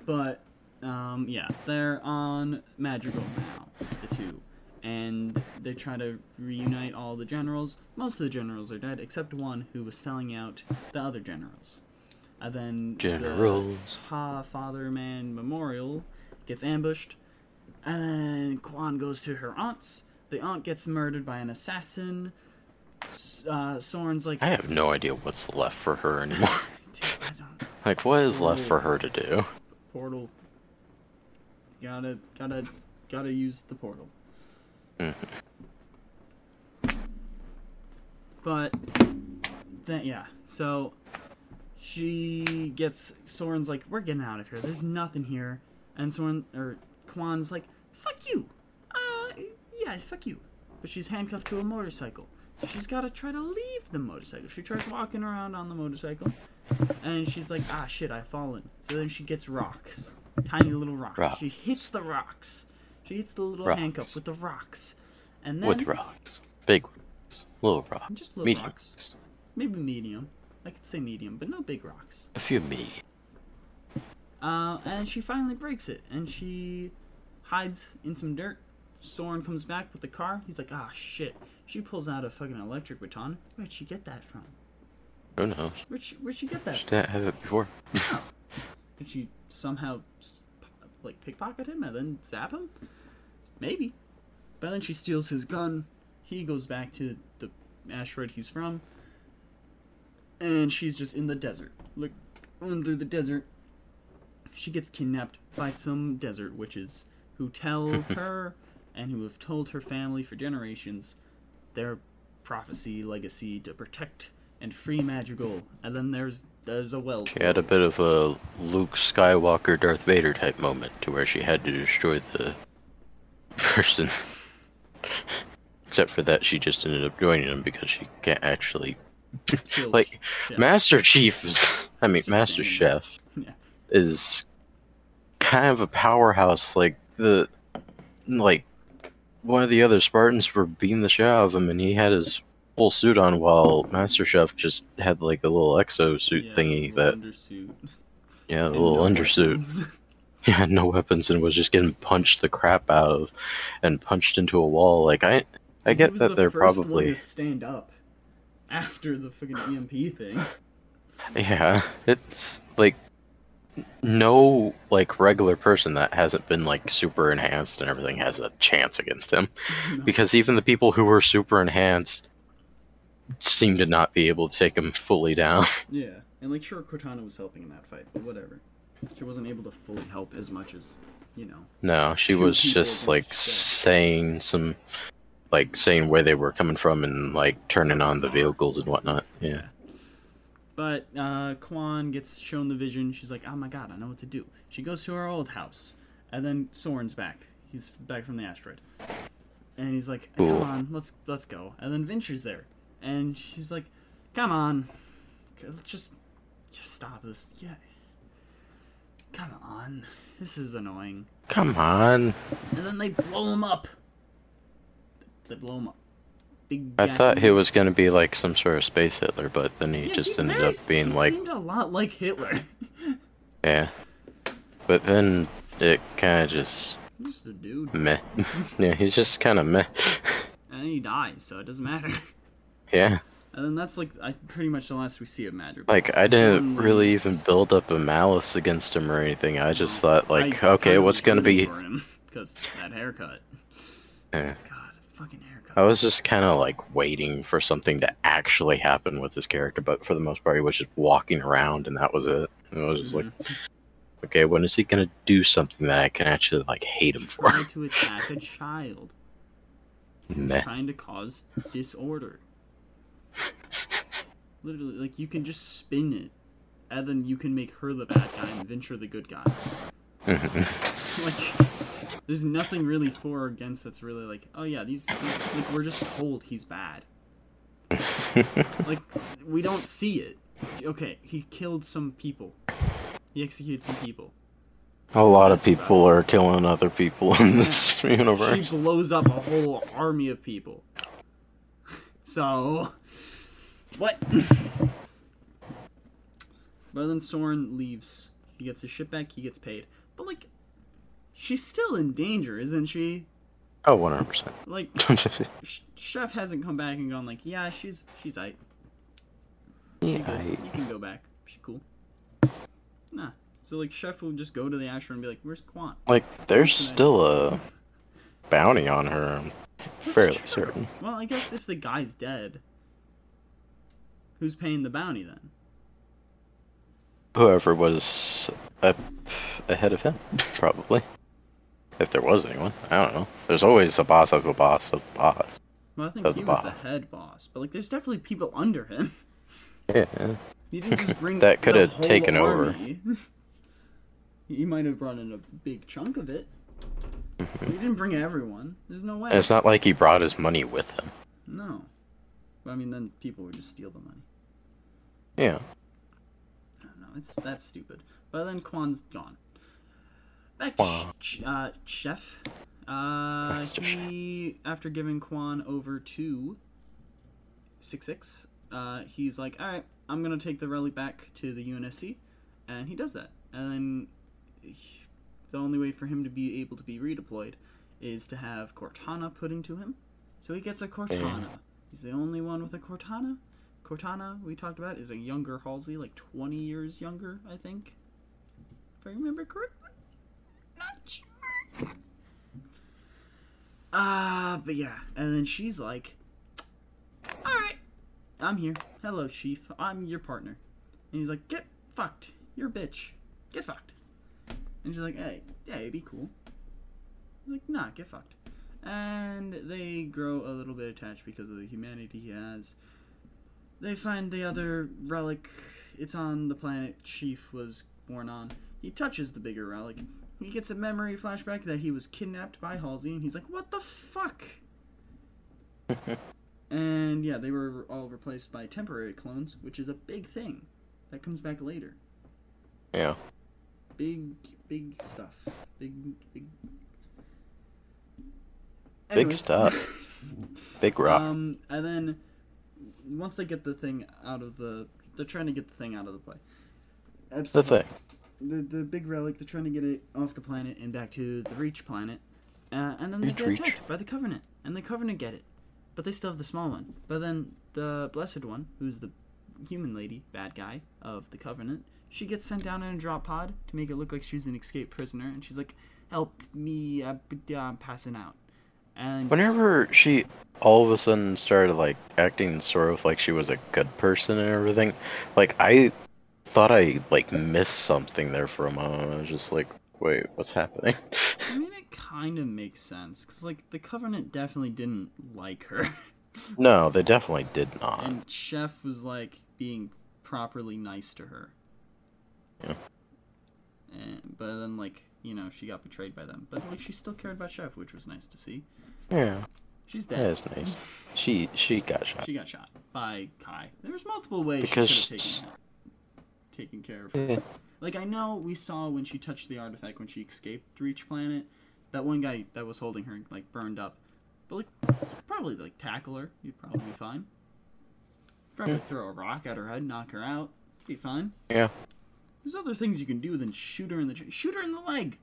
C: but um, yeah, they're on Madrigal now. The two. And they try to reunite all the generals. Most of the generals are dead, except one who was selling out the other generals. And then the
D: Generals.
C: Ha Father Man Memorial gets ambushed. And then Quan goes to her aunt's. The aunt gets murdered by an assassin. S- Uh, Soren's like,
D: I have no idea what's left for her anymore.
C: "Dude, I don't
D: like, what is left for her to do?
C: portal. Gotta, gotta, gotta use the portal. but then, yeah. So she gets Soren's like, "We're getting out of here. There's nothing here." And Soren or Kwan's like, "Fuck you." Uh, yeah, fuck you. But she's handcuffed to a motorcycle. So she's gotta try to leave the motorcycle. She tries walking around on the motorcycle, and she's like, "Ah, shit, I've fallen." So then she gets rocks, tiny little rocks.
D: Rocks.
C: She hits the rocks. She hits the little
D: Rocks.
C: handcuff with the rocks, and then
D: With rocks. Big rocks. Little rocks.
C: Just little
D: medium
C: rocks. maybe medium. I could say medium, but no big rocks.
D: A few me.
C: Uh, and she finally breaks it, and she hides in some dirt. Soren comes back with the car. He's like, ah, shit. She pulls out a fucking electric baton. Where'd she get that from?
D: Who knows?
C: Where'd she, where'd she get that
D: She
C: from?
D: didn't have it before.
C: Did she somehow, s- po- like, pickpocket him and then stab him? Maybe. But then she steals his gun. He goes back to the asteroid he's from. And she's just in the desert. Look, going through the desert. She gets kidnapped by some desert witches who tell her and who have told her family for generations their prophecy legacy to protect and free magical. And then there's there's a well.
D: She had a bit of a Luke Skywalker, Darth Vader type moment to where she had to destroy the person. Except for that, she just ended up joining him because she can't actually.
C: kill
D: Like,
C: Chef.
D: Master Chief is. I mean,
C: Just
D: Master
C: saying.
D: Chef
C: Yeah.
D: is kind of a powerhouse. Like, the. Like, one of the other Spartans were beating the shit out of him and he had his full suit on while Master Chef just had, like, a little exo suit
C: Yeah,
D: thingy
C: little
D: that.
C: undersuit.
D: Yeah, a little
C: No
D: undersuit.
C: weapons.
D: Yeah, had no weapons and was just getting punched the crap out of and punched into a wall. Like I I
C: He
D: get
C: was
D: that
C: the
D: they're
C: first one
D: probably
C: to stand up after the fucking EMP thing.
D: Yeah. It's like no like regular person that hasn't been like super enhanced and everything has a chance against him. Because even the people who were super enhanced seem to not be able to take him fully down.
C: Yeah, and like sure, Cortana was helping in that fight, but whatever. She wasn't able to fully help as much as you know.
D: No, she
C: Two
D: was
C: people
D: just like
C: against Jack.
D: saying some, like saying where they were coming from and like turning on the vehicles and whatnot. Yeah.
C: But uh, Kwan gets shown the vision. She's like, "Oh my god, I know what to do." She goes to her old house, and then Soren's back. He's back from the asteroid, and he's like, "Come
D: Cool.
C: on, let's let's go." And then Venture's there, and she's like, "Come on, c- let's just just stop this." Yeah, come on, this is annoying.
D: Come on.
C: And then they blow him up. They blow him up. Big
D: I
C: gas-
D: thought he was gonna be like some sort of space Hitler, but then he
C: Yeah,
D: just
C: he
D: ended
C: very
D: up being
C: s-
D: like,
C: seemed a lot like Hitler.
D: yeah. But then it kind of just
C: just a dude.
D: meh. yeah, he's just kind of meh.
C: and then he dies, so it doesn't matter.
D: yeah.
C: And then that's like I, pretty much the last we see of Madrigal.
D: Like I didn't
C: Someone
D: really
C: leaves.
D: even build up a malice against him or anything. I just thought like,
C: I
D: okay,
C: kinda
D: what's
C: was
D: gonna
C: rooting
D: be?
C: for him because that haircut.
D: Yeah.
C: God, fucking haircut.
D: I was just kind of like waiting for something to actually happen with his character, but for the most part, he was just walking around, and that was it. And I was just like, okay, when is he gonna do something that I can actually like hate him for?
C: Tried to attack a child.
D: Meh.
C: Trying to cause disorder. Literally, like you can just spin it, and then you can make her the bad guy and Venture the good guy. like, there's nothing really for or against that's really like, oh yeah, these, these like we're just told he's bad. like we don't see it. Okay, he killed some people. He executed some people.
D: A lot of
C: That's
D: people are killing other people in this
C: She
D: universe.
C: blows up a whole army of people. So, what? but then Soren leaves. He gets his ship back. He gets paid. But like, she's still in danger, isn't she?
D: Oh, 100%.
C: Like, Sh- Chef hasn't come back and gone like, yeah, she's she's I.
D: yeah, I,
C: You can go back. She cool. Nah. So like, Chef will just go to the ashram and be like, where's Quant?
D: like, there's still a bounty on her. I'm fairly certain.
C: Well, I guess if the guy's dead, who's paying the bounty then?
D: Whoever was up ahead of him, probably. If there was anyone, I don't know. There's always a boss of a boss of a boss.
C: Well, I think
D: That's
C: he
D: the
C: was
D: boss.
C: the head boss, but like, there's definitely people under him.
D: Yeah.
C: He didn't just bring
D: That
C: the
D: coulda
C: whole
D: taken over.
C: army. he might have brought in a big chunk of it. But he didn't bring everyone. There's no way.
D: And Mm-hmm. it's not like he brought his money with him.
C: No. But I mean, then people would just steal the money.
D: Yeah.
C: I don't know. It's that's stupid. But then Kwan's gone. Back to
D: Quan.
C: Sh- Ch- uh, Chef. Uh,
D: Master
C: he after giving Quan over to Six Six, uh, he's like, "All right, I'm gonna take the relic back to the UNSC," and he does that. And then he- the only way for him to be able to be redeployed is to have Cortana put into him. So he gets a Cortana. He's the only one with a Cortana. Cortana, we talked about, is a younger Halsey, like 20 years younger, I think. If I remember correctly. Not sure. Uh, but yeah. And then she's like, Alright, I'm here. Hello, Chief. I'm your partner. And he's like, Get fucked. You're a bitch. Get fucked. And she's like, Hey, yeah, it'd be cool. He's like, Nah, get fucked. And they grow a little bit attached because of the humanity he has. They find the other relic. It's on the planet Chief was born on. He touches the bigger relic. He gets a memory flashback that he was kidnapped by Halsey, and he's like, "What the fuck?" and yeah, they were all replaced by temporary clones, which is a big thing that comes back later.
D: Yeah.
C: Big, big stuff. Big, big.
D: Big
C: Anyways.
D: stuff. Big rock.
C: Um, and then once they get the thing out of the, they're trying to get the thing out of the play.
D: the thing.
C: The the big relic. They're trying to get it off the planet and back to the Reach planet. Uh, and then they
D: Reach,
C: get
D: reach.
C: attacked by the Covenant, and the Covenant get it, but they still have the small one. But then the Blessed One, who's the human lady, bad guy of the Covenant, she gets sent down in a drop pod to make it look like she's an escaped prisoner, and she's like, "Help me, uh, b- I'm passing out." And
D: Whenever she all of a sudden started like acting sort of like she was a good person and everything, like I thought I like missed something there for a moment. I was just like, wait, what's happening?
C: I mean, it kind of makes sense because, like, the Covenant definitely didn't like her,
D: no, they definitely did not.
C: and Chef was like being properly nice to her.
D: Yeah.
C: And, but then, like, you know, she got betrayed by them. But like, she still cared about Chef, which was nice to see.
D: yeah,
C: She's
D: that
C: dead.
D: is nice. She she got shot.
C: She got shot by Kai. There's multiple ways
D: Because-
C: she could have taken that. Taken care of her.
D: Yeah.
C: Like I know we saw when she touched the artifact when she escaped Reach Planet, that one guy that was holding her like burned up. But like you could probably like tackle her, you'd probably be fine. Probably throw a rock at her head, knock her out, be fine.
D: Yeah.
C: There's other things you can do than shoot her in the ch- shoot her in the leg.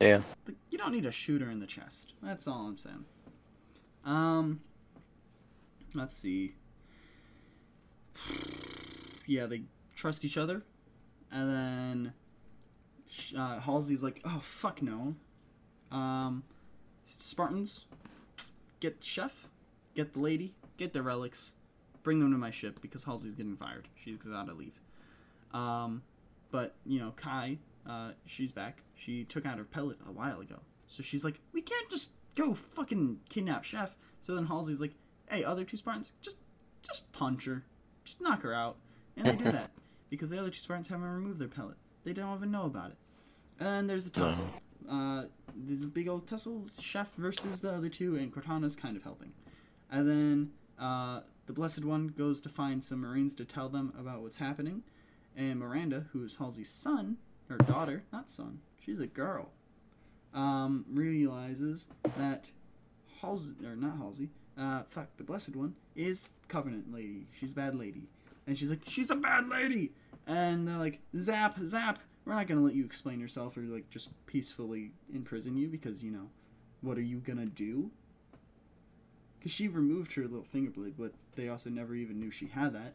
D: Yeah.
C: Like, you don't need a shooter in the chest. That's all I'm saying. Um, let's see. Yeah, they trust each other, and then sh- uh, Halsey's like, "Oh fuck no." Um, Spartans, get the chef, get the lady, get the relics, bring them to my ship because Halsey's getting fired. She's gotta leave. Um, but you know, Kai, uh, she's back. She took out her pellet a while ago, so she's like, we can't just go fucking kidnap Chef. So then Halsey's like, hey, other two Spartans, just just punch her, just knock her out, and they do that because the other two Spartans haven't removed their pellet. They don't even know about it. And there's a tussle. Uh, there's a big old tussle. Chef versus the other two, and Cortana's kind of helping. And then uh, the Blessed One goes to find some Marines to tell them about what's happening. And Miranda, who is Halsey's son, her daughter, not son, she's a girl, um, realizes that Halsey, or not Halsey, uh, fuck, the Blessed One, is Covenant Lady. She's a bad lady. And she's like, she's a bad lady! And they're like, zap, zap, We're not gonna let you explain yourself or like just peacefully imprison you because you know, what are you gonna do? Because she removed her little finger blade, but they also never even knew she had that.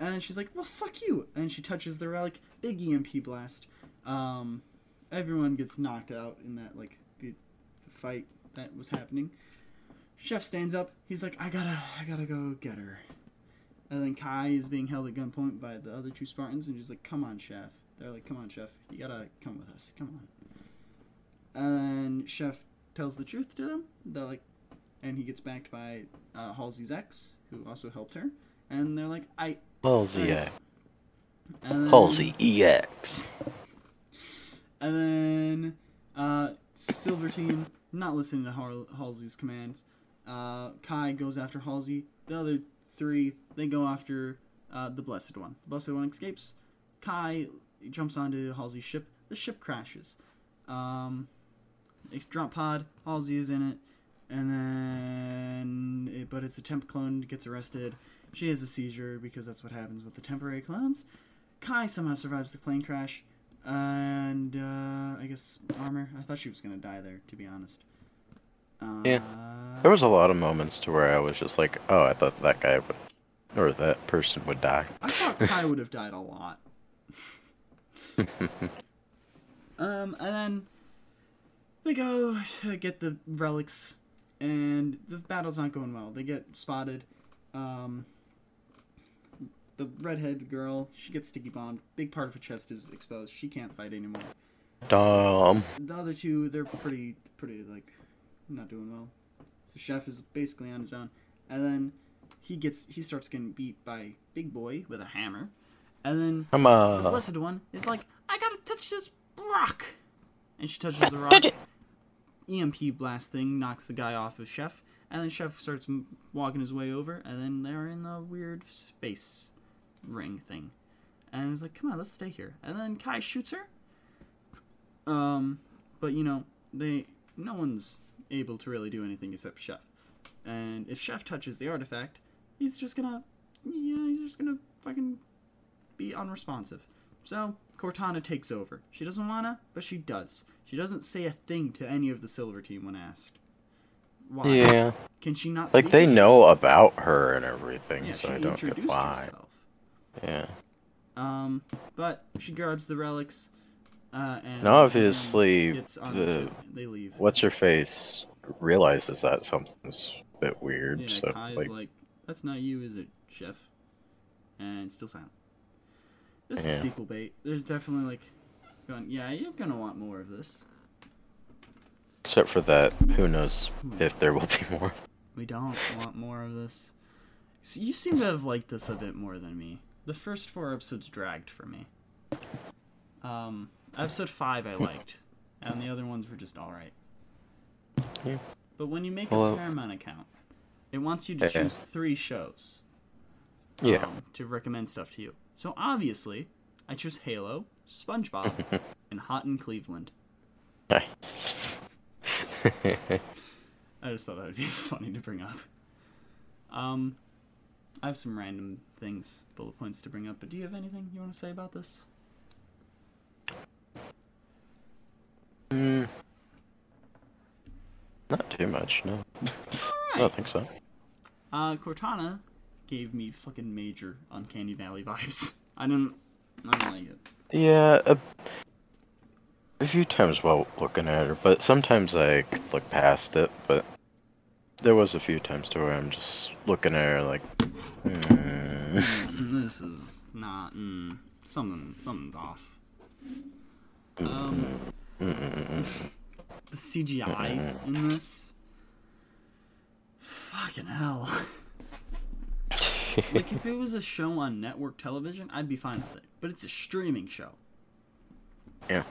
C: And she's like, "Well, fuck you!" And she touches their like big EMP blast. Um, everyone gets knocked out in that like the, the fight that was happening. Chef stands up. He's like, "I gotta, I gotta go get her." And then Kai is being held at gunpoint by the other two Spartans, and he's like, "Come on, Chef." They're like, "Come on, Chef. You gotta come with us. Come on." And Chef tells the truth to them. They're like, and he gets backed by uh, Halsey's ex, who also helped her. And they're like, "I."
D: Halsey, eh?
C: And then-
D: Halsey EX.
C: And then uh, Silver Team, not listening to Har- Halsey's commands. Uh, Kai goes after Halsey. The other three, they go after uh, the Blessed One. The Blessed One escapes. Kai jumps onto Halsey's ship. The ship crashes. Um, it's drop pod. Halsey is in it. And then, it, but it's a temp clone gets arrested. She has a seizure because that's what happens with the temporary clones. Kai somehow survives the plane crash, and uh, I guess armor. I thought she was gonna die there, to be honest. Uh,
D: Yeah. There was a lot of moments to where I was just like, oh, I thought that guy would, or that person would die.
C: I thought Kai would have died a lot. um, and then they go to get the relics, and the battle's not going well. They get spotted. Um, the redhead girl, she gets sticky bombed. Big part of her chest is exposed. She can't fight anymore.
D: Dumb.
C: The other two, they're pretty, pretty like, not doing well. So Chef is basically on his own, and then he gets, he starts getting beat by Big Boy with a hammer, and then
D: Come on.
C: the blessed one is like, I gotta touch this rock, and she touches the rock. EMP blast thing knocks the guy off of Chef, and then Chef starts m- walking his way over, and then they're in the weird space ring thing, and he's like, Come on, let's stay here. And then Kai shoots her, um, but you know, they no one's able to really do anything except Chef. And if Chef touches the artifact, he's just gonna, you know, he's just gonna fucking be unresponsive. So Cortana takes over. She doesn't wanna, but she does. She doesn't say a thing to any of the Silver Team when asked. Why?
D: Yeah.
C: Can she not?
D: Like
C: speak?
D: they know about her and everything,
C: Yeah,
D: so
C: she
D: I don't get
C: introduced
D: why.
C: herself.
D: Yeah.
C: Um, but she grabs the relics. Uh, and
D: And obviously,
C: gets on
D: the-
C: ship. they leave.
D: What's her face realizes that something's a bit weird,
C: Yeah,
D: so
C: Kai's like,
D: like,
C: that's not you, is it, Chef? And still silent. This
D: Yeah.
C: is sequel bait. There's definitely like, going, yeah, you're gonna want more of this.
D: except for that, who knows
C: Hmm.
D: if there will be more.
C: We don't want more of this. So you seem to have liked this a bit more than me. The first four episodes dragged for me. Um, episode five I liked, and the other ones were just all right.
D: Yeah.
C: But when you make
D: Well,
C: a
D: uh,
C: Paramount account, it wants you to
D: Yeah.
C: choose three shows.
D: Yeah.
C: um, to recommend stuff to you. So obviously, I chose Halo, SpongeBob, and Hot in Cleveland.
D: Nice.
C: I just thought that would be funny to bring up. Um, I have some random things, bullet points to bring up, but do you have anything you want to say about this?
D: Hmm. Not too much, no. I don't think so.
C: Uh, Cortana gave me fucking major Uncanny Valley vibes. I didn't, I don't like it.
D: Yeah, a, a few times while looking at her, but sometimes I could look past it. But there was a few times to where I'm just looking at her like, hmm.
C: Mm, This is not, mm, something, something's off. Um, the CGI in this, fucking hell. like if it was a show on network television, I'd be fine with it. But it's a streaming show.
D: yeah.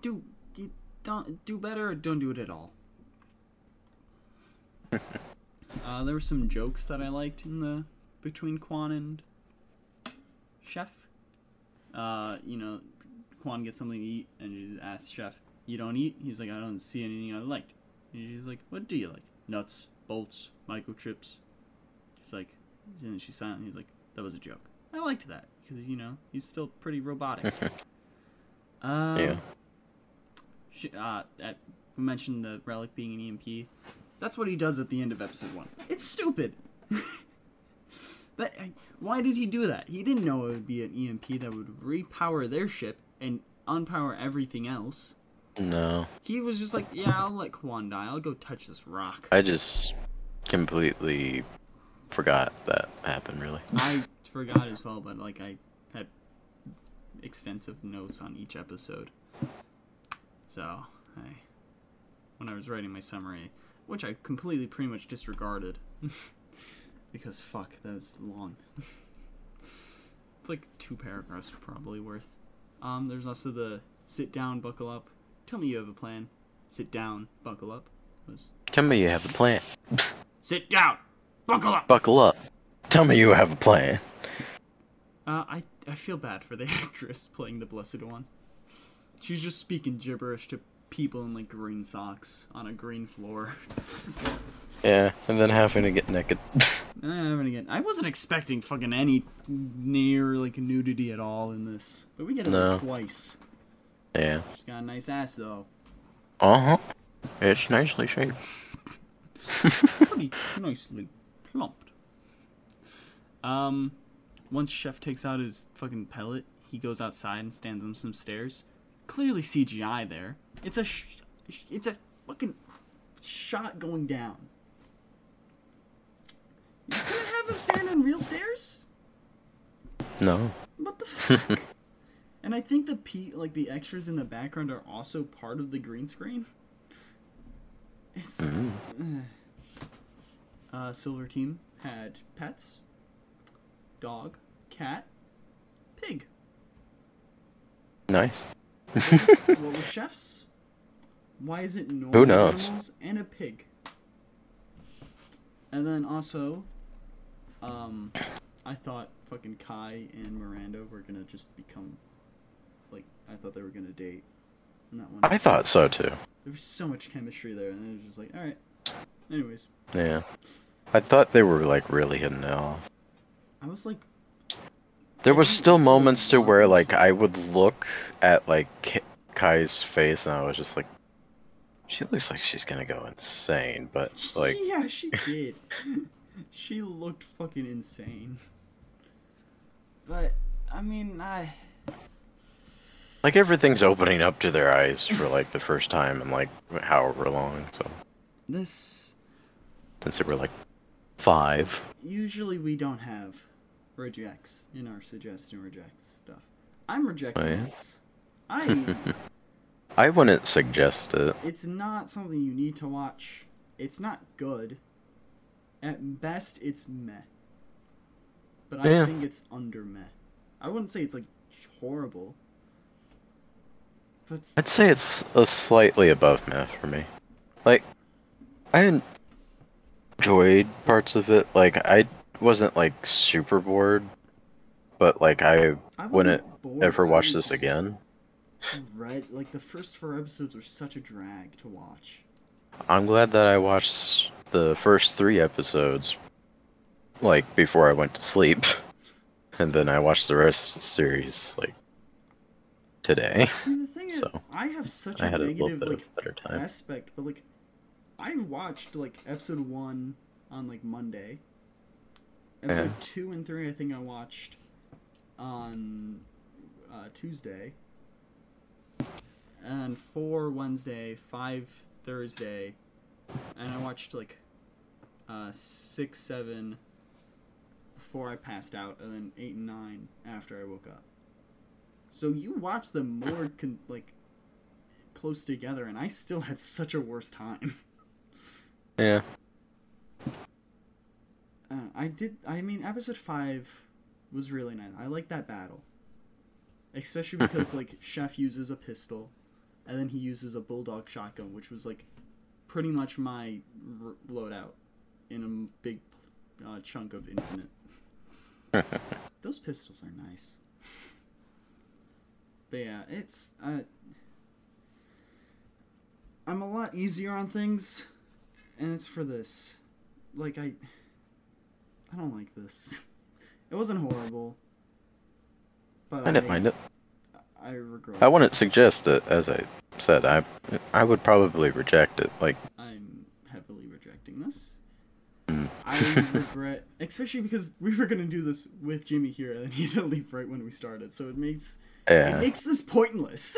C: Do do- don't do better or don't do it at all. uh, there were some jokes that I liked in the between Quan and Chef. Uh, you know, Quan gets something to eat and she asks Chef, "You don't eat?" He's like, "I don't see anything I liked." And she's like, "What do you like? Nuts, bolts, microchips." She's like, and she's silent. And he's like, "That was a joke." I liked that because you know he's still pretty robotic. Um,
D: Yeah.
C: sh- uh, that, we mentioned the relic being an EMP. That's what he does at the end of episode one. It's stupid. that, why did he do that? He didn't know it would be an EMP that would repower their ship and unpower everything else.
D: No.
C: He was just like, yeah, I'll let Kwan die. I'll go touch this rock.
D: I just completely forgot that happened, really.
C: I forgot as well, but like I had extensive notes on each episode. So I, when I was writing my summary, which I completely pretty much disregarded, because fuck, that was long. it's like two paragraphs probably worth. Um, there's also the sit down, buckle up. Tell me you have a plan. Sit down, buckle up. Was
D: Tell me you have a plan.
C: sit down, buckle up.
D: Buckle up. Tell me you have a plan.
C: Uh, I I feel bad for the actress playing the Blessed One. She's just speaking gibberish to people in like green socks on a green floor.
D: Yeah, and then having to get naked.
C: Eh, and again, I wasn't expecting fucking any near like nudity at all in this, but we get it
D: No.
C: like, twice.
D: yeah.
C: She's got a nice ass though.
D: Uh huh. It's nicely shaped.
C: pretty nicely plumped. Um, once Chef takes out his fucking pellet, he goes outside and stands on some stairs. Clearly CGI there. It's a, sh- sh- it's a fucking shot going down. You couldn't have him stand on real stairs.
D: No.
C: What the fuck? and I think the pe- like the extras in the background are also part of the green screen. It's uh, Silver Team had pets, dog, cat, pig.
D: Nice.
C: what was chefs? Why is it normal
D: knows?
C: animals and a pig? And then also, um, I thought fucking Kai and Miranda were gonna just become, like, I thought they were gonna date. And that one,
D: I thought so too.
C: there was so much chemistry there, and it was just like, all right. Anyways,
D: Yeah. I thought they were like really hitting it off.
C: I was like,
D: There was still moments to where like I would look at like K- Kai's face and I was just like, she looks like she's gonna go insane. But like,
C: yeah, she did. she looked fucking insane. But I mean, I.
D: like everything's opening up to their eyes for like the first time in like however long. So
C: This
D: since they were like five,
C: usually we don't have rejects in our suggest and rejects stuff. I'm rejecting
D: Oh, yeah?
C: this. I
D: I wouldn't suggest it.
C: it's not something you need to watch. It's not good. At best it's meh. But I
D: Yeah.
C: think it's under meh. I wouldn't say it's like horrible. But s-
D: I'd say it's a slightly above math for me. Like, I enjoyed parts of it. Like, I wasn't like super bored, but like I,
C: I
D: wouldn't
C: wasn't bored,
D: ever
C: I
D: watch
C: was
D: this
C: just
D: again.
C: Red, like the first four episodes were such a drag to watch.
D: I'm glad that I watched the first three episodes, like before I went to sleep, and then I watched the rest of the series like today.
C: See, the thing is,
D: So,
C: I have such a
D: I had a little
C: negative
D: bit of
C: like
D: a better time.
C: aspect, but like I watched like episode one on like Monday. Episode
D: Yeah.
C: two and three, I think I watched on uh, Tuesday, and four Wednesday, five Thursday, and I watched like uh, six, seven before I passed out, and then eight and nine after I woke up. So you watched them more con- like close together, and I still had such a worse time.
D: Yeah,
C: Uh, I did. I mean, episode five was really nice. I like that battle, especially because like Chef uses a pistol, and then he uses a bulldog shotgun, which was like pretty much my r- loadout in a big uh, chunk of Infinite. Those pistols are nice. But yeah, it's uh, I'm a lot easier on things, and it's for this. Like I. I don't like this. It wasn't horrible. But
D: I didn't mind it.
C: I regret.
D: I wouldn't suggest it, as I said. I I would probably reject it. Like,
C: I'm heavily rejecting this.
D: Mm.
C: I regret, especially because we were gonna do this with Jimmy here, and he had to leave right when we started, so it makes it
D: yeah,
C: makes this pointless.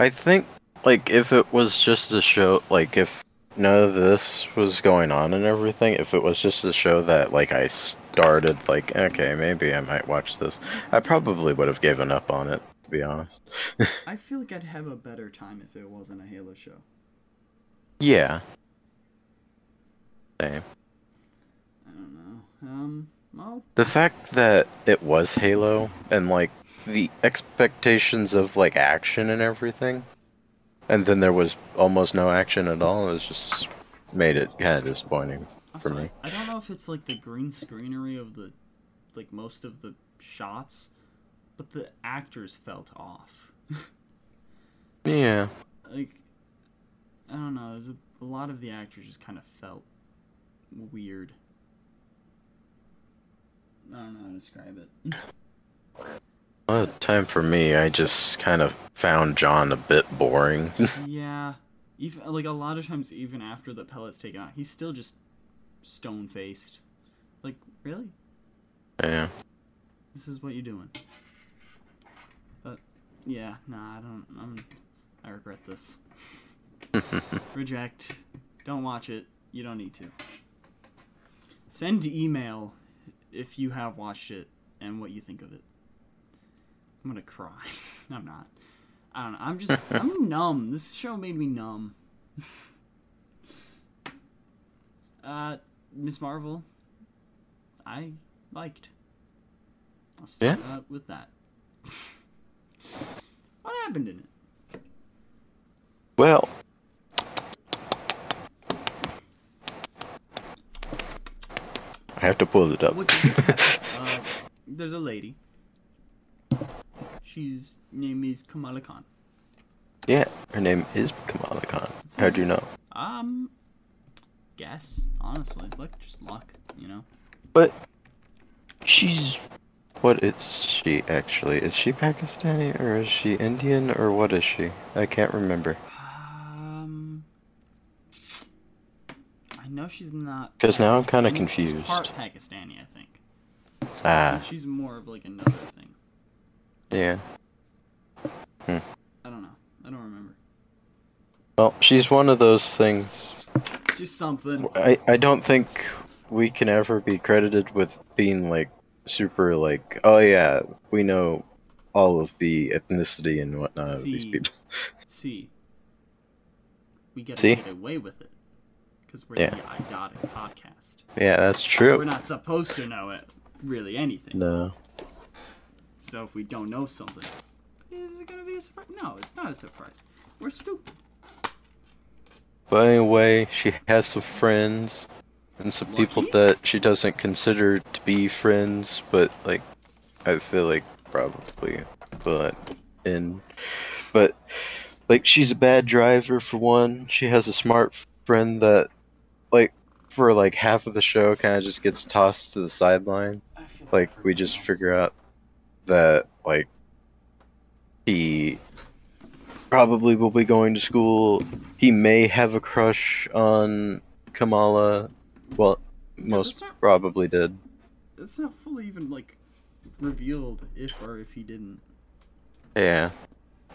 D: I think like if it was just a show, like if none of this was going on and everything, if it was just a show that like I started, like okay, maybe I might watch this. I probably would have given up on it, to be honest.
C: I feel like I'd have a better time if it wasn't a Halo show.
D: yeah. Same.
C: I don't know. Um, well,
D: The fact that it was Halo and like the expectations of like action and everything, and then there was almost no action at all. It was just made it kind of disappointing for
C: also,
D: me.
C: I don't know if it's like the green screenery of the, like most of the shots, but the actors felt off.
D: Yeah,
C: like I don't know. There's a, a lot of the actors just kind of felt weird. I don't know how to describe it.
D: a lot of time for me. I just kind of found John a bit boring.
C: yeah, even like a lot of times, even after the pellet's taken out, he's still just stone faced. Like really,
D: yeah,
C: this is what you're doing. But yeah, nah, I don't. I'm. I regret this. Reject. Don't watch it. You don't need to. Send email if you have watched it and what you think of it. I'm gonna cry. I'm not. I don't know. I'm just. I'm numb. This show made me numb. uh, Miss Marvel. I liked. I'll start
D: Yeah.
C: out with that. what happened in it?
D: well, I have to pull it up.
C: What did happen? uh, there's a lady. She's name is Kamala Khan.
D: yeah, her name is Kamala Khan. How'd you know?
C: Um, guess honestly, look, just luck, you know.
D: But she's what is she actually? Is she Pakistani or is she Indian or what is she? I can't remember.
C: Um, I know she's not.
D: 'Cause now I'm
C: Pakistan-
D: kinda
C: I think She's
D: confused.
C: part Pakistani, I think.
D: Ah,
C: She's more of like another thing.
D: yeah.
C: I don't know. I don't remember.
D: Well, she's one of those things.
C: She's something.
D: I I don't think we can ever be credited with being like super like oh yeah we know all of the ethnicity and whatnot of these
C: See.
D: people.
C: See, we gotta
D: See?
C: get away with it because we're
D: Yeah.
C: the I Got It podcast.
D: Yeah, that's
C: We're
D: true.
C: not supposed to know it, really anything.
D: No.
C: So if we don't know something, is it gonna be a surprise? No, it's not a surprise. We're stupid.
D: But anyway, she has some friends and some people
C: Lucky?
D: that she doesn't consider to be friends, but like I feel like probably but in but like she's a bad driver for one. She has a smart friend that like for like half of the show kind of just gets tossed to the sideline. Like we just figure out that like he probably will be going to school. He may have a crush on Kamala. Well, most
C: that's not-
D: probably did.
C: It's not fully even like revealed if or if he didn't.
D: Yeah.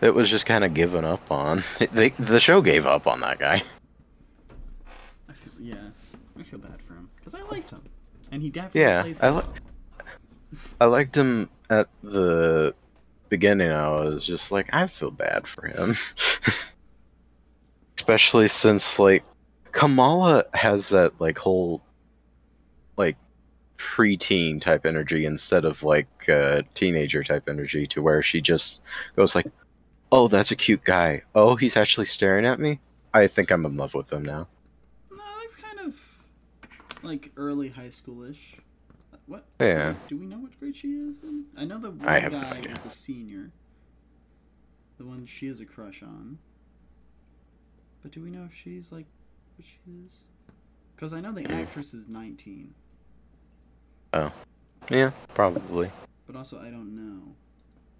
D: It was just kind of given up on. They, the show gave up on that guy.
C: I feel, yeah, I feel bad for him because I liked him, and he definitely
D: Yeah,
C: plays.
D: I
C: well.
D: li- I liked him at the beginning. I was just like, I feel bad for him, especially since like Kamala has that like whole like preteen type energy instead of like uh, teenager type energy, to where she just goes like, "Oh, that's a cute guy. Oh, he's actually staring at me. I think I'm in love with him now."
C: No, that's kind of like early high schoolish. What?
D: Yeah.
C: Do we know what grade she is? In? I know the one
D: I have no
C: guy
D: idea.
C: is a senior. The one she has a crush on. But do we know if she's like what
D: Hmm.
C: she is? Because I know the actress is nineteen.
D: Oh. Yeah, probably.
C: But also, I don't know.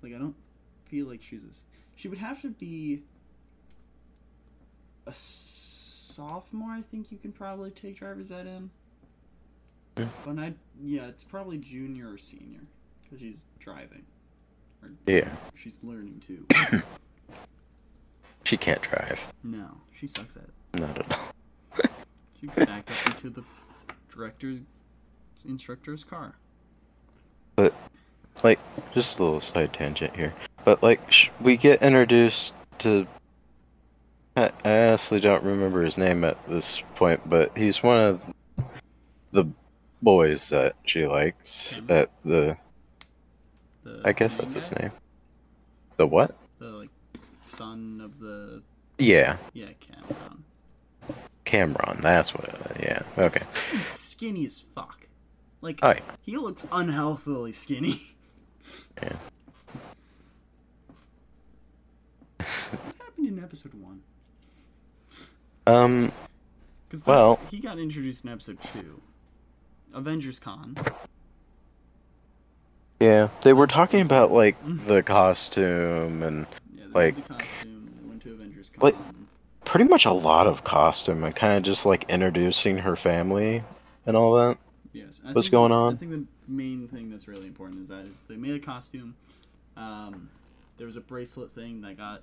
C: Like, I don't feel like she's. A, s- she would have to be a sophomore. I think you can probably take driver's ed in.
D: Yeah.
C: But I, yeah, it's probably junior or senior because she's driving.
D: Yeah,
C: She's learning too.
D: she can't drive.
C: no, she sucks at it.
D: Not at all.
C: She backed up into the director's instructor's car.
D: Like, just a little side tangent here, but like, sh- we get introduced to. I I honestly don't remember his name at this point, but he's one of the boys that she likes at the.
C: The
D: I guess
C: main
D: that's his
C: guy?
D: name. The what?
C: The like son of the
D: Yeah,
C: yeah Cameron.
D: Cameron. That's what. Yeah. Okay.
C: He's fucking skinny as fuck. Like
D: Oh, yeah.
C: he looks unhealthily skinny.
D: Yeah.
C: what happened in episode one?
D: Um.
C: Because
D: Well-
C: he got introduced in episode two, Avengers Con.
D: Yeah, they were talking about like
C: Mm.
D: the costume and
C: Yeah, they
D: Like-
C: did the costume. They went to Avengers Con.
D: Like- pretty much a lot of costume and kind of just like introducing her family and all that.
C: Yes. I
D: What's
C: think-
D: going on?
C: I think the main thing that's really important is that is they made a costume. Um, there was a bracelet thing that got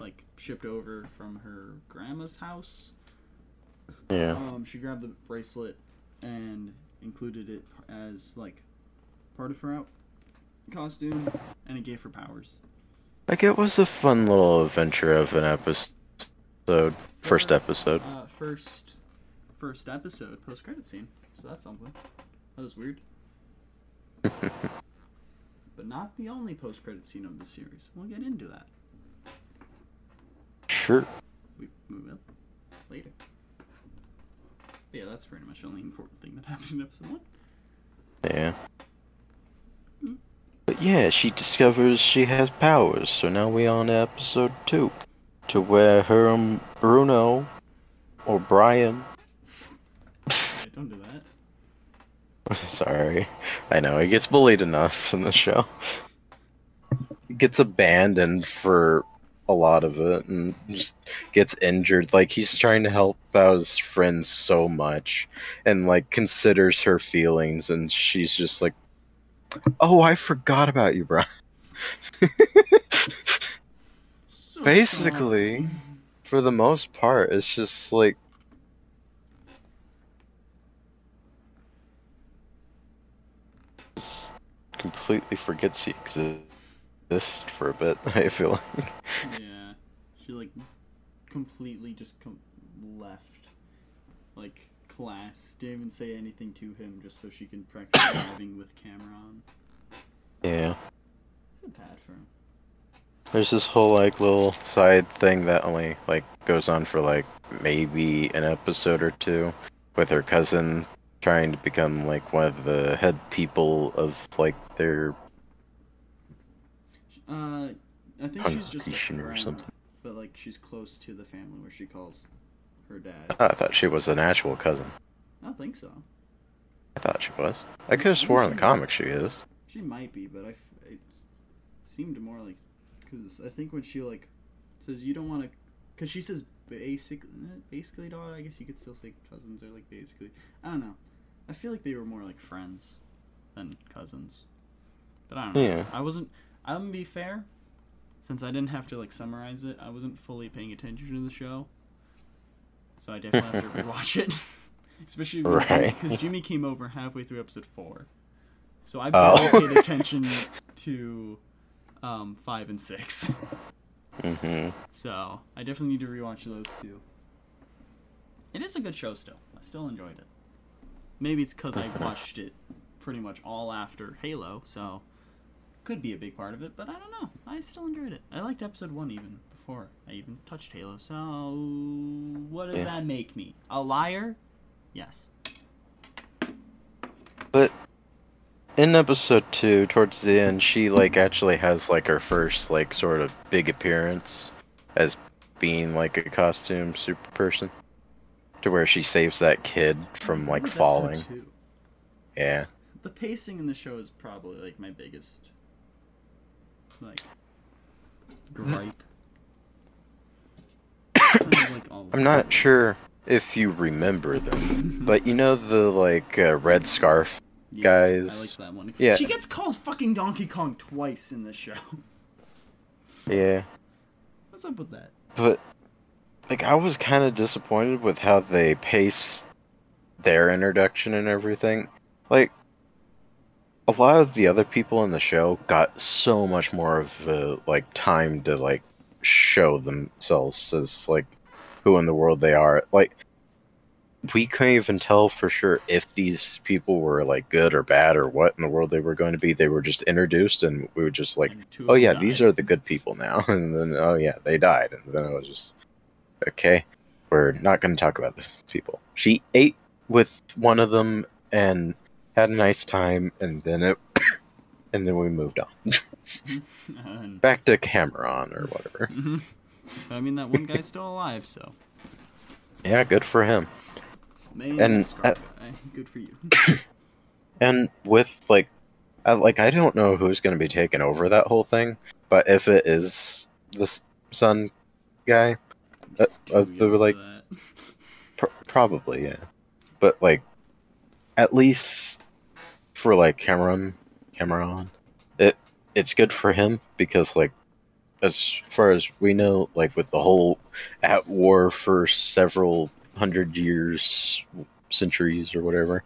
C: like shipped over from her grandma's house.
D: Yeah.
C: Um, she grabbed the bracelet and included it as like part of her out costume, and it gave her powers.
D: Like it was a fun little adventure of an episode. First episode.
C: Uh, first, first episode post credit scene. So that's something. That was weird. but not the only post credit scene of the series. We'll get into that.
D: Sure.
C: We we will later. But yeah, that's pretty much the only important thing that happened in episode one.
D: Yeah. But yeah, she discovers she has powers, so now we on episode two, to where her and Bruno, or Brian,
C: Yeah, don't do that.
D: Sorry. I know, he gets bullied enough in the show. He gets abandoned for a lot of it and just gets injured. Like, he's trying to help out his friends so much and, like, considers her feelings, and she's just like, Oh, I forgot about you, bro.
C: So
D: Basically, for the most part, it's just like. Just completely forgets he exists for a bit, I feel like.
C: sad. yeah, she like completely just com- left like class. Didn't even say anything to him, just so she can practice driving with Cameron.
D: Yeah.
C: I feel bad for him.
D: There's this whole, like, little side thing that only, like, goes on for, like, maybe an episode or two with her cousin trying to become, like, one of the head people of, like, their.
C: Uh, I think she's just a
D: Congregation or
C: friend,
D: something.
C: but like she's close to the family where she calls her dad.
D: Oh, I thought she was an actual cousin.
C: I don't think so.
D: I thought she was. I could have sworn in the comic she is.
C: She might be, but I f- it s- seemed more like because I think when she like says you don't want to, because she says basic, eh, basically daughter. I guess you could still say cousins or like basically. I don't know. I feel like they were more like friends than cousins. But I don't know.
D: Yeah.
C: I wasn't. I'm gonna be fair. Since I didn't have to like summarize it, I wasn't fully paying attention to the show. So I definitely have to rewatch it. Especially because
D: Right.
C: Jimmy came over halfway through episode four. So I
D: Oh.
C: barely paid attention to um, five and six.
D: hmm
C: So I definitely need to rewatch those two. It is a good show still. I still enjoyed it. Maybe it's because
D: Mm-hmm.
C: I watched it pretty much all after Halo, so could be a big part of it. But I don't know. I still enjoyed it. I liked episode one even before I even touched Halo. So what does
D: Yeah.
C: that make me? A liar? Yes.
D: But in episode two, towards the end, she like actually has like her first like sort of big appearance as being like a costume super person, to where she saves that kid from
C: That
D: like
C: was episode
D: falling.
C: two.
D: Yeah.
C: the pacing in the show is probably like my biggest like gripe. Kind of, like, all of
D: I'm
C: it.
D: not sure if you remember them, but you know the like uh, red scarf
C: Yeah, I
D: guys.
C: like that one.
D: Yeah.
C: She gets called fucking Donkey Kong twice in the show.
D: Yeah,
C: What's up with that?
D: but like I was kind of disappointed with how they pace their introduction and everything. Like a lot of the other people in the show got so much more of the like time to like show themselves as like who in the world they are. Like we couldn't even tell for sure if these people were like good or bad or what in the world they were going to be. They were just introduced and we were just like,
C: And two of
D: oh
C: them
D: yeah,
C: die.
D: these are the good people now. And then oh yeah, they died. And then I was just okay, we're not going to talk about these people. She ate with one of them and had a nice time, and then it, and then we moved on
C: And-
D: back to Cameron or whatever.
C: I mean, that one guy's still alive, so.
D: Yeah, good for him.
C: Main
D: And,
C: scar
D: uh,
C: guy. Good for you.
D: And with like, I, like I don't know who's going to be taking over that whole thing, but if it is this son guy, uh,
C: Too
D: uh, they were
C: young
D: like
C: for that.
D: pr- probably yeah, but like, at least for like Cameron, Cameron, it it's good for him because like, as far as we know, like with the whole at war for several hundred years, centuries or whatever,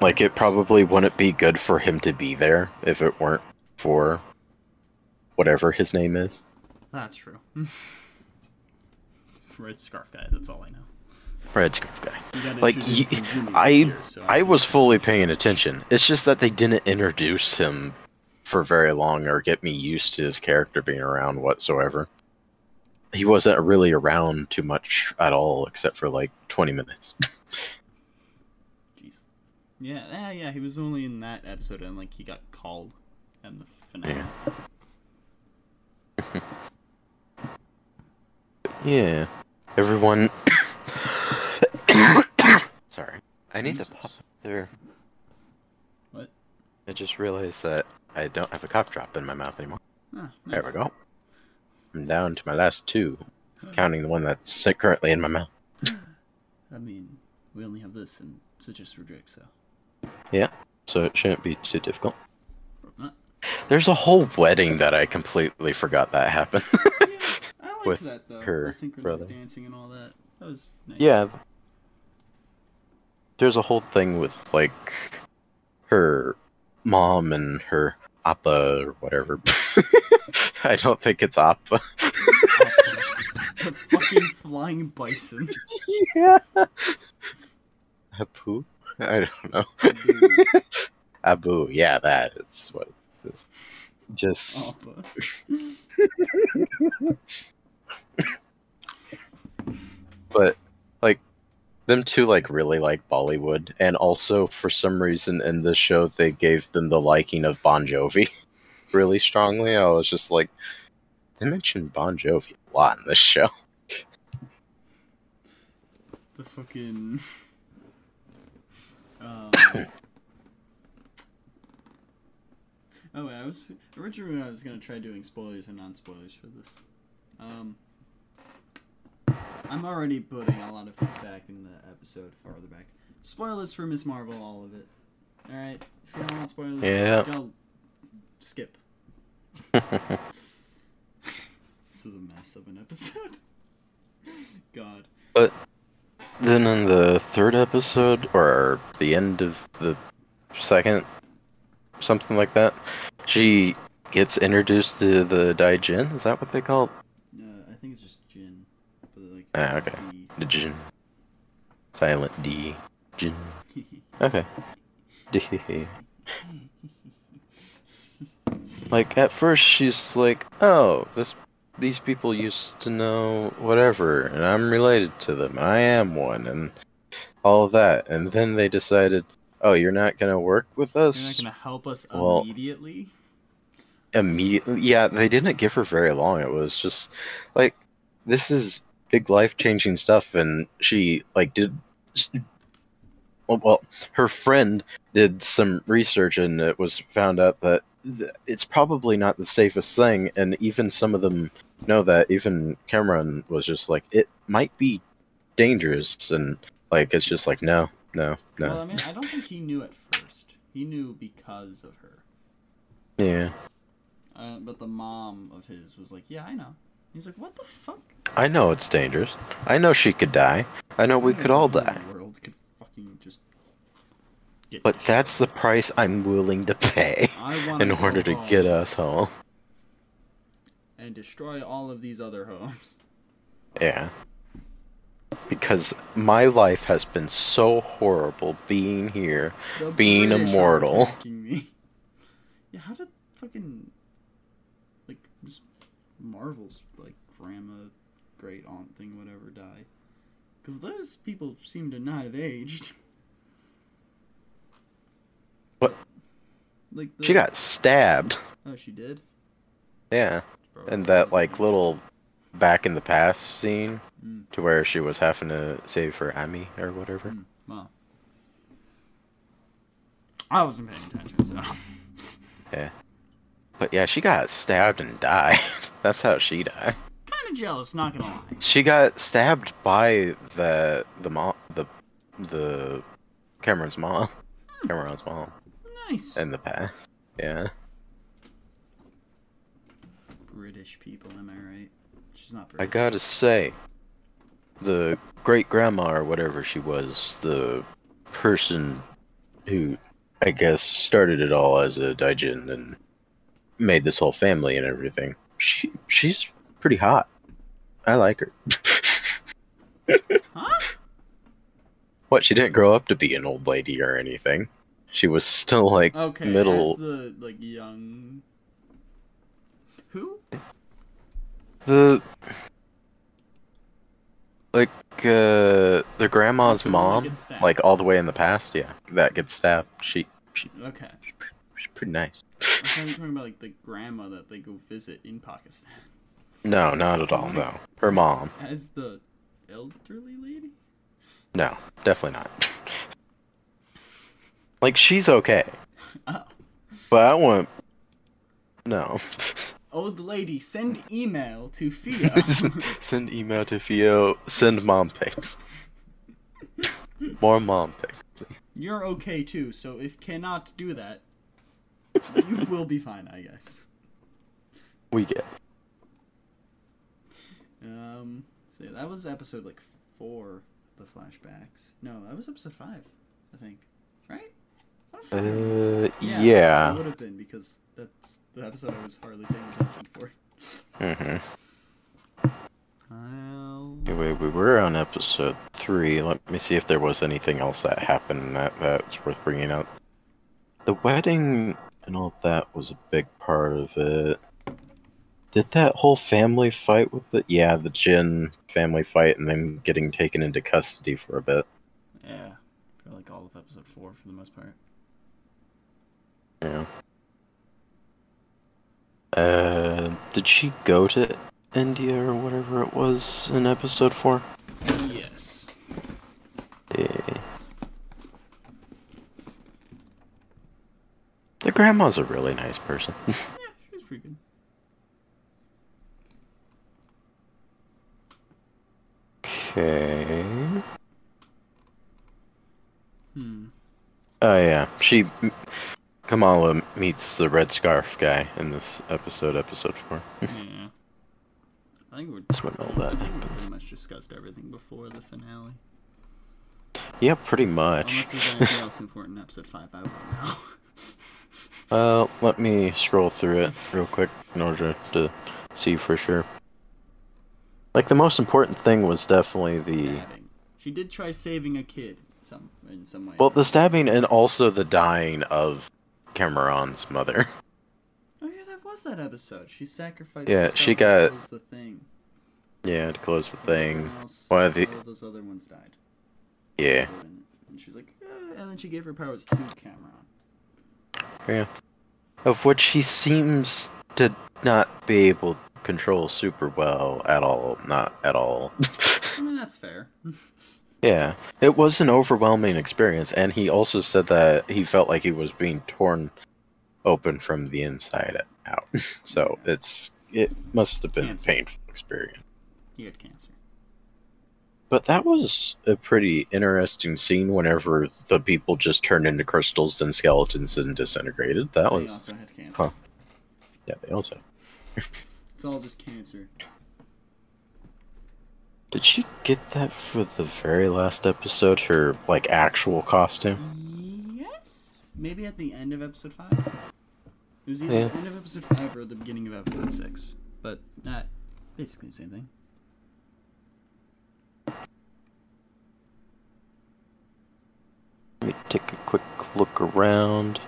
D: like it probably wouldn't be good for him to be there if it weren't for whatever his name is.
C: That's true. Red scarf guy. That's all I know.
D: Red Scarf guy.
C: You got
D: Like
C: introduced
D: y-
C: to Jimmy this
D: I,
C: year, so-
D: I was fully paying attention. It's just that they didn't introduce him for very long or get me used to his character being around whatsoever. He wasn't really around too much at all, except for like twenty minutes.
C: Jeez. Yeah, yeah, yeah. He was only in that episode, and like he got called, and the finale.
D: Yeah. Everyone. Sorry. I need to pop there.
C: What?
D: I just realized that I don't have a cough drop in my mouth anymore.
C: Ah,
D: There we
C: nice.
D: go. I'm down to my last two, counting the one that's currently in my mouth.
C: I mean, we only have this and citrus for Drake, so.
D: Yeah, so it shouldn't be too difficult.
C: probably not.
D: There's a whole wedding that I completely forgot that happened.
C: I liked
D: With
C: that though.
D: her
C: the synchronized
D: brother.
C: dancing and all that. That was nice.
D: yeah. There's a whole thing with, like, her mom and her appa or whatever. I don't think it's appa.
C: The fucking flying bison.
D: yeah. Apu? I don't know. Abu, yeah, that is what it is. Just
C: Appa.
D: but like them two like really like Bollywood and also for some reason in this show they gave them the liking of Bon Jovi really strongly. I was just like they mentioned Bon Jovi a lot in this show.
C: The fucking. Um, oh, wait, I was originally I was gonna try doing spoilers and non-spoilers for this. Um, I'm already putting a lot of things back in the episode farther back. Spoilers for Miss Marvel, all of it. All right, if you don't want spoilers,
D: Yeah.
C: go skip. this is a mess of an episode. God.
D: But then in the third episode, or the end of the second, something like that, she gets introduced to the Daijin. Is that what they call it?
C: Uh, I think it's just gin. But like,
D: Ah,
C: it's
D: okay.
C: not
D: The Jin. Silent D. Jin.
C: the-
D: Okay. like at first she's like, "Oh, this these people used to know whatever, and I'm related to them, and I am one, and all of that." And then they decided, "Oh, you're not gonna work with
C: You're not
D: us
C: gonna help us
D: Well-
C: immediately.
D: immediately." Yeah, they didn't give her very long. It was just like, "This is big life changing stuff," and she like did well, well, her friend did some research and it was found out that th- it's probably not the safest thing. And even some of them know that. Even Cameron was just like, it might be dangerous, and like it's just like, no, no, no.
C: Well, I mean, I don't think he knew at first. He knew because of her.
D: yeah,
C: Uh, but the mom of his was like, "Yeah, I know." He's like, "What the fuck?"
D: I know it's dangerous. I know she could die. I know we could all die.
C: The world could fucking just. Get
D: But that's the price I'm willing to pay
C: I wanna
D: in
C: go
D: order to
C: home
D: get us home.
C: and destroy all of these other homes.
D: Yeah. Because my life has been so horrible being here,
C: The
D: being
C: British are
D: immortal.
C: attacking Me. Yeah, how did fucking like was Marvel's like grandma, great aunt thing, whatever, die? Because those people seem to not have aged.
D: What?
C: Like the,
D: She got stabbed.
C: Oh, she did.
D: Yeah. And that like little back in the past scene
C: Mm.
D: to where she was having to save her Emmy or whatever.
C: Wow. I wasn't paying attention, so.
D: Yeah. But yeah, she got stabbed and died. That's how she died.
C: Kinda jealous, not gonna lie.
D: She got stabbed by the the mom the the Cameron's mom.
C: Hmm.
D: Cameron's mom
C: Nice.
D: in the past. Yeah.
C: British people, am I right? She's not
D: I
C: British.
D: gotta say, the great grandma or whatever she was, the person who, I guess, started it all as a Daijin and made this whole family and everything. She she's pretty hot. I like her.
C: Huh?
D: What? She didn't grow up to be an old lady or anything. She was still like
C: Okay.
D: middle.
C: As the like young. Who?
D: The like uh the grandma's
C: The one that
D: mom,
C: gets stabbed.
D: like all the way in the past, yeah, that gets stabbed. She, she
C: Okay.
D: she's pretty nice.
C: I thought you were talking about like the grandma that they go visit in Pakistan.
D: No, not at all. No, her mom.
C: As the elderly lady?
D: No, definitely not. Like she's okay,
C: Oh.
D: but I want no.
C: Old Oh, lady, send email to Fia.
D: send email to Fio. Send mom pics. More mom pics.
C: You're okay too, so if cannot do that, you will be fine, I guess.
D: We get.
C: Um, so yeah, that was episode like four, the flashbacks. No, that was episode five, I think. Right? I don't fucking remember.
D: Uh,
C: It
D: yeah.
C: would have been because that's the episode I was hardly paying attention for.
D: Mm-hmm.
C: Well,
D: Anyway, we were on episode three. Let me see if there was anything else that happened that that's worth bringing up. The wedding and all that was a big part of it. Did that whole family fight with it? Yeah, the Jin family fight and them getting taken into custody for a bit.
C: yeah, for like all of episode four for the most part.
D: Yeah. Uh, did she go to India or whatever it was in episode four?
C: Yes.
D: Yeah. The grandma's a really nice person.
C: Yeah, she was pretty good.
D: okay.
C: Hmm.
D: Oh yeah, she Kamala meets the red scarf guy in this episode, episode four.
C: Yeah. I think we're.
D: That's when all that
C: I think we
D: happens.
C: pretty much discussed everything before the finale.
D: Yeah, pretty
C: Unless
D: much.
C: there's anything else important in episode five, I won't know.
D: Uh, let me scroll through it real quick in order to see for sure. Like the most important thing was definitely the
C: Stabbing. She did try saving a kid some in some way.
D: well, the stabbing and also the dying of Cameron's mother.
C: oh yeah, that was that episode. She sacrificed.
D: Yeah,
C: herself
D: she
C: and
D: got-
C: closed the thing.
D: Yeah, to close the thing.
C: Everyone else-
D: Why the
C: all of those other ones died.
D: yeah,
C: And she's like, eh, and then she gave her powers to Cameron.
D: yeah. Of which he seems to not be able to control super well at all. Not at all.
C: I mean, that's fair.
D: Yeah, it was an overwhelming experience, and he also said that he felt like he was being torn open from the inside out. So it's it must have been
C: Cancer.
D: a painful experience.
C: He had cancer.
D: But that was a pretty interesting scene. Whenever the people just turned into crystals and skeletons and disintegrated, that
C: He
D: was
C: also had cancer.
D: Huh. yeah. They also
C: It's all just cancer.
D: did she get that for the very last episode? Her like actual costume.
C: Yes. Maybe at the end of episode five. It was either
D: Yeah.
C: the end of episode five or the beginning of episode six. But that basically the same thing.
D: Let me take a quick look around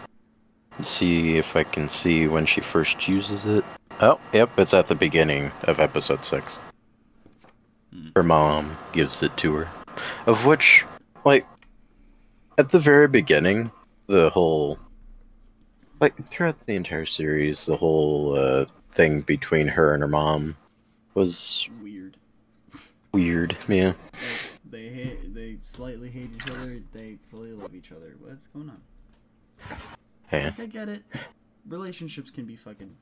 D: and see if I can see when she first uses it. Oh, yep, it's at the beginning of episode 6. Her mom gives it to her. Of which, like, at the very beginning, the whole. Like, throughout the entire series, the whole uh, thing between her and her mom was
C: Weird.
D: weird, yeah.
C: They hate. They slightly hate each other. They fully love each other. What's going on?
D: Yeah.
C: Like, I get it. Relationships can be fucking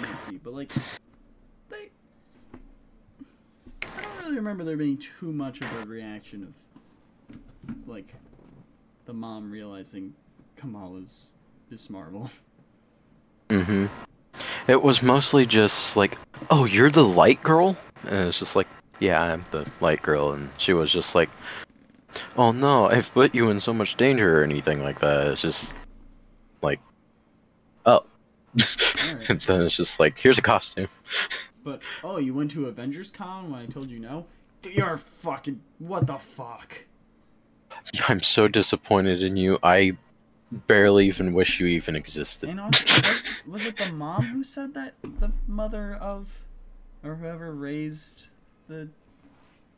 C: messy, but like they. I don't really remember there being too much of a reaction of like the mom realizing Kamala's Miss Marvel.
D: Mm-hmm. It was mostly just like, oh, you're the light girl? And it's just like, yeah, I'm the light girl. And she was just like, oh no, I've put you in so much danger or anything like that. It's just like, oh. and then it's just like, here's a costume.
C: But oh, you went to Avengers Con when I told you no. You're fucking what the fuck.
D: I'm so disappointed in you. I barely even wish you even existed.
C: And also, was, was it the mom who said that? The mother of, or whoever raised the,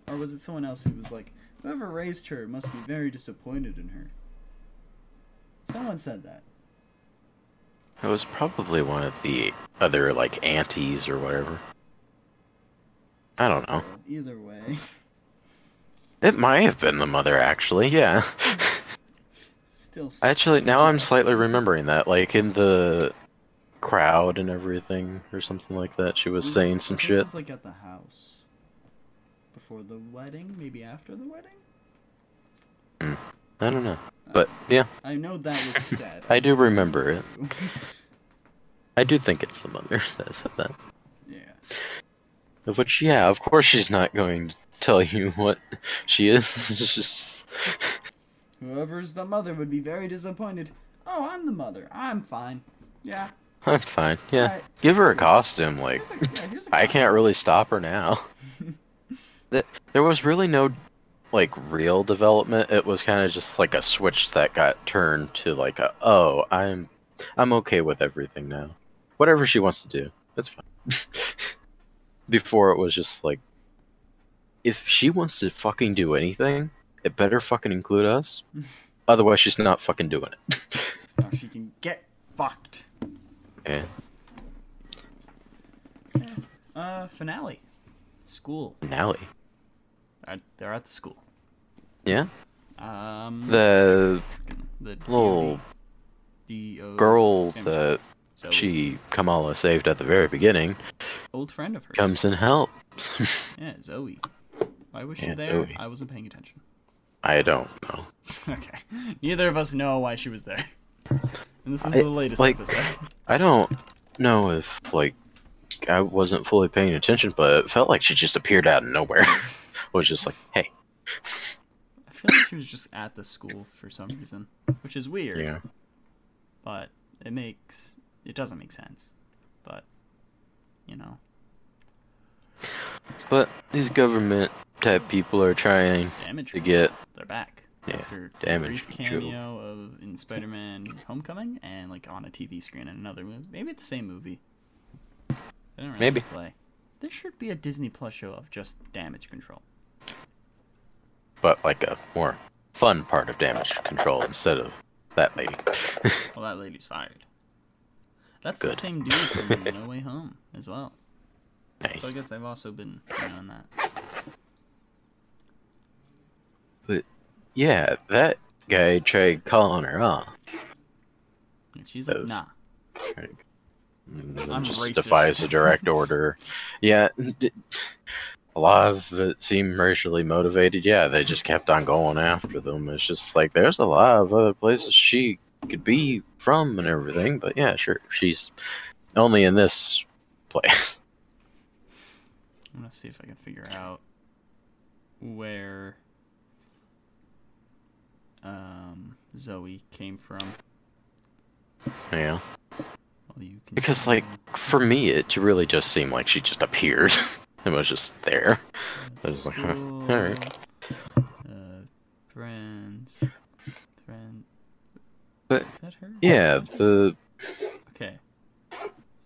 C: or was it someone else who was like, whoever raised her must be very disappointed in her. Someone said that.
D: It was probably one of the other, like, aunties or whatever. I don't know.
C: Still, Either way,
D: It might have been the mother, actually. Yeah.
C: still.
D: Actually, now I'm
C: sucks.
D: slightly remembering that, like in the crowd and everything, or something like that. She was saying some
C: I think It
D: shit.
C: was like at the house, before the wedding, maybe after the wedding.
D: I don't know, but yeah,
C: I know that was said.
D: I do
C: just don't
D: remember it.
C: know.
D: I do think it's the mother that said that.
C: yeah.
D: Of which, yeah, of course she's not going to tell you what she is. It's just-
C: Whoever's the mother would be very disappointed. Oh, I'm the mother. I'm fine. Yeah.
D: I'm fine. Yeah,
C: Alright.
D: give her a costume, like.
C: Here's a, yeah, here's a
D: I
C: copy.
D: can't really stop her now. Th- there was really no like real development. It was kind of just like a switch that got turned to like a, oh, I'm I'm okay with everything now. Whatever she wants to do, that's fine. Before it was just like if she wants to fucking do anything, it better fucking include us. Otherwise, she's not fucking doing it.
C: Now she can get fucked.
D: yeah.
C: Uh, finale. School.
D: Finale.
C: Uh, They're at the school.
D: Yeah.
C: Um,
D: The
C: the
D: little
C: DOD, DO,
D: girl
C: I'm sorry.
D: that
C: So,
D: she Kamala saved at the very beginning
C: old friend of hers.
D: comes and helps.
C: Yeah, Zoe. Why was she
D: Yeah,
C: there?
D: Zoe.
C: I wasn't paying attention.
D: I don't know.
C: okay. Neither of us know why she was there. And this is
D: I-
C: the latest
D: like-
C: episode.
D: I don't know if like I wasn't fully paying attention, but it felt like she just appeared out of nowhere. it was just like, hey,
C: I feel like she was just at the school for some reason, which is weird.
D: yeah,
C: but it makes it doesn't make sense. But you know,
D: but these government type people are trying
C: damage
D: to get
C: they're back
D: Yeah,
C: after a
D: Damage
C: brief
D: Control.
C: cameo of in Spider-Man: Homecoming and like on a TV screen in another movie, maybe it's the same movie. They don't really
D: Maybe.
C: play. There should be a Disney Plus show of just damage control.
D: but like a more fun part of damage control instead of that lady.
C: Well, that lady's fired. That's the
D: Good.
C: same dude from No Way Home as well. So I
D: nice.
C: guess they've also been on that.
D: yeah, that guy tried calling her off.
C: And she's like,
D: Those-
C: nah.
D: Mm,
C: I'm
D: just
C: racist.
D: defies a direct order. yeah, d- a lot of it seemed racially motivated. Yeah, they just kept on going after them. It's just like there's a lot of other places she could be from and everything, but yeah, sure, she's only in this place.
C: I'm gonna see if I can figure out where um, Zoe came from.
D: yeah,
C: Well, you can
D: because like for me, it really just seemed like she just appeared and was just there. I was like, huh, all right.
C: uh, friends, friend.
D: But-
C: is that her?
D: Yeah, the
C: Okay.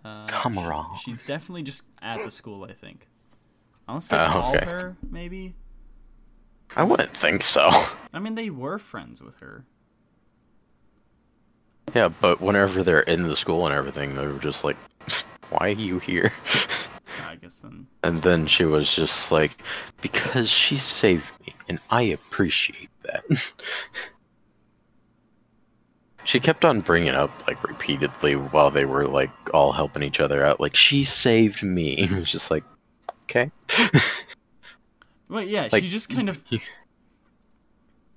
C: Uh,
D: Come
C: sh-
D: around.
C: She's definitely just at the school, I think. Unless they
D: Oh,
C: call
D: okay.
C: her, maybe.
D: I wouldn't think so.
C: I mean, they were friends with her.
D: Yeah, but whenever they're in the school and everything, they were just like, "Why are you here?"
C: I guess then.
D: And then she was just like, "Because she saved me, and I appreciate that." she kept on bringing up like repeatedly while they were like all helping each other out, like she saved me. It was just like, okay,
C: Wait, yeah,
D: like
C: she just kind of.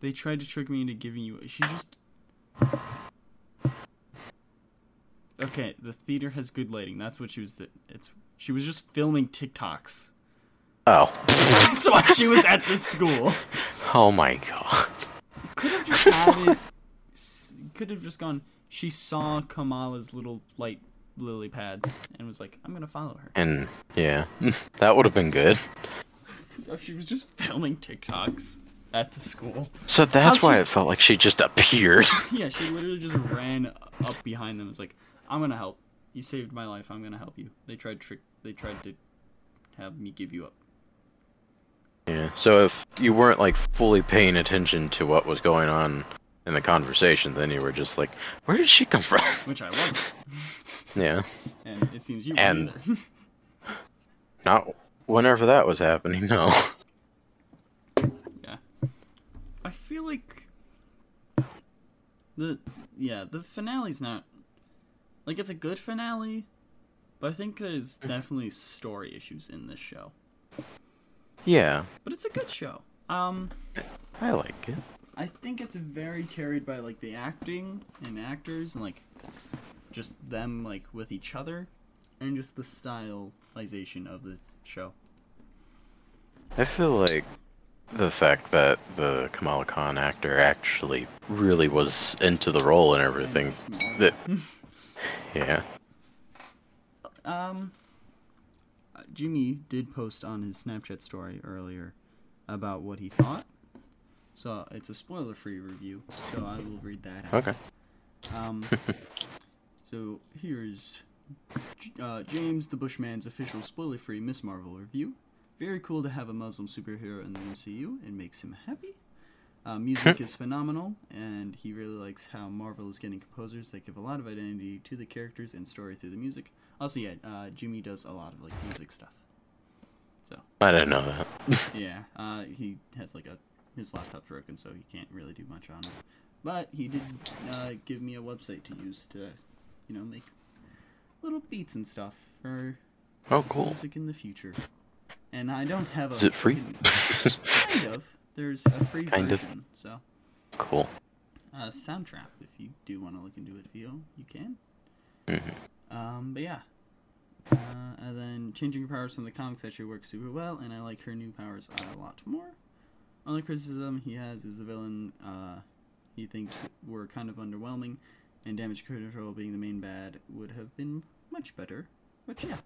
C: They tried to trick me into giving you. She just. Okay, the theater has good lighting. That's what she was. Th- it's she was just filming TikToks.
D: oh,
C: That's why she was at this school.
D: oh my god,
C: Could have just had it. s- Could have just gone. She saw Kamala's little light lily pads and was like, "I'm gonna follow her."
D: and yeah, that would have been good.
C: Oh, She was just filming TikToks at the school.
D: So that's
C: How'd
D: why
C: she-
D: it felt like she just appeared.
C: Yeah, she literally just ran up behind them. and was like, "I'm gonna help. You saved my life. I'm gonna help you." They tried trick. They tried to have me give you up.
D: Yeah. So if you weren't like fully paying attention to what was going on in the conversation, then you were just like, "Where did she come from?"
C: Which I wasn't,
D: yeah.
C: and it seems you
D: And-
C: weren't either.
D: Not whenever that was happening. No.
C: I feel like the yeah the finale's not like it's a good finale, but I think there's definitely story issues in this show.
D: Yeah,
C: But it's a good show. Um,
D: I like it.
C: I think it's very carried by like the acting and actors and like just them like with each other and just the stylization of the show.
D: I feel like the fact that the Kamala Khan actor actually really was into the role and everything. That. Yeah.
C: Um uh, Jimmy did post on his Snapchat story earlier about what he thought. So it's a spoiler-free review, so I will read that out.
D: Okay.
C: Um, so here's J- uh, James the Bushman's official spoiler free Miss Marvel review. Very cool to have a Muslim superhero in the MCU. It makes him happy. Uh, music is phenomenal, and he really likes how Marvel is getting composers that give a lot of identity to the characters and story through the music. Also, yeah, uh, Jimmy does a lot of like music stuff. So
D: I didn't know that.
C: yeah, uh, he has like a his laptop's broken, so he can't really do much on it. But he did uh, give me a website to use to, you know, make little beats and stuff for
D: Oh, cool.
C: music in the future. And I don't have a
D: Is it free?
C: freaking- kind of. There's a free
D: Kind of.
C: version, so
D: cool.
C: uh, Soundtrap. If you do want to look into it, Vio, you can. Um, but yeah. Uh, and then changing her powers from the comics actually works super well, and I like her new powers a lot more. Only criticism he has is the villain uh, he thinks were kind of underwhelming, and damage control being the main bad would have been much better. But yeah,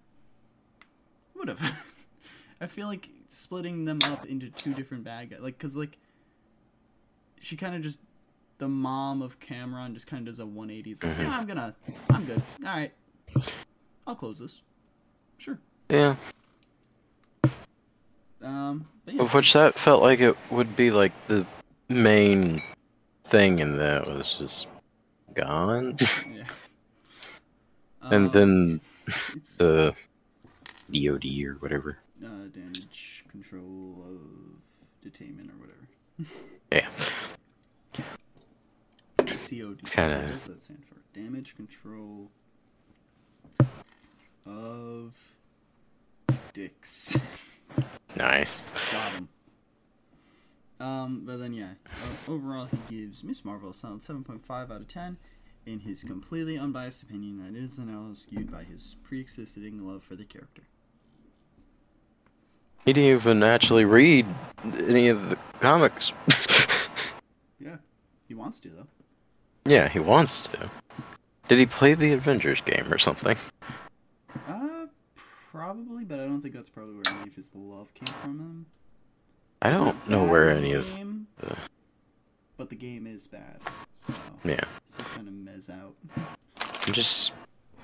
C: would have. I feel like splitting them up into two different bad guys, like, cause like she kind of just the mom of Cameron just kind of does a 180. It's like,
D: Mm-hmm.
C: yeah, I'm gonna, I'm good. All right, I'll close this. Sure.
D: Yeah.
C: Um, but yeah,
D: Of which that felt like it would be like the main thing, and that was just gone.
C: yeah. Oh.
D: and then
C: it's uh,
D: the DOD or whatever.
C: damage control of detainment or whatever.
D: Yeah.
C: COD.
D: Kinda-
C: What does that stand for? Damage control of dicks.
D: Nice.
C: Got him. Um, but then yeah, o- overall he gives Miss Marvel a solid 7.5 out of 10 in his completely unbiased opinion that isn't at all skewed by his pre-existing love for the character.
D: He didn't even actually read any of the comics.
C: Yeah, he wants to though.
D: yeah, he wants to. Did he play the Avengers game or something?
C: Uh, probably, but I don't think that's probably where any of his love came from. Him.
D: I
C: It's
D: don't
C: not
D: know
C: bad,
D: where
C: the
D: any of.
C: game,
D: the-
C: But the game is bad, so
D: Yeah,
C: it's just kind of mez out.
D: I'm just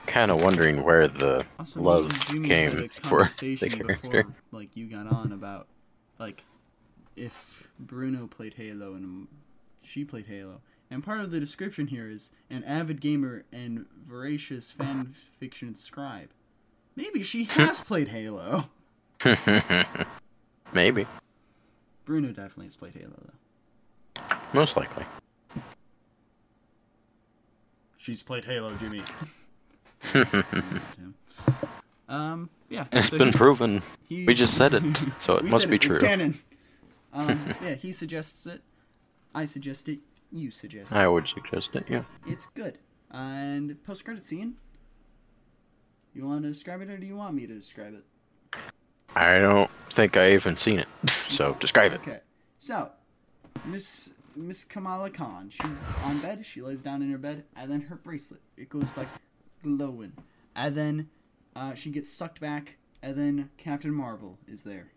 D: kind of wondering where the
C: Also, me
D: love
C: and Jimmy had
D: came
C: a
D: for the
C: conversation
D: character.
C: before, like you got on about, like, if Bruno played Halo and she played Halo, and part of the description here is an avid gamer and voracious fan fiction scribe. Maybe she has played Halo.
D: Maybe,
C: Bruno definitely has played Halo though.
D: most likely.
C: She's played Halo, Jimmy. um, yeah.
D: It's
C: so
D: been
C: he-
D: proven.
C: he-
D: We just said it, so it
C: we
D: must
C: said
D: be
C: It's
D: true.
C: canon. Um, yeah, he suggests it. I suggest it. You suggest it.
D: I would suggest it. Yeah.
C: It's good. And post credit scene. You want to describe it, or do you want me to describe it?
D: I don't think I even seen it, so describe it.
C: Okay. So, Miss Miss Kamala Khan, she's on bed. She lays down in her bed, and then her bracelet it goes like glowing, and then uh, she gets sucked back, and then Captain Marvel is there.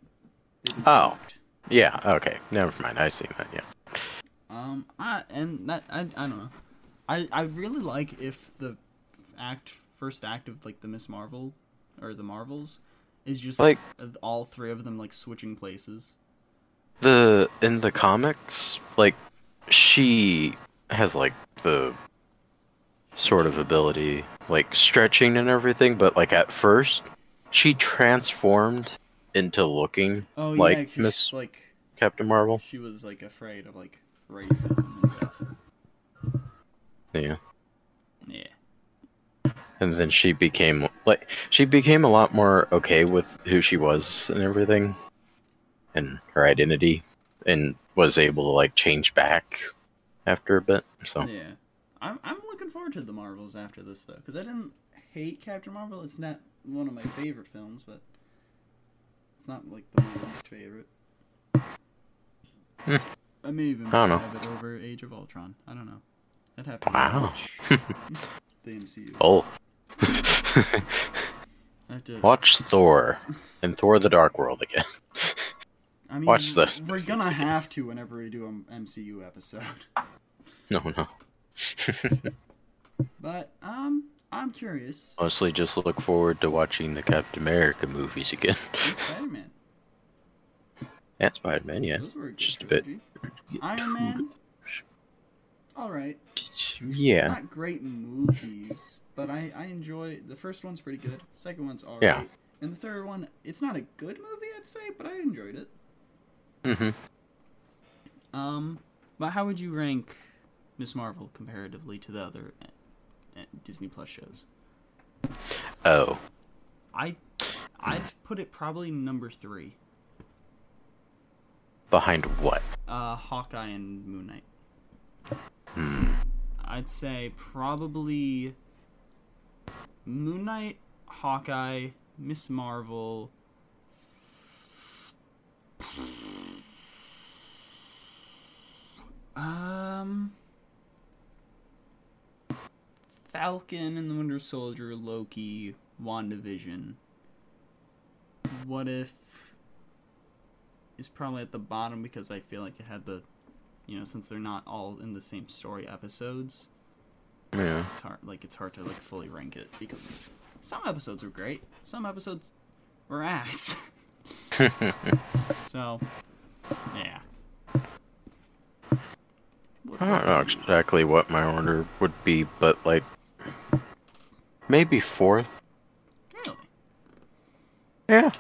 C: They've been
D: Oh.
C: swapped.
D: Yeah. Okay. Never mind. I seen that. Yeah.
C: Um, I and that I, I don't know. I I really like if the act first act of like the Miss Marvel or the Marvels is just
D: Like-
C: all three of them like switching places.
D: The in the comics, like she has like the sort of ability, like stretching and everything, but like at first she transformed into looking
C: Oh yeah,
D: like
C: 'cause,
D: Miss
C: like
D: Captain Marvel.
C: she was like afraid of like racism and stuff.
D: Yeah.
C: Yeah.
D: And then she became like she became a lot more okay with who she was and everything and her identity and was able to like change back after a bit. So
C: Yeah. I'm I'm looking forward to the Marvels after this though, because I didn't hate Captain Marvel. It's not one of my favorite films, but it's not like the my least favorite. I may even
D: Hmm. I don't know.
C: have it over Age of Ultron. I don't know. I'd have to
D: Wow.
C: watch the MCU.
D: Oh.
C: I have to.
D: Watch Thor and Thor the Dark World again.
C: I mean,
D: watch this.
C: We're gonna have to whenever we do an MCU episode.
D: No, no.
C: But um, I'm curious.
D: Mostly just look forward to watching the Captain America movies again.
C: It's Spider-Man.
D: and Spider Man, yeah.
C: Those were a good
D: Just a bit.
C: trilogy. Iron Man. All right.
D: Yeah.
C: not great movies, but I, I enjoy the first one's pretty good. Second one's alright.
D: Yeah.
C: And the third one, it's not a good movie, I'd say, but I enjoyed it.
D: hmm
C: Um, but how would you rank Miss Marvel comparatively to the other uh, uh, Disney Plus shows?
D: Oh.
C: I I'd put it probably number three,
D: Behind what?
C: uh, Hawkeye and Moon Knight. I'd say probably Moon Knight, Hawkeye, Miss Marvel. Um, Falcon and the Winter Soldier, Loki, WandaVision. What if is probably at the bottom because I feel like it had the, you know, since they're not all in the same story episodes,
D: Yeah.
C: it's hard like it's hard to like fully rank it because some episodes were great, some episodes were ass. so, yeah.
D: I don't know exactly what my order would be, but like maybe fourth.
C: Really?
D: Yeah.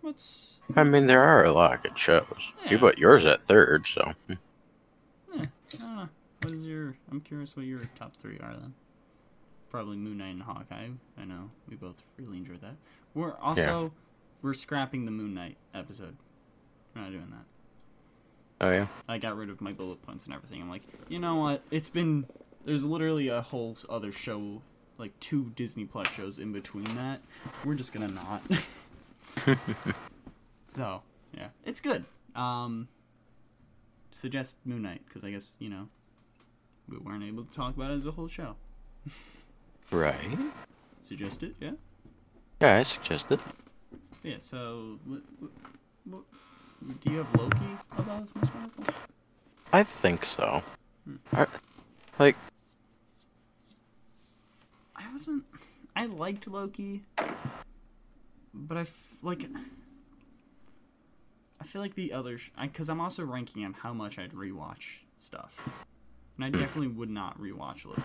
C: What's
D: I mean, there are a lot of good shows.
C: Yeah.
D: You put yours at third, so
C: Yeah, I don't know. What is your? I'm curious what your top three are then. Probably Moon Knight and Hawkeye. I know we both really enjoyed that. We're also we're scrapping the Moon Knight episode. We're not doing that.
D: Oh yeah.
C: I got rid of my bullet points and everything. I'm like, you know what? It's been there's literally a whole other show, like two Disney Plus shows in between that. We're just gonna not. so yeah, it's good. Um, suggest Moon Knight because I guess you know we weren't able to talk about it as a whole show.
D: Right.
C: Suggest it, yeah.
D: Yeah, I suggested.
C: Yeah. So, wh- wh- wh- do you have Loki above Miss Marvel?
D: I think so. I, like,
C: I wasn't. I liked Loki, but I f- like. I feel like the other because I'm also ranking on how much I'd rewatch stuff, and I definitely would not rewatch Loki.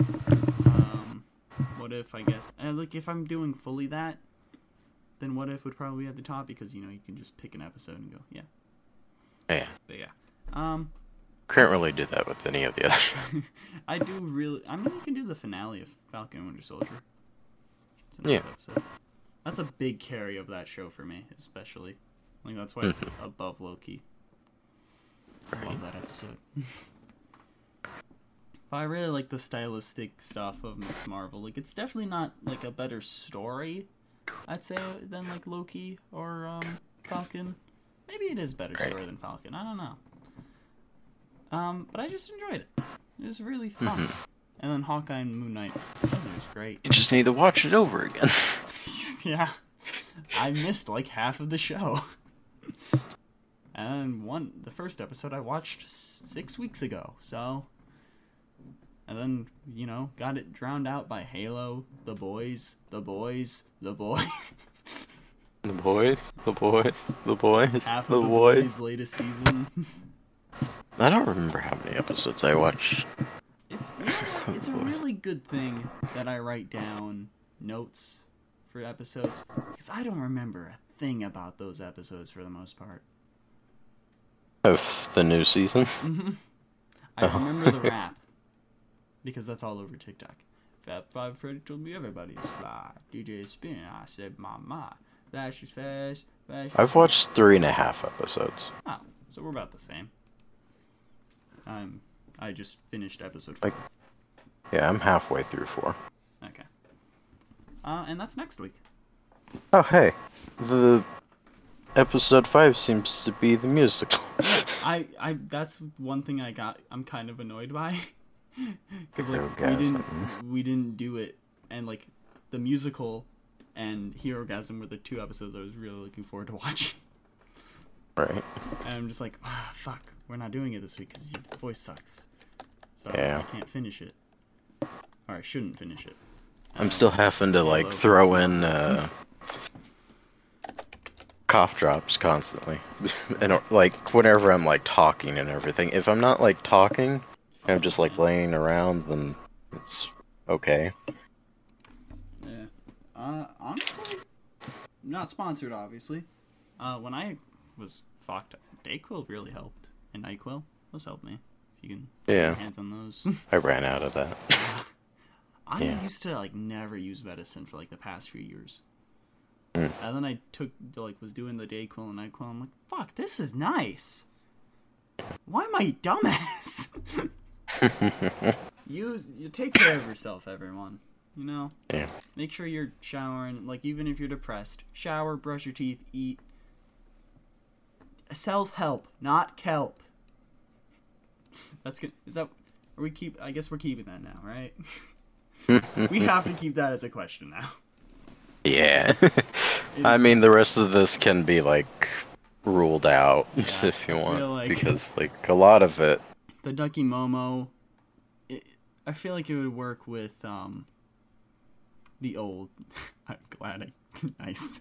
C: um, what if I guess and like if I'm doing fully that, then what if would probably be at the top because you know you can just pick an episode and go yeah,
D: yeah,
C: but yeah. Um,
D: can't really do that with any of the other.
C: I do really. I mean, you can do the finale of Falcon and Winter Soldier. It's a nice
D: Yeah.
C: episode. That's a big carry of that show for me, especially. I think that's why it's above Loki. I love that episode. but I really like the stylistic stuff of Miss Marvel. Like, it's definitely not like a better story, I'd say, than like Loki or um, Falcon. Maybe it is a better story than Falcon. I don't know. Um, but I just enjoyed it. It was really fun.
D: Mm-hmm.
C: And then Hawkeye and Moon Knight, those are just great.
H: You just need to watch it over again.
C: yeah, I missed like half of the show. and one, the first episode I watched six weeks ago. So, and then you know, got it drowned out by Halo, The Boys, The Boys, The Boys.
D: The boys, the boys, the boys,
C: half
D: the,
C: of The
D: boys.
C: Boys' latest season.
D: I don't remember how many episodes I watched.
C: It's you know what? it's a really good thing that I write down notes for episodes because I don't remember a thing about those episodes for the most part.
D: Of the new season.
C: I remember the rap because that's all over TikTok. Fat Five Freddy told me everybody's fly. DJ Spin, I said my my. Flash is fast, flash. is
D: I've watched three and a half episodes.
C: Oh, so we're about the same. I'm. I just finished episode four.
D: Like- Yeah, I'm halfway through four.
C: Okay. Uh, and that's next week.
D: Oh hey, the episode five seems to be the musical.
C: I, I that's one thing I got. I'm kind of annoyed by because like we didn't
D: Herogasm.
C: we didn't do it, and like the musical and Herogasm were the two episodes I was really looking forward to watching.
D: right.
C: And I'm just like, ah, fuck, we're not doing it this week because your voice sucks, so
D: Yeah.
C: I can't finish it, or I shouldn't finish it.
D: I'm still having to like throw in uh, cough drops constantly, and uh, like whenever I'm like talking and everything. If I'm not like talking, I'm just like laying around, then it's okay.
C: Yeah. Uh, honestly, not sponsored, obviously. Uh, when I was fucked, Dayquil really helped, and Nyquil. Those helped me. If you can get your
D: Yeah.
C: hands on those.
D: I ran out of that.
C: I
D: Yeah.
C: used to like never use medicine for like the past few years. And then I took like was doing the Dayquil and Nyquil. I'm like, fuck, this is nice. Why am I a dumbass? you you take care of yourself, everyone. You know.
D: Yeah.
C: Make sure you're showering, like even if you're depressed. Shower, brush your teeth, eat. Self help, not kelp. That's good. Is that? Are we keep? I guess we're keeping that now, right? we have to keep that as a question now.
D: Yeah.
C: It
D: I
C: is-
D: mean, the rest of this can be like ruled out if you
C: I
D: want,
C: feel like-
D: because like a lot of it.
C: The Ducky Momo. It, I feel like it would work with um. The old. I'm glad I. nice.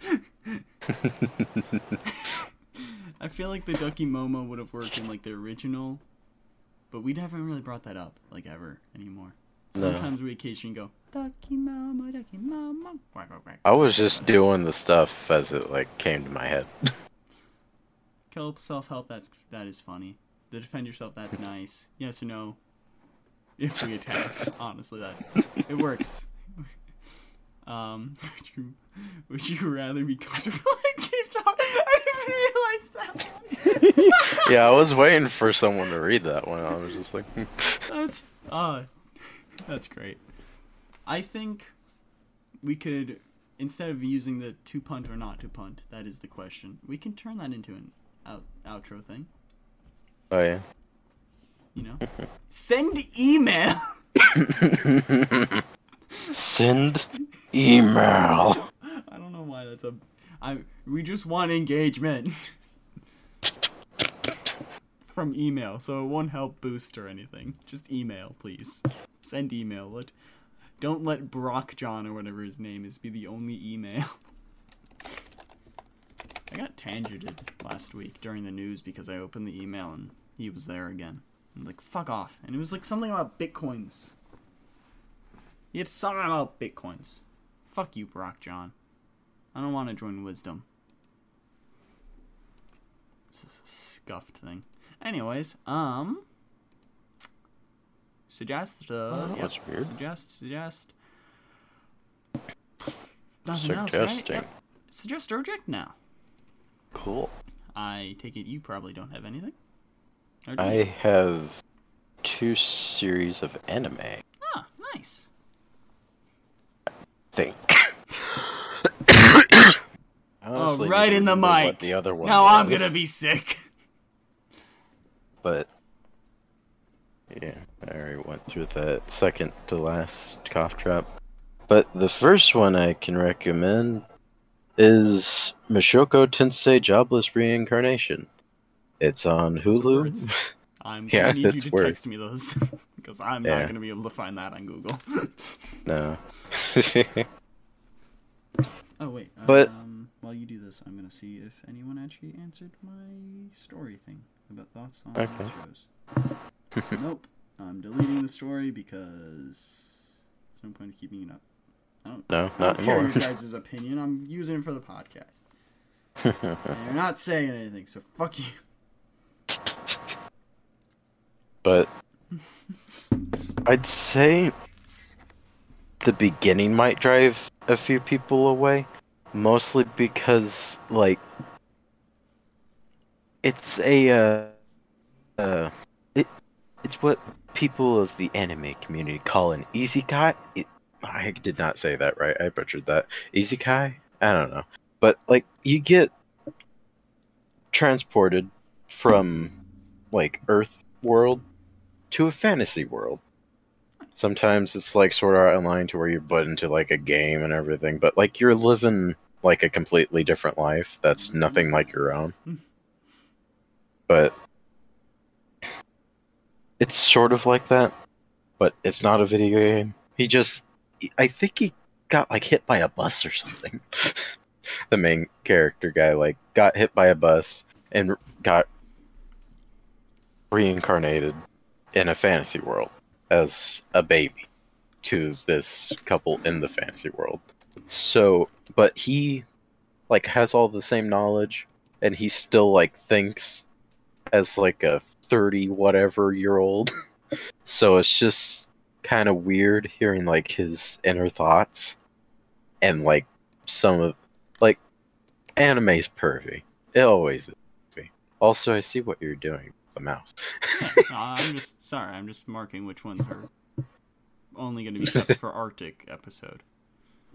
C: I feel like the Ducky Momo would have worked in like the original, but we haven't really brought that up like ever anymore.
D: No.
C: Sometimes we occasionally go Ducky Momo, Ducky Momo. Quack, quack, quack.
D: I was just doing the stuff as it like came to my head.
C: Kelp self help. That's that is funny. to defend yourself, that's nice. Yes or no? If we attacked, honestly, that it works. Um, would you would you rather be comfortable and keep talking? I didn't realize that. One.
D: Yeah, I was waiting for someone to read that one. I was just like, hmm.
C: That's uh that's great. I think we could instead of using the to punt or not to punt, that is the question. We can turn that into an out- outro thing,
D: oh yeah.
C: you know? Send email.
H: Send email.
C: I don't know why that's a I we just want engagement from email, so it won't help boost or anything. Just email, please. Send email. Let don't let Brock John or whatever his name is be the only email. I got tangented last week during the news because I opened the email and he was there again. I'm like, fuck off. And it was like something about bitcoins. He had something about bitcoins. Fuck you, Brock John. I don't want to join Wisdom. This is a scuffed thing. Anyways, um, suggest uh, yep,
D: that's weird.
C: suggest suggest. Nothing else, right?
D: Suggesting.
C: Yep. Suggest object now.
D: Cool.
C: I take it you probably don't have anything. Or do
D: I
C: you?
D: have two series of anime.
C: Ah, nice.
D: Think.
C: Oh,
D: Honestly,
C: right
D: didn't
C: in the
D: remember what
C: mic.
D: The other one.
C: Now I'm
D: was,
C: gonna be sick.
D: But yeah, I already went through that second to last cough drop. But the first one I can recommend is Mashoko Tensei Jobless Reincarnation. It's on Hulu.
C: words. I'm
D: Yeah,
C: gonna need you
D: it's
C: to
D: worse.
C: text me those because I'm
D: Yeah.
C: not gonna be able to find that on Google.
D: no.
C: oh wait,
D: But-
C: um, while you do this, I'm gonna see if anyone actually answered my story thing about thoughts on
D: Okay.
C: shows. nope, I'm deleting the story because there's no point in keeping it up. I don't,
D: no,
C: I
D: not
C: don't care
D: more.
C: your guys' opinion. I'm using it for the podcast. and you're not saying anything, so fuck you.
D: but I'd say the beginning might drive a few people away, mostly because like it's a uh, uh it, it's what people of the anime community call an isekai. It, I did not say that right. I butchered that. Isekai? I don't know. But like you get transported from like Earth world to a fantasy world. Sometimes it's like sort of online to where you're put into like a game and everything, but like you're living like a completely different life that's nothing like your own. but it's sort of like that, but it's not a video game. He just, I think he got like hit by a bus or something. the main character guy like got hit by a bus and got reincarnated in a fantasy world as a baby to this couple in the fantasy world. So, but he like has all the same knowledge and he still like thinks as like a 30 whatever year old. so it's just kind of weird hearing like his inner thoughts and like some of like anime's pervy. It always is. pervy. Also, I see what you're doing with the mouse.
C: No, I'm just sorry. I'm just marking which ones are only going to be kept for Arctic episode.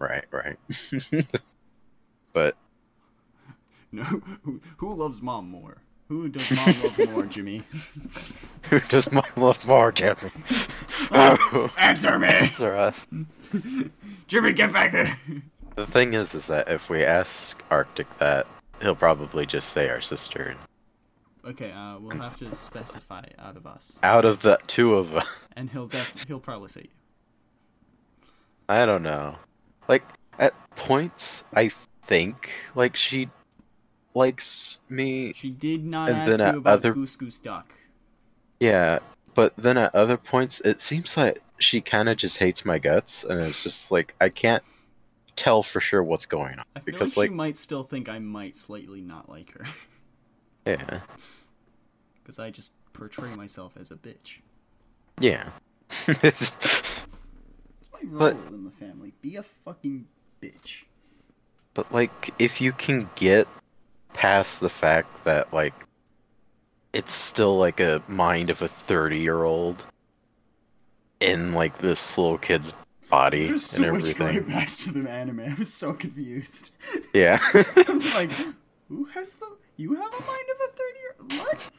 D: Right, right. but
C: No, who, who loves mom more? Who does mom love more, Jimmy?
D: who does mom love more, Jimmy? oh,
C: Answer me,
D: it's us.
C: Jimmy. Get back here.
D: The thing is, is that if we ask Arctic that, he'll probably just say our sister.
C: Okay, uh, we'll have to specify out of us,
D: Out of the two of us,
C: and he'll def- he'll probably say you.
D: I don't know. Like at points, I think like she likes me.
C: She did not
D: And
C: ask
D: then at
C: you about
D: other-
C: Goose Goose Duck.
D: Yeah, but then at other points, it seems like she kind of just hates my guts, and it's just like I can't tell for sure what's going on
C: I feel
D: because
C: like
D: like
C: she might still think I might slightly not like her
D: yeah.
C: because I just portray myself as a bitch.
D: Yeah.
C: It's my role
D: But-
C: in the family. Be a fucking bitch.
D: But like, if you can get past the fact that like it's still like a mind of a thirty-year-old in like this little kid's
C: It
D: body and
C: was switched
D: everything,
C: right back to the anime. I was so confused.
D: yeah,
C: I'm like, who has the? You have a mind of a thirty-year. What?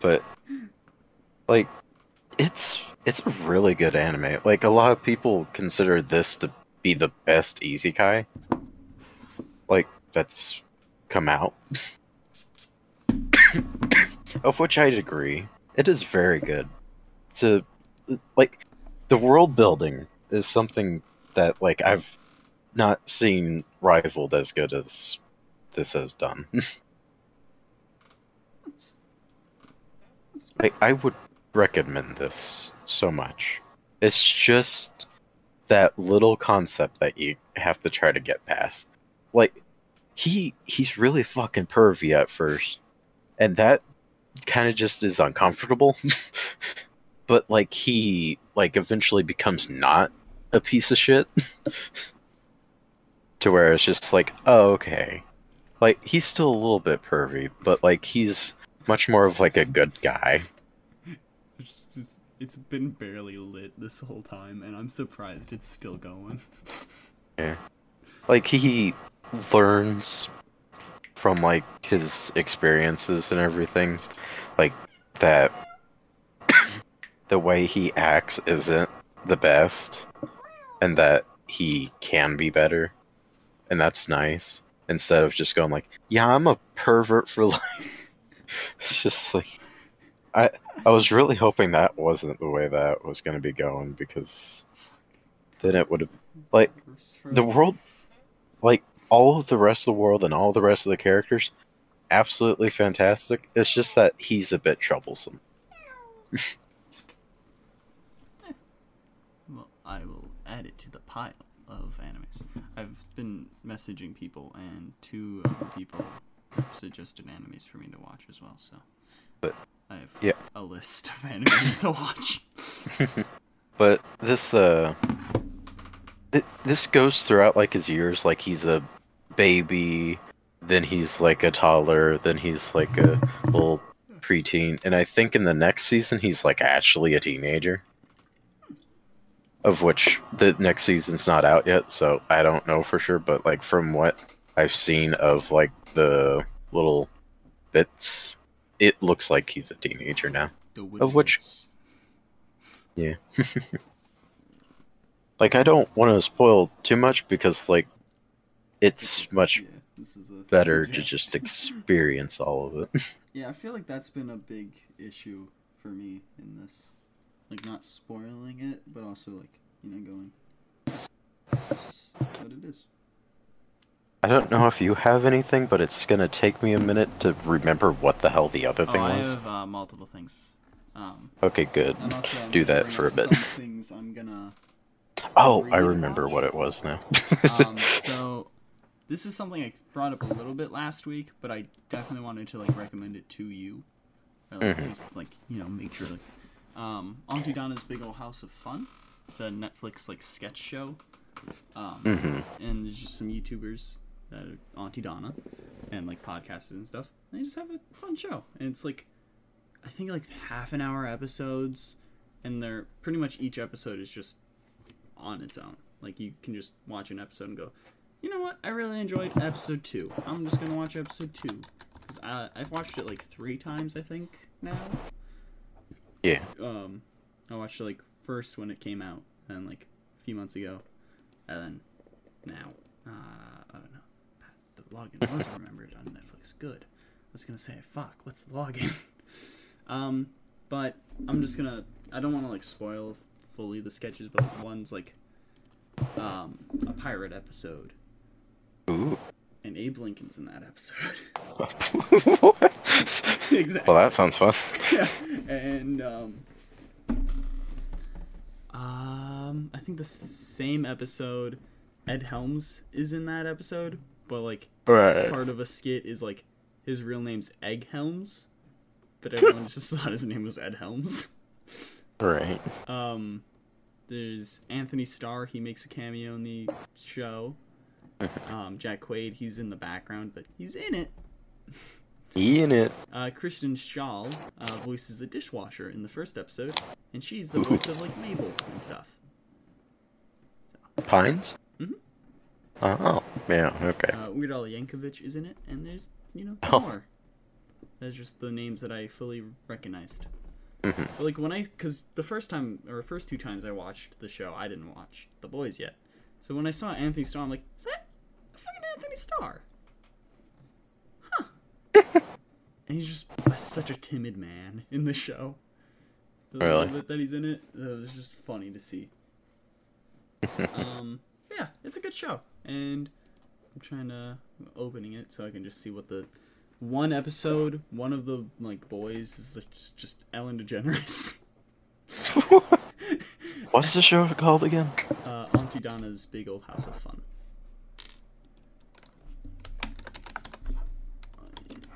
D: but like it's it's a really good anime. Like a lot of people consider this to be the best isekai like that's come out. of which I'd agree. It is very good. To like the world building is something that like I've not seen rivaled as good as this has done. I, I would recommend this so much. It's just that little concept that you have to try to get past. Like he he's really fucking pervy at first, and that kind of just is uncomfortable. but like he like eventually becomes not a piece of shit, to where it's just like oh okay, like he's still a little bit pervy, but like he's much more of like a good guy.
C: It's just- just- it's been barely lit this whole time, and I'm surprised it's still going.
D: like he learns from like his experiences and everything like that the way he acts isn't the best and that he can be better and that's nice instead of just going like yeah i'm a pervert for life it's just like i i was really hoping that wasn't the way that was going to be going because then it would have like the world like all of the rest of the world and all the rest of the characters absolutely fantastic it's just that he's a bit troublesome
C: Well, I will add it to the pile of animes. I've been messaging people, and two of the people have suggested animes for me to watch as well. So,
D: But-
C: I have
D: yeah.
C: a list of animes to watch.
D: but this uh th- this goes throughout like his years like he's a baby then he's like a toddler then he's like a little preteen and i think in the next season he's like actually a teenager of which the next season's not out yet so i don't know for sure but like from what i've seen of like the little bits it looks like he's a teenager now
C: The
D: Of which- yeah. like I don't want to spoil too much because like it's much
C: Yeah, this is a
D: better to just experience all of it.
C: Yeah, I feel like that's been a big issue for me in this. Like, not spoiling it, but also, like, you know, going. This is what it is.
D: I don't know if you have anything, but it's gonna take me a minute to remember what the hell the other thing
C: Oh, I
D: was.
C: have uh, multiple things. Um,
D: Okay, good.
C: and also, I'm
D: Do
C: gonna
D: that
C: bring
D: for
C: up
D: a bit.
C: Some things I'm gonna.
D: Oh,
C: read
D: I
C: and
D: remember
C: watch.
D: what it was now.
C: Um, so, this is something I brought up a little bit last week, but I definitely wanted to like recommend it to you, or, like,
D: Mm-hmm.
C: just like you know make sure. Like, um, Auntie Donna's Big Old House of Fun. It's a Netflix like sketch show, um,
D: Mm-hmm.
C: and there's just some YouTubers that are Auntie Donna, and like podcasts and stuff. And they just have a fun show, and it's like, I think like half an hour episodes, and they're pretty much each episode is just on its own. Like you can just watch an episode and go, you know what? I really enjoyed episode two. I'm just gonna watch episode two because I've watched it like three times I think now.
D: yeah.
C: Um, I watched it like first when it came out, and then, like a few months ago, and then now. Uh, I don't know. The login was remembered on Netflix. Good. I was gonna say, fuck, what's the login? um, but I'm just gonna. I don't want to like spoil fully the sketches, but like, one's like um, a pirate episode,
D: Ooh.
C: and Abe Lincoln's in that episode.
D: what?
C: exactly.
D: Well, that sounds fun.
C: and um, um, I think the same episode, Ed Helms is in that episode, but like
D: Right.
C: part of a skit is like his real name's Egg Helms, but everyone just thought his name was Ed Helms.
H: Right.
C: Um, there's Anthony Starr. He makes a cameo in the show. Um, Jack Quaid. He's in the background, but he's in it.
H: He in it.
C: Uh, Kristen Schaal uh, voices a dishwasher in the first episode, and she's the voice of like Mabel and stuff.
H: Pines?
C: Mhm.
H: Oh, yeah, okay.
C: Uh, Weird Al Yankovic is in it, and there's you know
H: Oh.
C: more. That's just the names that I fully recognized. But, like when I, because the first time or first two times I watched the show, I didn't watch The Boys yet. So when I saw Anthony Starr, I'm like, is that fucking Anthony Starr? Huh? and he's just such a timid man in the show. The little
H: Really?
C: bit that he's in it, it was just funny to see. um, yeah, it's a good show, and I'm trying to I'm opening it so I can just see what the one episode. One of the like boys is like, just, just Ellen DeGeneres,
H: What's the show called again?
C: uh, Auntie Donna's Big Old House of Fun.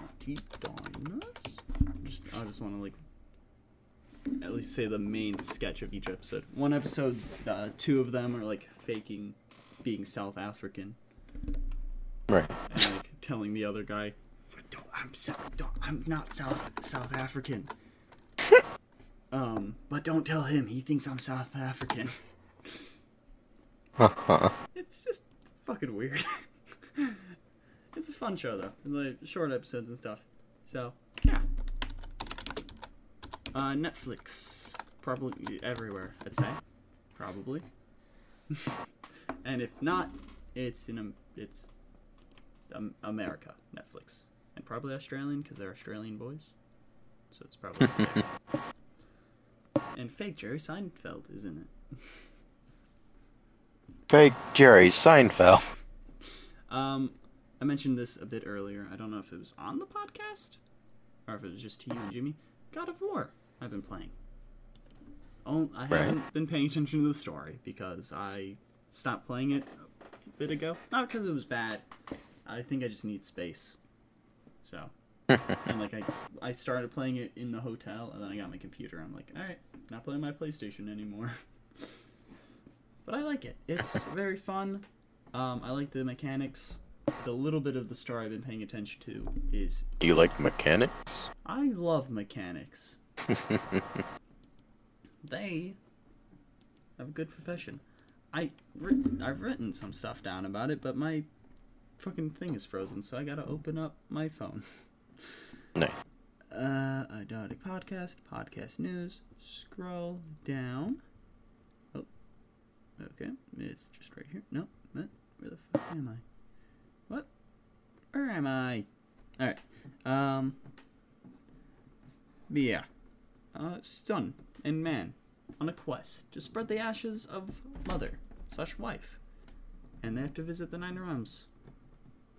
C: Auntie Donna's. Just I just want to like at least say the main sketch of each episode. One episode, uh, two of them are like faking being South African.
H: Right.
C: and like telling the other guy, don't, I'm Sou- don't, I'm not South South African. um, but don't tell him. He thinks I'm South African. it's just fucking weird. it's a fun show though, like short episodes and stuff. So yeah, uh, Netflix probably everywhere. I'd say probably. and if not, it's in um, it's um, America, Netflix, and probably Australian because they're Australian boys. So it's probably. and fake Jerry Seinfeld is in it.
H: Fake Jerry Seinfeld.
C: Um, I mentioned this a bit earlier. I don't know if it was on the podcast or if it was just to you and Jimmy. God of War. I've been playing. Oh, I haven't been paying attention to the story because I stopped playing it a bit ago. Not because it was bad. I think I just need space. So, and like I, I started playing it in the hotel, and then I got my computer. I'm like, all right, not playing my PlayStation anymore. but I like it. It's very fun. Um, I like the mechanics. The little bit of the story I've been paying attention to is
H: You like mechanics?
C: I love mechanics. they have a good profession. I writ- I've written some stuff down about it, but my fucking thing is frozen, so I gotta open up my phone.
H: Nice.
C: Uh, Idotic Podcast, Podcast News. Scroll down. Oh, okay. It's just right here. No, what? Where the fuck am I? What? Where am I? All right. Um. but yeah. Uh, son and man on a quest to spread the ashes of mother slash wife, and they have to visit the nine realms.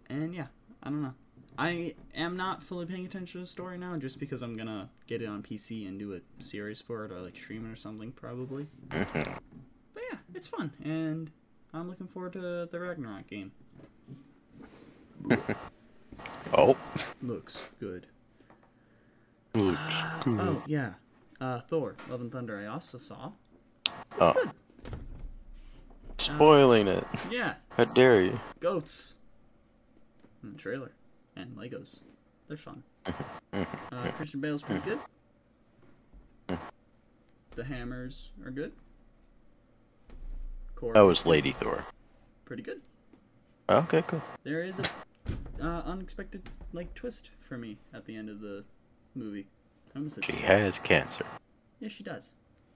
C: And yeah, I don't know. I am not fully paying attention to the story now, just because I'm gonna get it on PC and do a series for it, or like stream it or something, probably. but yeah, it's fun, and I'm looking forward to the Ragnarok game.
H: Oh.
C: Uh. Looks good.
H: Ooh,
C: Oh yeah, uh, Thor: Love and Thunder. I also saw.
H: oh. Spoiling it.
C: Yeah,
H: How dare you?
C: goats. And the trailer, and Legos. They're fun. Uh, Christian Bale's pretty good. The hammers are good. Korg,
H: That was Lady Thor.
C: pretty good.
H: Okay, cool.
C: There is a uh, unexpected like twist for me at the end of the movie. I almost said
H: She has cancer.
C: Yeah, she does.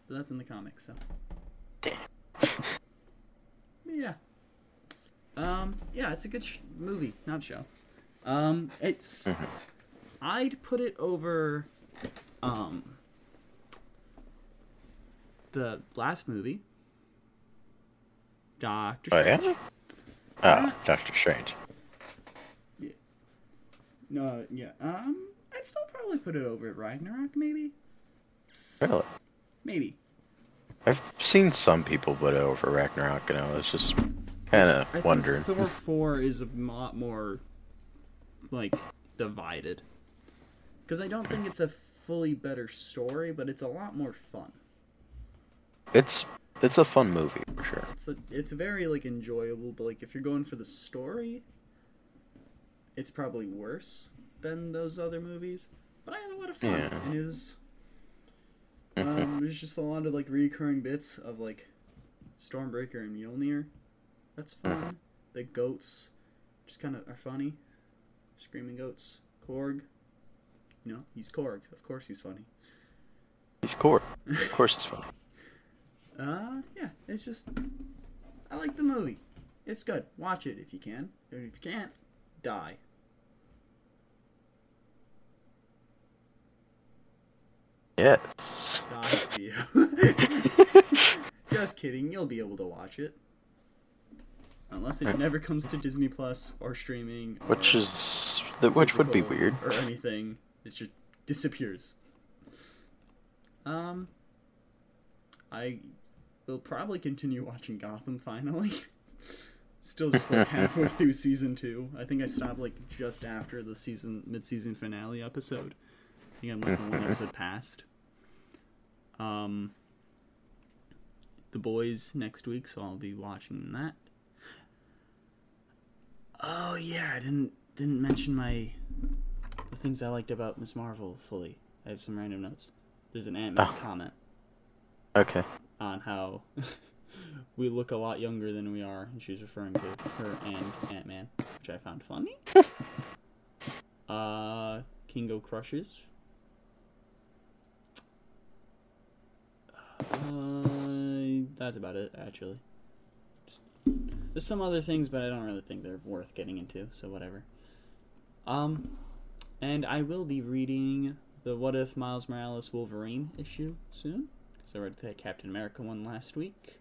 C: But that's in the comics, so. yeah. Um, yeah, it's a good sh- movie, not show. Um, it's.
H: Mm-hmm.
C: I'd put it over. Um. The last movie. Doctor
H: Oh,
C: Strange.
H: yeah? Ah, Doctor Strange.
C: No, yeah. Um, I'd still probably put it over Ragnarok, maybe?
H: Really?
C: Maybe.
H: I've seen some people put it over Ragnarok, and I was just kind
C: I
H: of wondering.
C: Think Thor four is a lot more like divided because I don't think it's a fully better story, but it's a lot more fun.
D: It's it's a fun movie for sure.
C: It's a, it's very like enjoyable, but like if you're going for the story, it's probably worse than those other movies. But I had a lot of fun,
D: Yeah.
C: and it was um, it was just a lot of like recurring bits of like Stormbreaker and Mjolnir. That's fun. The goats just kind of are funny. Screaming goats, Korg. You know he's Korg. Of course he's funny.
D: He's cool. Of course, it's fun.
C: Uh, yeah, it's just I like the movie. It's good. Watch it if you can. And if you can't, die.
D: Yes.
C: Die for you. just kidding. You'll be able to watch it. Unless it never comes to Disney Plus or streaming. Or
D: Which is the, which would be
C: physical
D: weird.
C: Or anything. It just disappears. Um, I will probably continue watching Gotham finally. Still just like halfway through season two. I think I stopped like just after the season mid-season finale episode. I think I'm like one episode past. Um, the boys next week, so I'll be watching that. Oh yeah, I didn't didn't mention my the things I liked about Miss Marvel fully. I have some random notes. There's an Ant Man comment
D: Okay.
C: on how we look a lot younger than we are, and she's referring to her and Ant Man, which I found funny. uh, Kingo crushes. Uh, that's about it, actually. Just- There's some other things, but I don't really think they're worth getting into, so whatever. Um, and I will be reading the What If Miles Morales Wolverine issue soon because I read the Captain America one last week,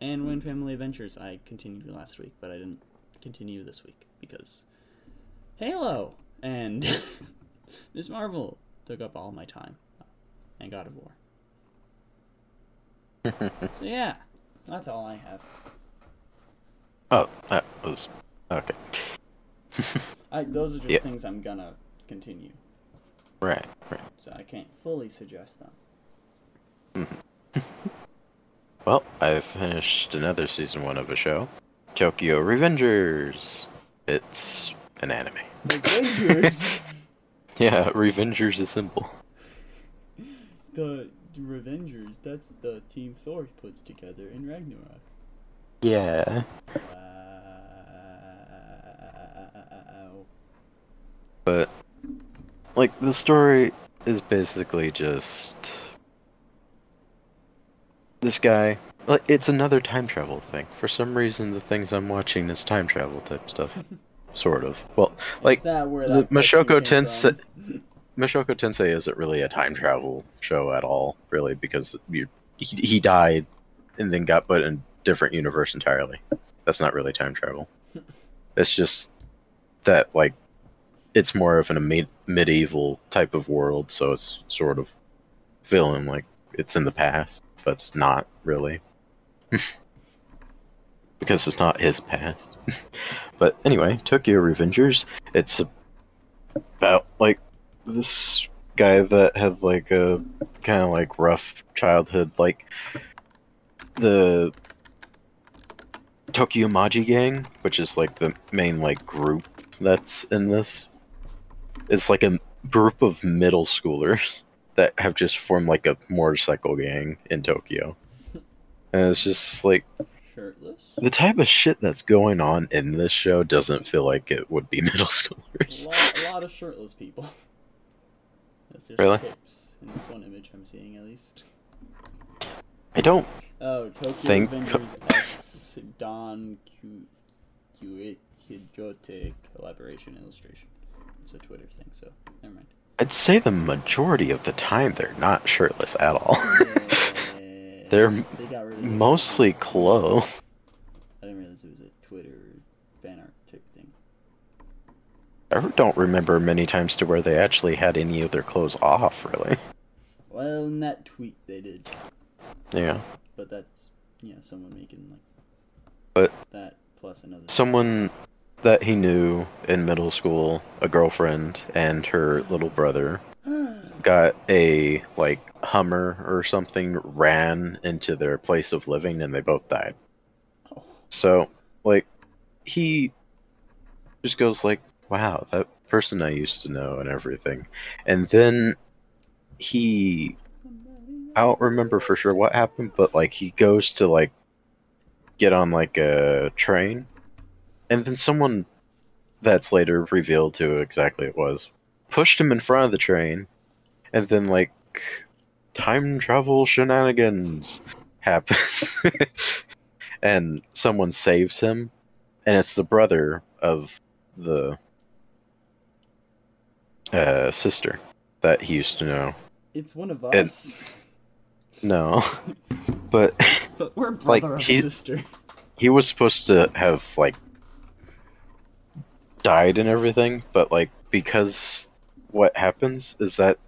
C: and Win Family Adventures I continued last week, but I didn't continue this week because Halo and Miss Marvel took up all my time, and God of War. so yeah, that's all I have.
D: Oh, that was okay.
C: I, those are just
D: Yeah.
C: things I'm gonna continue,
D: Right. Right.
C: so I can't fully suggest them.
D: Well, I finished another season one of a show, Tokyo Revengers. It's an anime.
C: Avengers,
D: Yeah, Revengers is simple.
C: the Revengers. That's the team Thor puts together in Ragnarok.
D: Yeah.
C: Wow.
D: But like the story is basically just this guy like it's another time travel thing. For some reason the things I'm watching is time travel type stuff. sort of. Well, like
C: Is that where
D: the
C: that question
D: Mashoko
C: came
D: Tensei
C: from?
D: Mashoko Tensei isn't really a time travel show at all, really, because you, he, he died and then got put in a different universe entirely. That's not really time travel. it's just that, like, it's more of an me- medieval type of world, so it's sort of feeling like it's in the past, but it's not really. because it's not his past. but anyway, Tokyo Revengers, it's about, like, this guy that had like a kind of like rough childhood like the Tokyo Maji gang which is like the main like group that's in this it's like a group of middle schoolers that have just formed like a motorcycle gang in Tokyo and it's just like
C: Shirtless?
D: the type of shit that's going on in this show doesn't feel like it would be middle
C: A
D: schoolers
C: lot, a lot of shirtless people. That's just
D: Really?
C: tips in this one image I'm seeing at least.
D: I don't
C: Oh, Tokyo
D: Think-
C: Avengers X Don Q Q Kijote collaboration illustration. It's a Twitter thing, so never mind.
D: I'd say the majority of the time they're not shirtless at all. they're m-
C: They got rid of this.
D: mostly clothed.
C: I didn't realize it was a Twitter fan art type thing.
D: I don't remember many times to where they actually had any of their clothes off, really.
C: Well, in that tweet they did,
D: Yeah.
C: but that's yeah, someone making like
D: But
C: that plus another.
D: someone that he knew in middle school, a girlfriend, and her little brother got a like Hummer or something ran into their place of living and they both died. So, like, he just goes like, "Wow, that person I used to know and everything," and then he, I don't remember for sure what happened, but like he goes to like get on like a train, and then someone that's later revealed to who exactly it was pushed him in front of the train, and then like time travel shenanigans happens, and someone saves him, and it's the brother of the uh, sister that he used to know.
C: It's one of us.
D: No, but
C: But we're
D: Like,
C: brother or
D: he-
C: sister.
D: he was supposed to have like died and everything, but like because what happens is that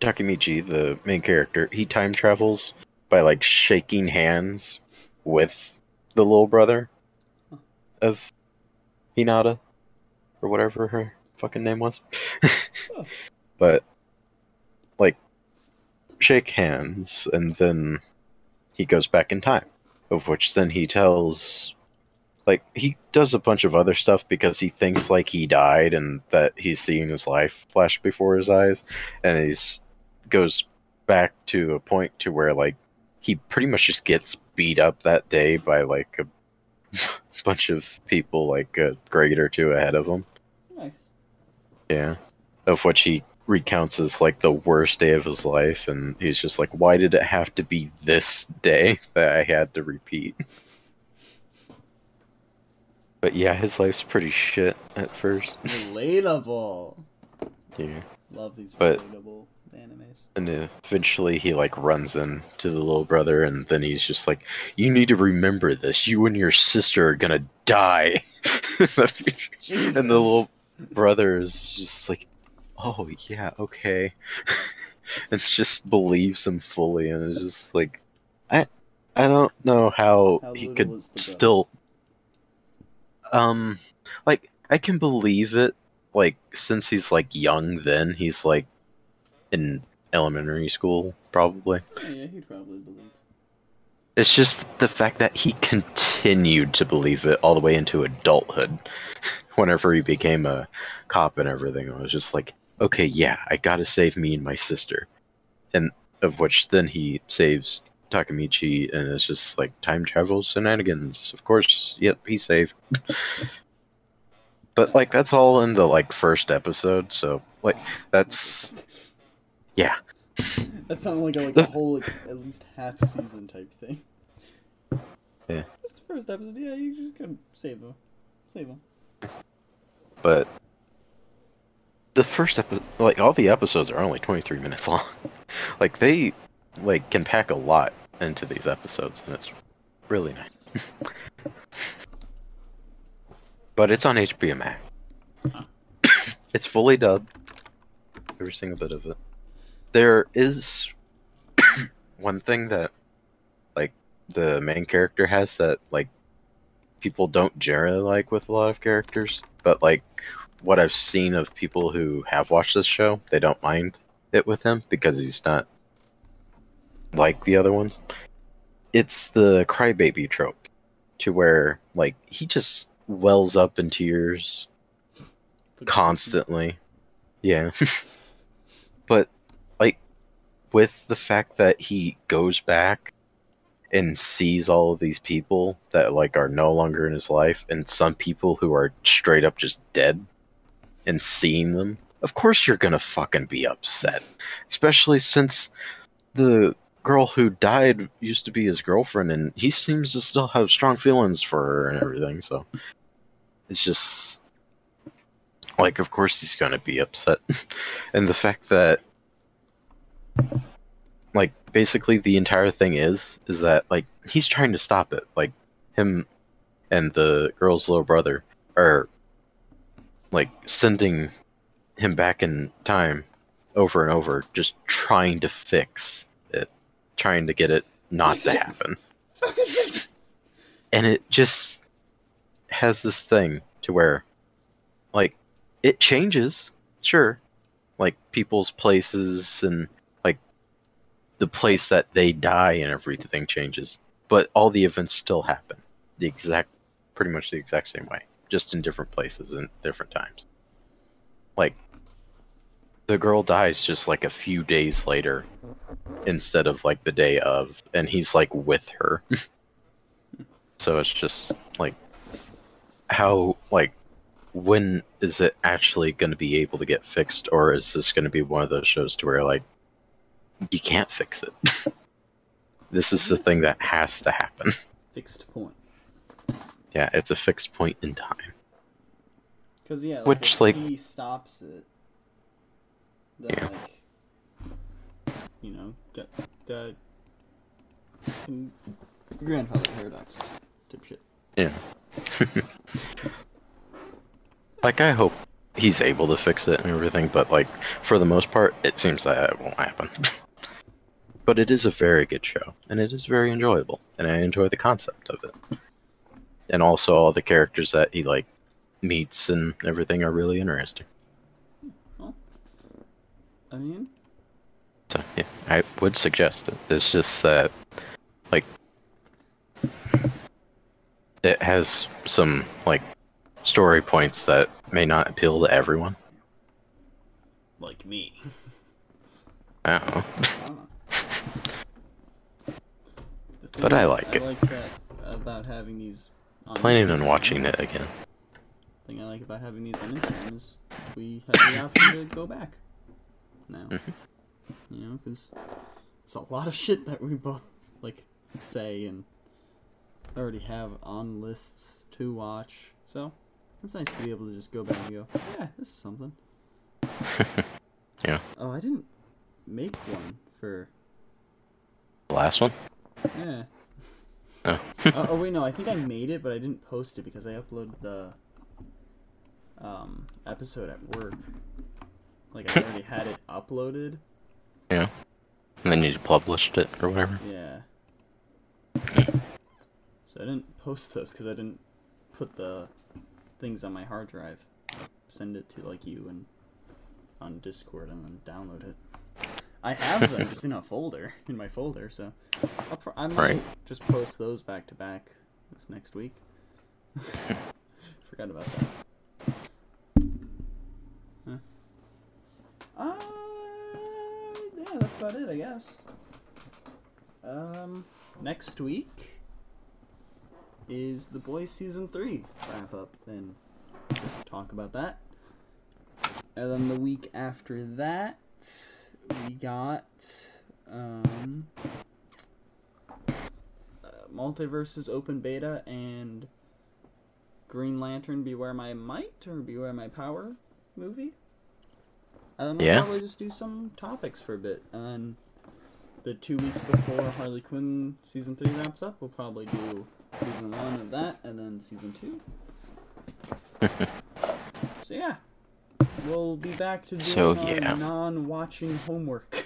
D: Takemichi, the main character, he time travels by like shaking hands with the little brother of Hinata or whatever her fucking name was. but like shake hands and then he goes back in time of which then he tells like he does a bunch of other stuff because he thinks like he died and that he's seeing his life flash before his eyes and he's goes back to a point to where like he pretty much just gets beat up that day by like a bunch of people like a grade or two ahead of him
C: Nice.
D: yeah. Of which he recounts as like the worst day of his life and he's just like, Why did it have to be this day that I had to repeat? But yeah, his life's pretty shit at first.
C: Relatable.
D: Yeah.
C: Love these
D: But-
C: relatable animes.
D: And eventually he like runs in to the little brother and then he's just like, You need to remember this. You and your sister are gonna die in the future.
C: Jesus.
D: And the little brother is just like, oh yeah, okay. and just believes him fully, and is just like, I, I don't know how,
C: How
D: he
C: little
D: could
C: is the brother?
D: still, um, like I can believe it. Like since he's like young, then he's like in elementary school probably.
C: Yeah, yeah, he'd probably believe.
D: It's just the fact that he continued to believe it all the way into adulthood. Whenever he became a cop and everything, I was just like, okay, yeah, I gotta save me and my sister. And of which then he saves Takamichi, and it's just like time travel shenanigans. Of course, yep, he's saved. but like, that's all in the like first episode, so like, that's yeah.
C: That sounded like a, like a whole like, at least half season type thing.
D: Yeah.
C: It's the first episode. Yeah, you just gotta save him. Save him.
D: but the first episode like all the episodes are only 23 minutes long like they like can pack a lot into these episodes and it's really nice but it's on hbo max it's fully dubbed every single bit of it there is one thing that like the main character has that like people don't generally like with a lot of characters but like what I've seen of people who have watched this show, they don't mind it with him because he's not like the other ones. It's the crybaby trope, to where like he just wells up in tears constantly. Yeah, but like with the fact that he goes back and sees all of these people that like are no longer in his life and some people who are straight up just dead and seeing them of course you're gonna fucking be upset especially since the girl who died used to be his girlfriend and he seems to still have strong feelings for her and everything so it's just like of course he's gonna be upset and the fact that like basically the entire thing is is that like he's trying to stop it like him and the girl's little brother are like sending him back in time over and over just trying to fix it trying to get it not to happen and it just has this thing to where like it changes sure like people's places and like the place that they die and everything changes. But all the events still happen the exact, pretty much the exact same way, just in different places and different times. Like the girl dies just like a few days later instead of like the day of, and he's like with her. so it's just like how like when is it actually going to be able to get fixed or is this going to be one of those shows to where like you can't fix it this is the thing that has to happen
C: Fixed point.
D: yeah it's a fixed point in time
C: Because yeah, like,
D: Which,
C: if
D: like-
C: he stops it, then
D: Yeah.
C: like you know that that can- grandfather paradox type shit.
D: yeah like i hope he's able to fix it and everything but like for the most part it seems that it won't happen but it is a very good show and it is very enjoyable and i enjoy the concept of it and also all the characters that he like meets and everything are really interesting
C: I mean,
D: So yeah, I would suggest it. It's just that, like, it has some like story points that may not appeal to everyone.
C: like me.
D: I don't know.
C: The thing
D: But I
C: that
D: like it.
C: I like that about having these. On
D: Planning on
C: Instagram-
D: watching it again.
C: The thing I like about having these on Instagram is we have the option to go back. Now, you know, because it's a lot of shit that we both like say and already have on lists to watch. So it's nice to be able to just go back and go, yeah, this is something.
D: Yeah,
C: Oh, I didn't make one for
D: the last one.
C: yeah.
D: Oh.
C: Uh, oh wait, no, I think I made it, but I didn't post it because I uploaded the um, episode at work. Like I already had it uploaded.
D: yeah. And then you published it or whatever.
C: Yeah. So I didn't post those because I didn't put the things on my hard drive. Send it to like you and on Discord and then download it. I have them just in a folder in my folder, so I'll pro- I might
D: Right.
C: just post those back to back this next week. Forgot about that. Huh. Uh, yeah, that's about it, I guess. Um, next week is the boys season three wrap up, and just talk about that. And then the week after that, we got um, uh, Multiverses Open Beta and Green Lantern Beware My Might or Beware My Power movie. Um,
D: Yeah.
C: I'll probably just do some topics for a bit. And the two weeks before Harley Quinn season three wraps up, we'll probably do season one of that and then season two. so yeah, we'll be back to doing
D: So,
C: our
D: yeah.
C: non-watching homework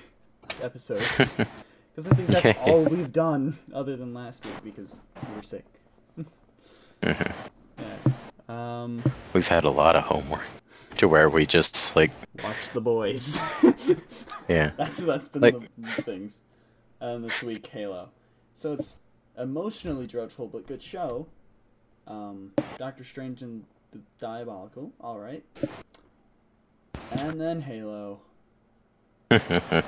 C: episodes because I think that's all we've done other than last week because we were sick.
D: Mm-hmm.
C: yeah. Um,
D: We've had a lot of homework to where we just like
C: watch the boys.
D: yeah.
C: That's that's been
D: Like-
C: the things. And this week Halo. So it's emotionally dreadful but good show. Um, Doctor Strange and the Diabolical, all right. And then Halo. Which I hate.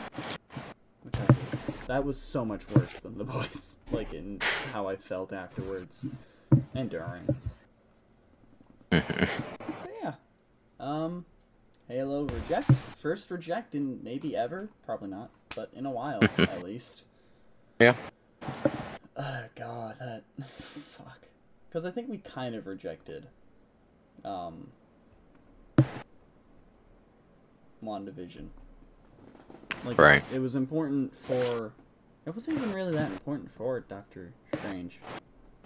C: that was so much worse than the boys, like in how I felt afterwards and during. But yeah. Um, Halo reject first reject in maybe ever probably not but in a while at least
D: Yeah.
C: oh god that fuck because I think we kind of rejected um Wandavision like it's-
D: Right.
C: it was important for it wasn't even really that important for Doctor Strange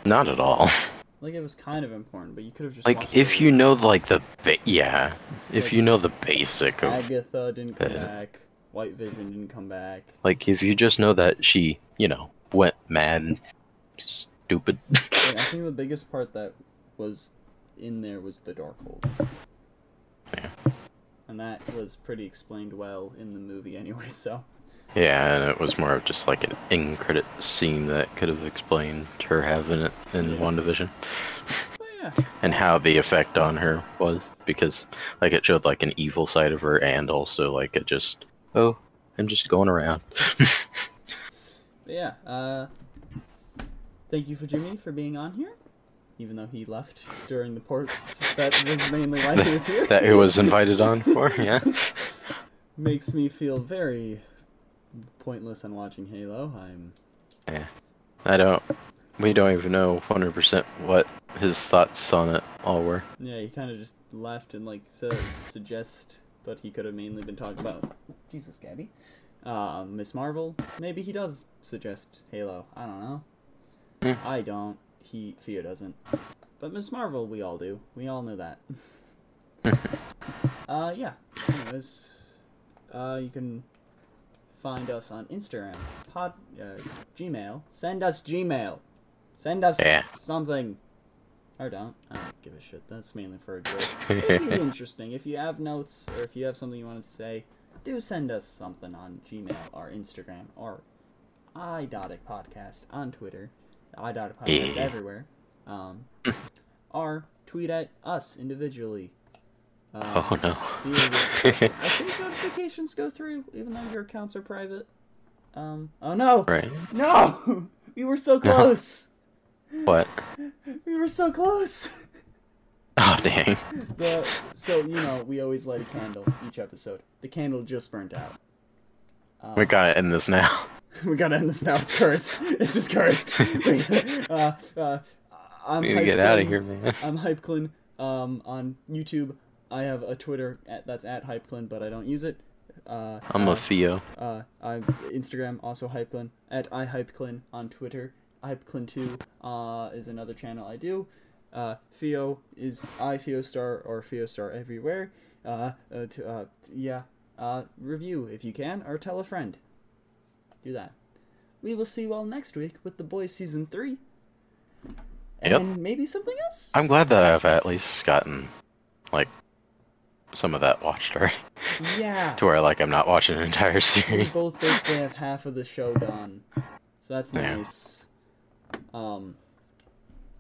D: Not at all.
C: like it was kind of important but you could have just watched
D: Like
C: it
D: if
C: with-
D: you know like the ba- yeah, if
C: Like-
D: you know the basic of
C: Agatha didn't come
D: Yeah.
C: back White Vision didn't come back
D: Like, if you just know that she, you know, went mad and stupid.
C: I think the biggest part that was in there was the Darkhold.
D: Yeah.
C: And and that was pretty explained well in the movie anyway. So
D: Yeah, and it was more of just like an in credit scene that could have explained her having it in one division,
C: but yeah,
D: and how the effect on her was because like it showed like an evil side of her and also like it just oh I'm just going around.
C: but yeah. Uh, thank you for Jimmy for being on here, even though he left during the ports. That was mainly why he was here.
D: that who was invited on for yeah
C: Makes me feel very pointless on watching Halo. I'm
D: I don't we don't even know 100% what his thoughts on it all were.
C: Yeah, he kind of just left and like su- suggest, but he could have mainly been talking about Jesus, Gabby, uh, Miss Marvel. Maybe he does suggest Halo. I don't know. I don't. He Theo doesn't. But Miss Marvel, we all do. We all know that. uh, yeah. Anyways, uh, you can find us on Instagram, Pod, uh, Gmail. Send us Gmail. Send us
D: Yeah.
C: something. Or don't. I don't give a shit. That's mainly for a joke. It'd be interesting. If you have notes or if you have something you want to say, do send us something on Gmail or Instagram or iDotic Podcast on Twitter. iDotic Podcast
D: Yeah.
C: everywhere. Um, or tweet at us individually. Uh,
D: Oh
C: Theo
D: no.
C: will- I think notifications go through, even though your accounts are private. Um, oh no!
D: right.
C: No! We were so close!
D: What?
C: we were so close!
D: Oh dang.
C: The, so you know, we always light a candle each episode. The candle just burnt out.
D: We gotta end this now.
C: We gotta end this now. It's cursed. This is cursed. We- uh, uh, I'm
D: We need to
C: Hype
D: get out of
C: Clint.
D: here, man.
C: I'm HypeClin um, on YouTube. I have a Twitter at, that's at HypeClin, but I don't use it. Uh,
D: I'm
C: uh,
D: a Theo.
C: uh, I'm Instagram also HypeClin at iHypeClin on Twitter. HypeClin2 uh, is another channel I do. Uh, Theo is I Star or Star everywhere. Uh, uh, to, uh, t- yeah, uh, review if you can or tell a friend. Do that. We will see you all next week with The Boys season three. And
D: Yep.
C: maybe something else.
D: I'm glad that I've at least gotten like some of that watched already.
C: yeah.
D: to where like I'm not watching an entire
C: we
D: series.
C: both basically have half of the show done, so that's
D: Yeah.
C: nice. Um,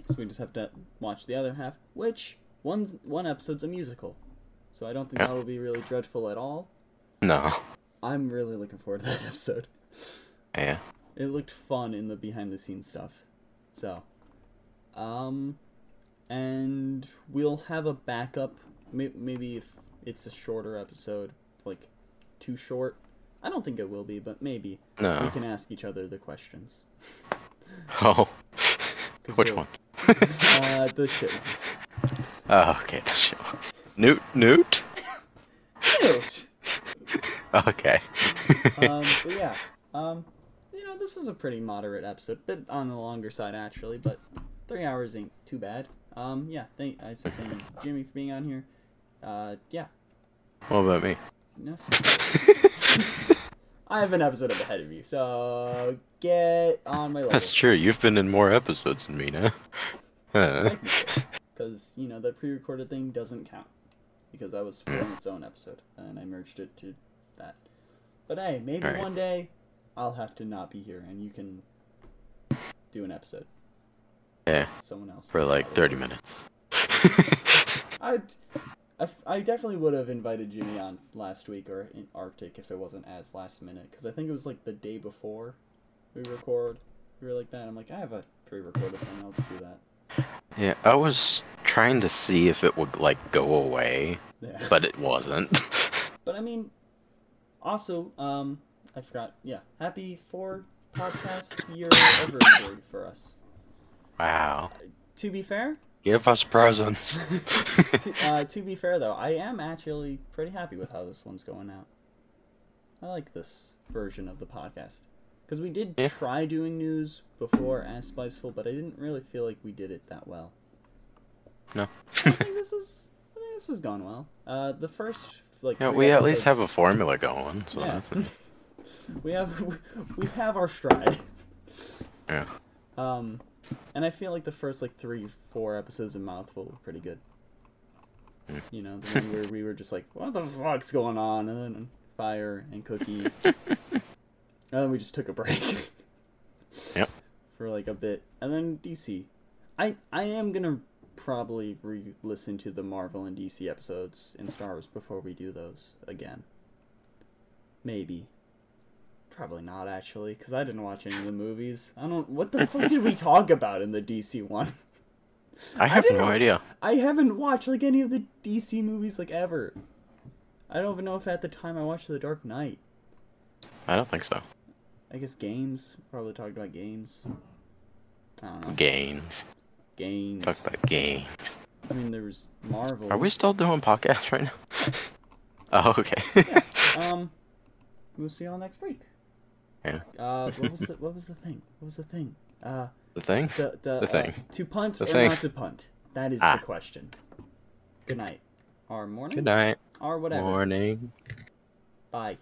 C: so we just have to watch the other half, which one's one episode's a musical, so I don't think
D: Yeah.
C: that will be really dreadful at all.
D: No.
C: I'm really looking forward to that episode.
D: Yeah.
C: It looked fun in the behind the scenes stuff, so um, and we'll have a backup. may- Maybe if it's a shorter episode, like too short. I don't think it will be, but maybe we
D: No.
C: can ask each other the questions.
D: Oh.
C: 'Cause
D: Which
C: we'll-
D: one?
C: Uh, the shit ones.
D: Oh, okay. The shit one. Newt. Newt. Okay.
C: um, but yeah, um, you know, this is a pretty moderate episode, bit on the longer side actually, but three hours ain't too bad. Um, yeah, thank I said thank you, Jimmy, for being on here. Uh, yeah,
D: what about me?
C: enough. I have an episode up ahead of you, so get on my level.
D: That's true. You've been in more episodes than me now. Huh.
C: because you know that pre-recorded thing doesn't count because that was on its own episode and I merged it to that. But hey, maybe
D: Alright.
C: one day I'll have to not be here and you can do an episode.
D: Yeah.
C: Someone else
D: For
C: will
D: like
C: probably.
D: 30 minutes.
C: I, I f- I definitely would have invited Jimmy on last week or in Arctic if it wasn't as last minute because I think it was like the day before we record. We were like that. I'm like, I have a pre-recorded thing. I'll just do that.
D: yeah. I was trying to see if it would like go away,
C: Yeah.
D: but it wasn't.
C: But I mean, also, um, I forgot. Yeah, happy four podcast year anniversary for us.
D: wow.
C: To be fair,
D: Give us presents.
C: to, uh, to be fair though, I am actually pretty happy with how this one's going out. I like this version of the podcast because we did
D: Yeah.
C: try doing news before as Spiceful, but I didn't really feel like we did it that well.
D: no.
C: I think this is, I think this has gone well. Uh, the first like
D: Yeah,
C: three
D: we at least have a
C: episodes-
D: formula going, so
C: Yeah.
D: that's nice.
C: we have we have our stride.
D: Yeah.
C: Um, and I feel like the first like three, four episodes of Mouthful were pretty good. You know, the one where we were just like, what the fuck's going on? And then fire and cookie. and then we just took a break.
H: Yep.
C: For like a bit. And then DC. I, I am going to probably re listen to the Marvel and DC episodes in Star Wars before we do those again. Maybe. Probably not actually, because I didn't watch any of the movies. I don't. What the fuck did we talk about in the DC one?
H: I have
C: didn't
H: no
C: know-
H: idea.
C: I haven't watched like any of the DC movies like ever. I don't even know if at the time I watched The Dark Knight.
H: I don't think so.
C: I guess games. Probably talked about games. I don't know.
H: Games.
C: Games.
H: Talk about games.
C: I mean, there was Marvel.
H: Are we still doing podcasts right now? oh, okay.
C: Um, we'll see y'all next week.
H: Yeah.
C: Uh, what was the what was the thing? What was the thing? Uh,
H: the thing?
C: the the,
H: The
C: uh,
H: thing.
C: to punt
H: The
C: or
H: thing.
C: not to punt. That is
H: Ah.
C: the question. Good night. Or morning.
H: Good night.
C: Or whatever.
H: Morning.
C: Bye.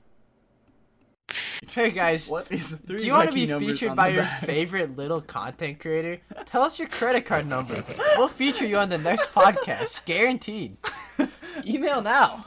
E: Hey guys,
G: What is three?
E: do you want to
G: lucky
E: be
G: numbers
E: featured
G: on
E: by
G: the
E: your
G: back?
E: favorite little content creator? Tell us your credit card number. We'll feature you on the next podcast, guaranteed. Email now.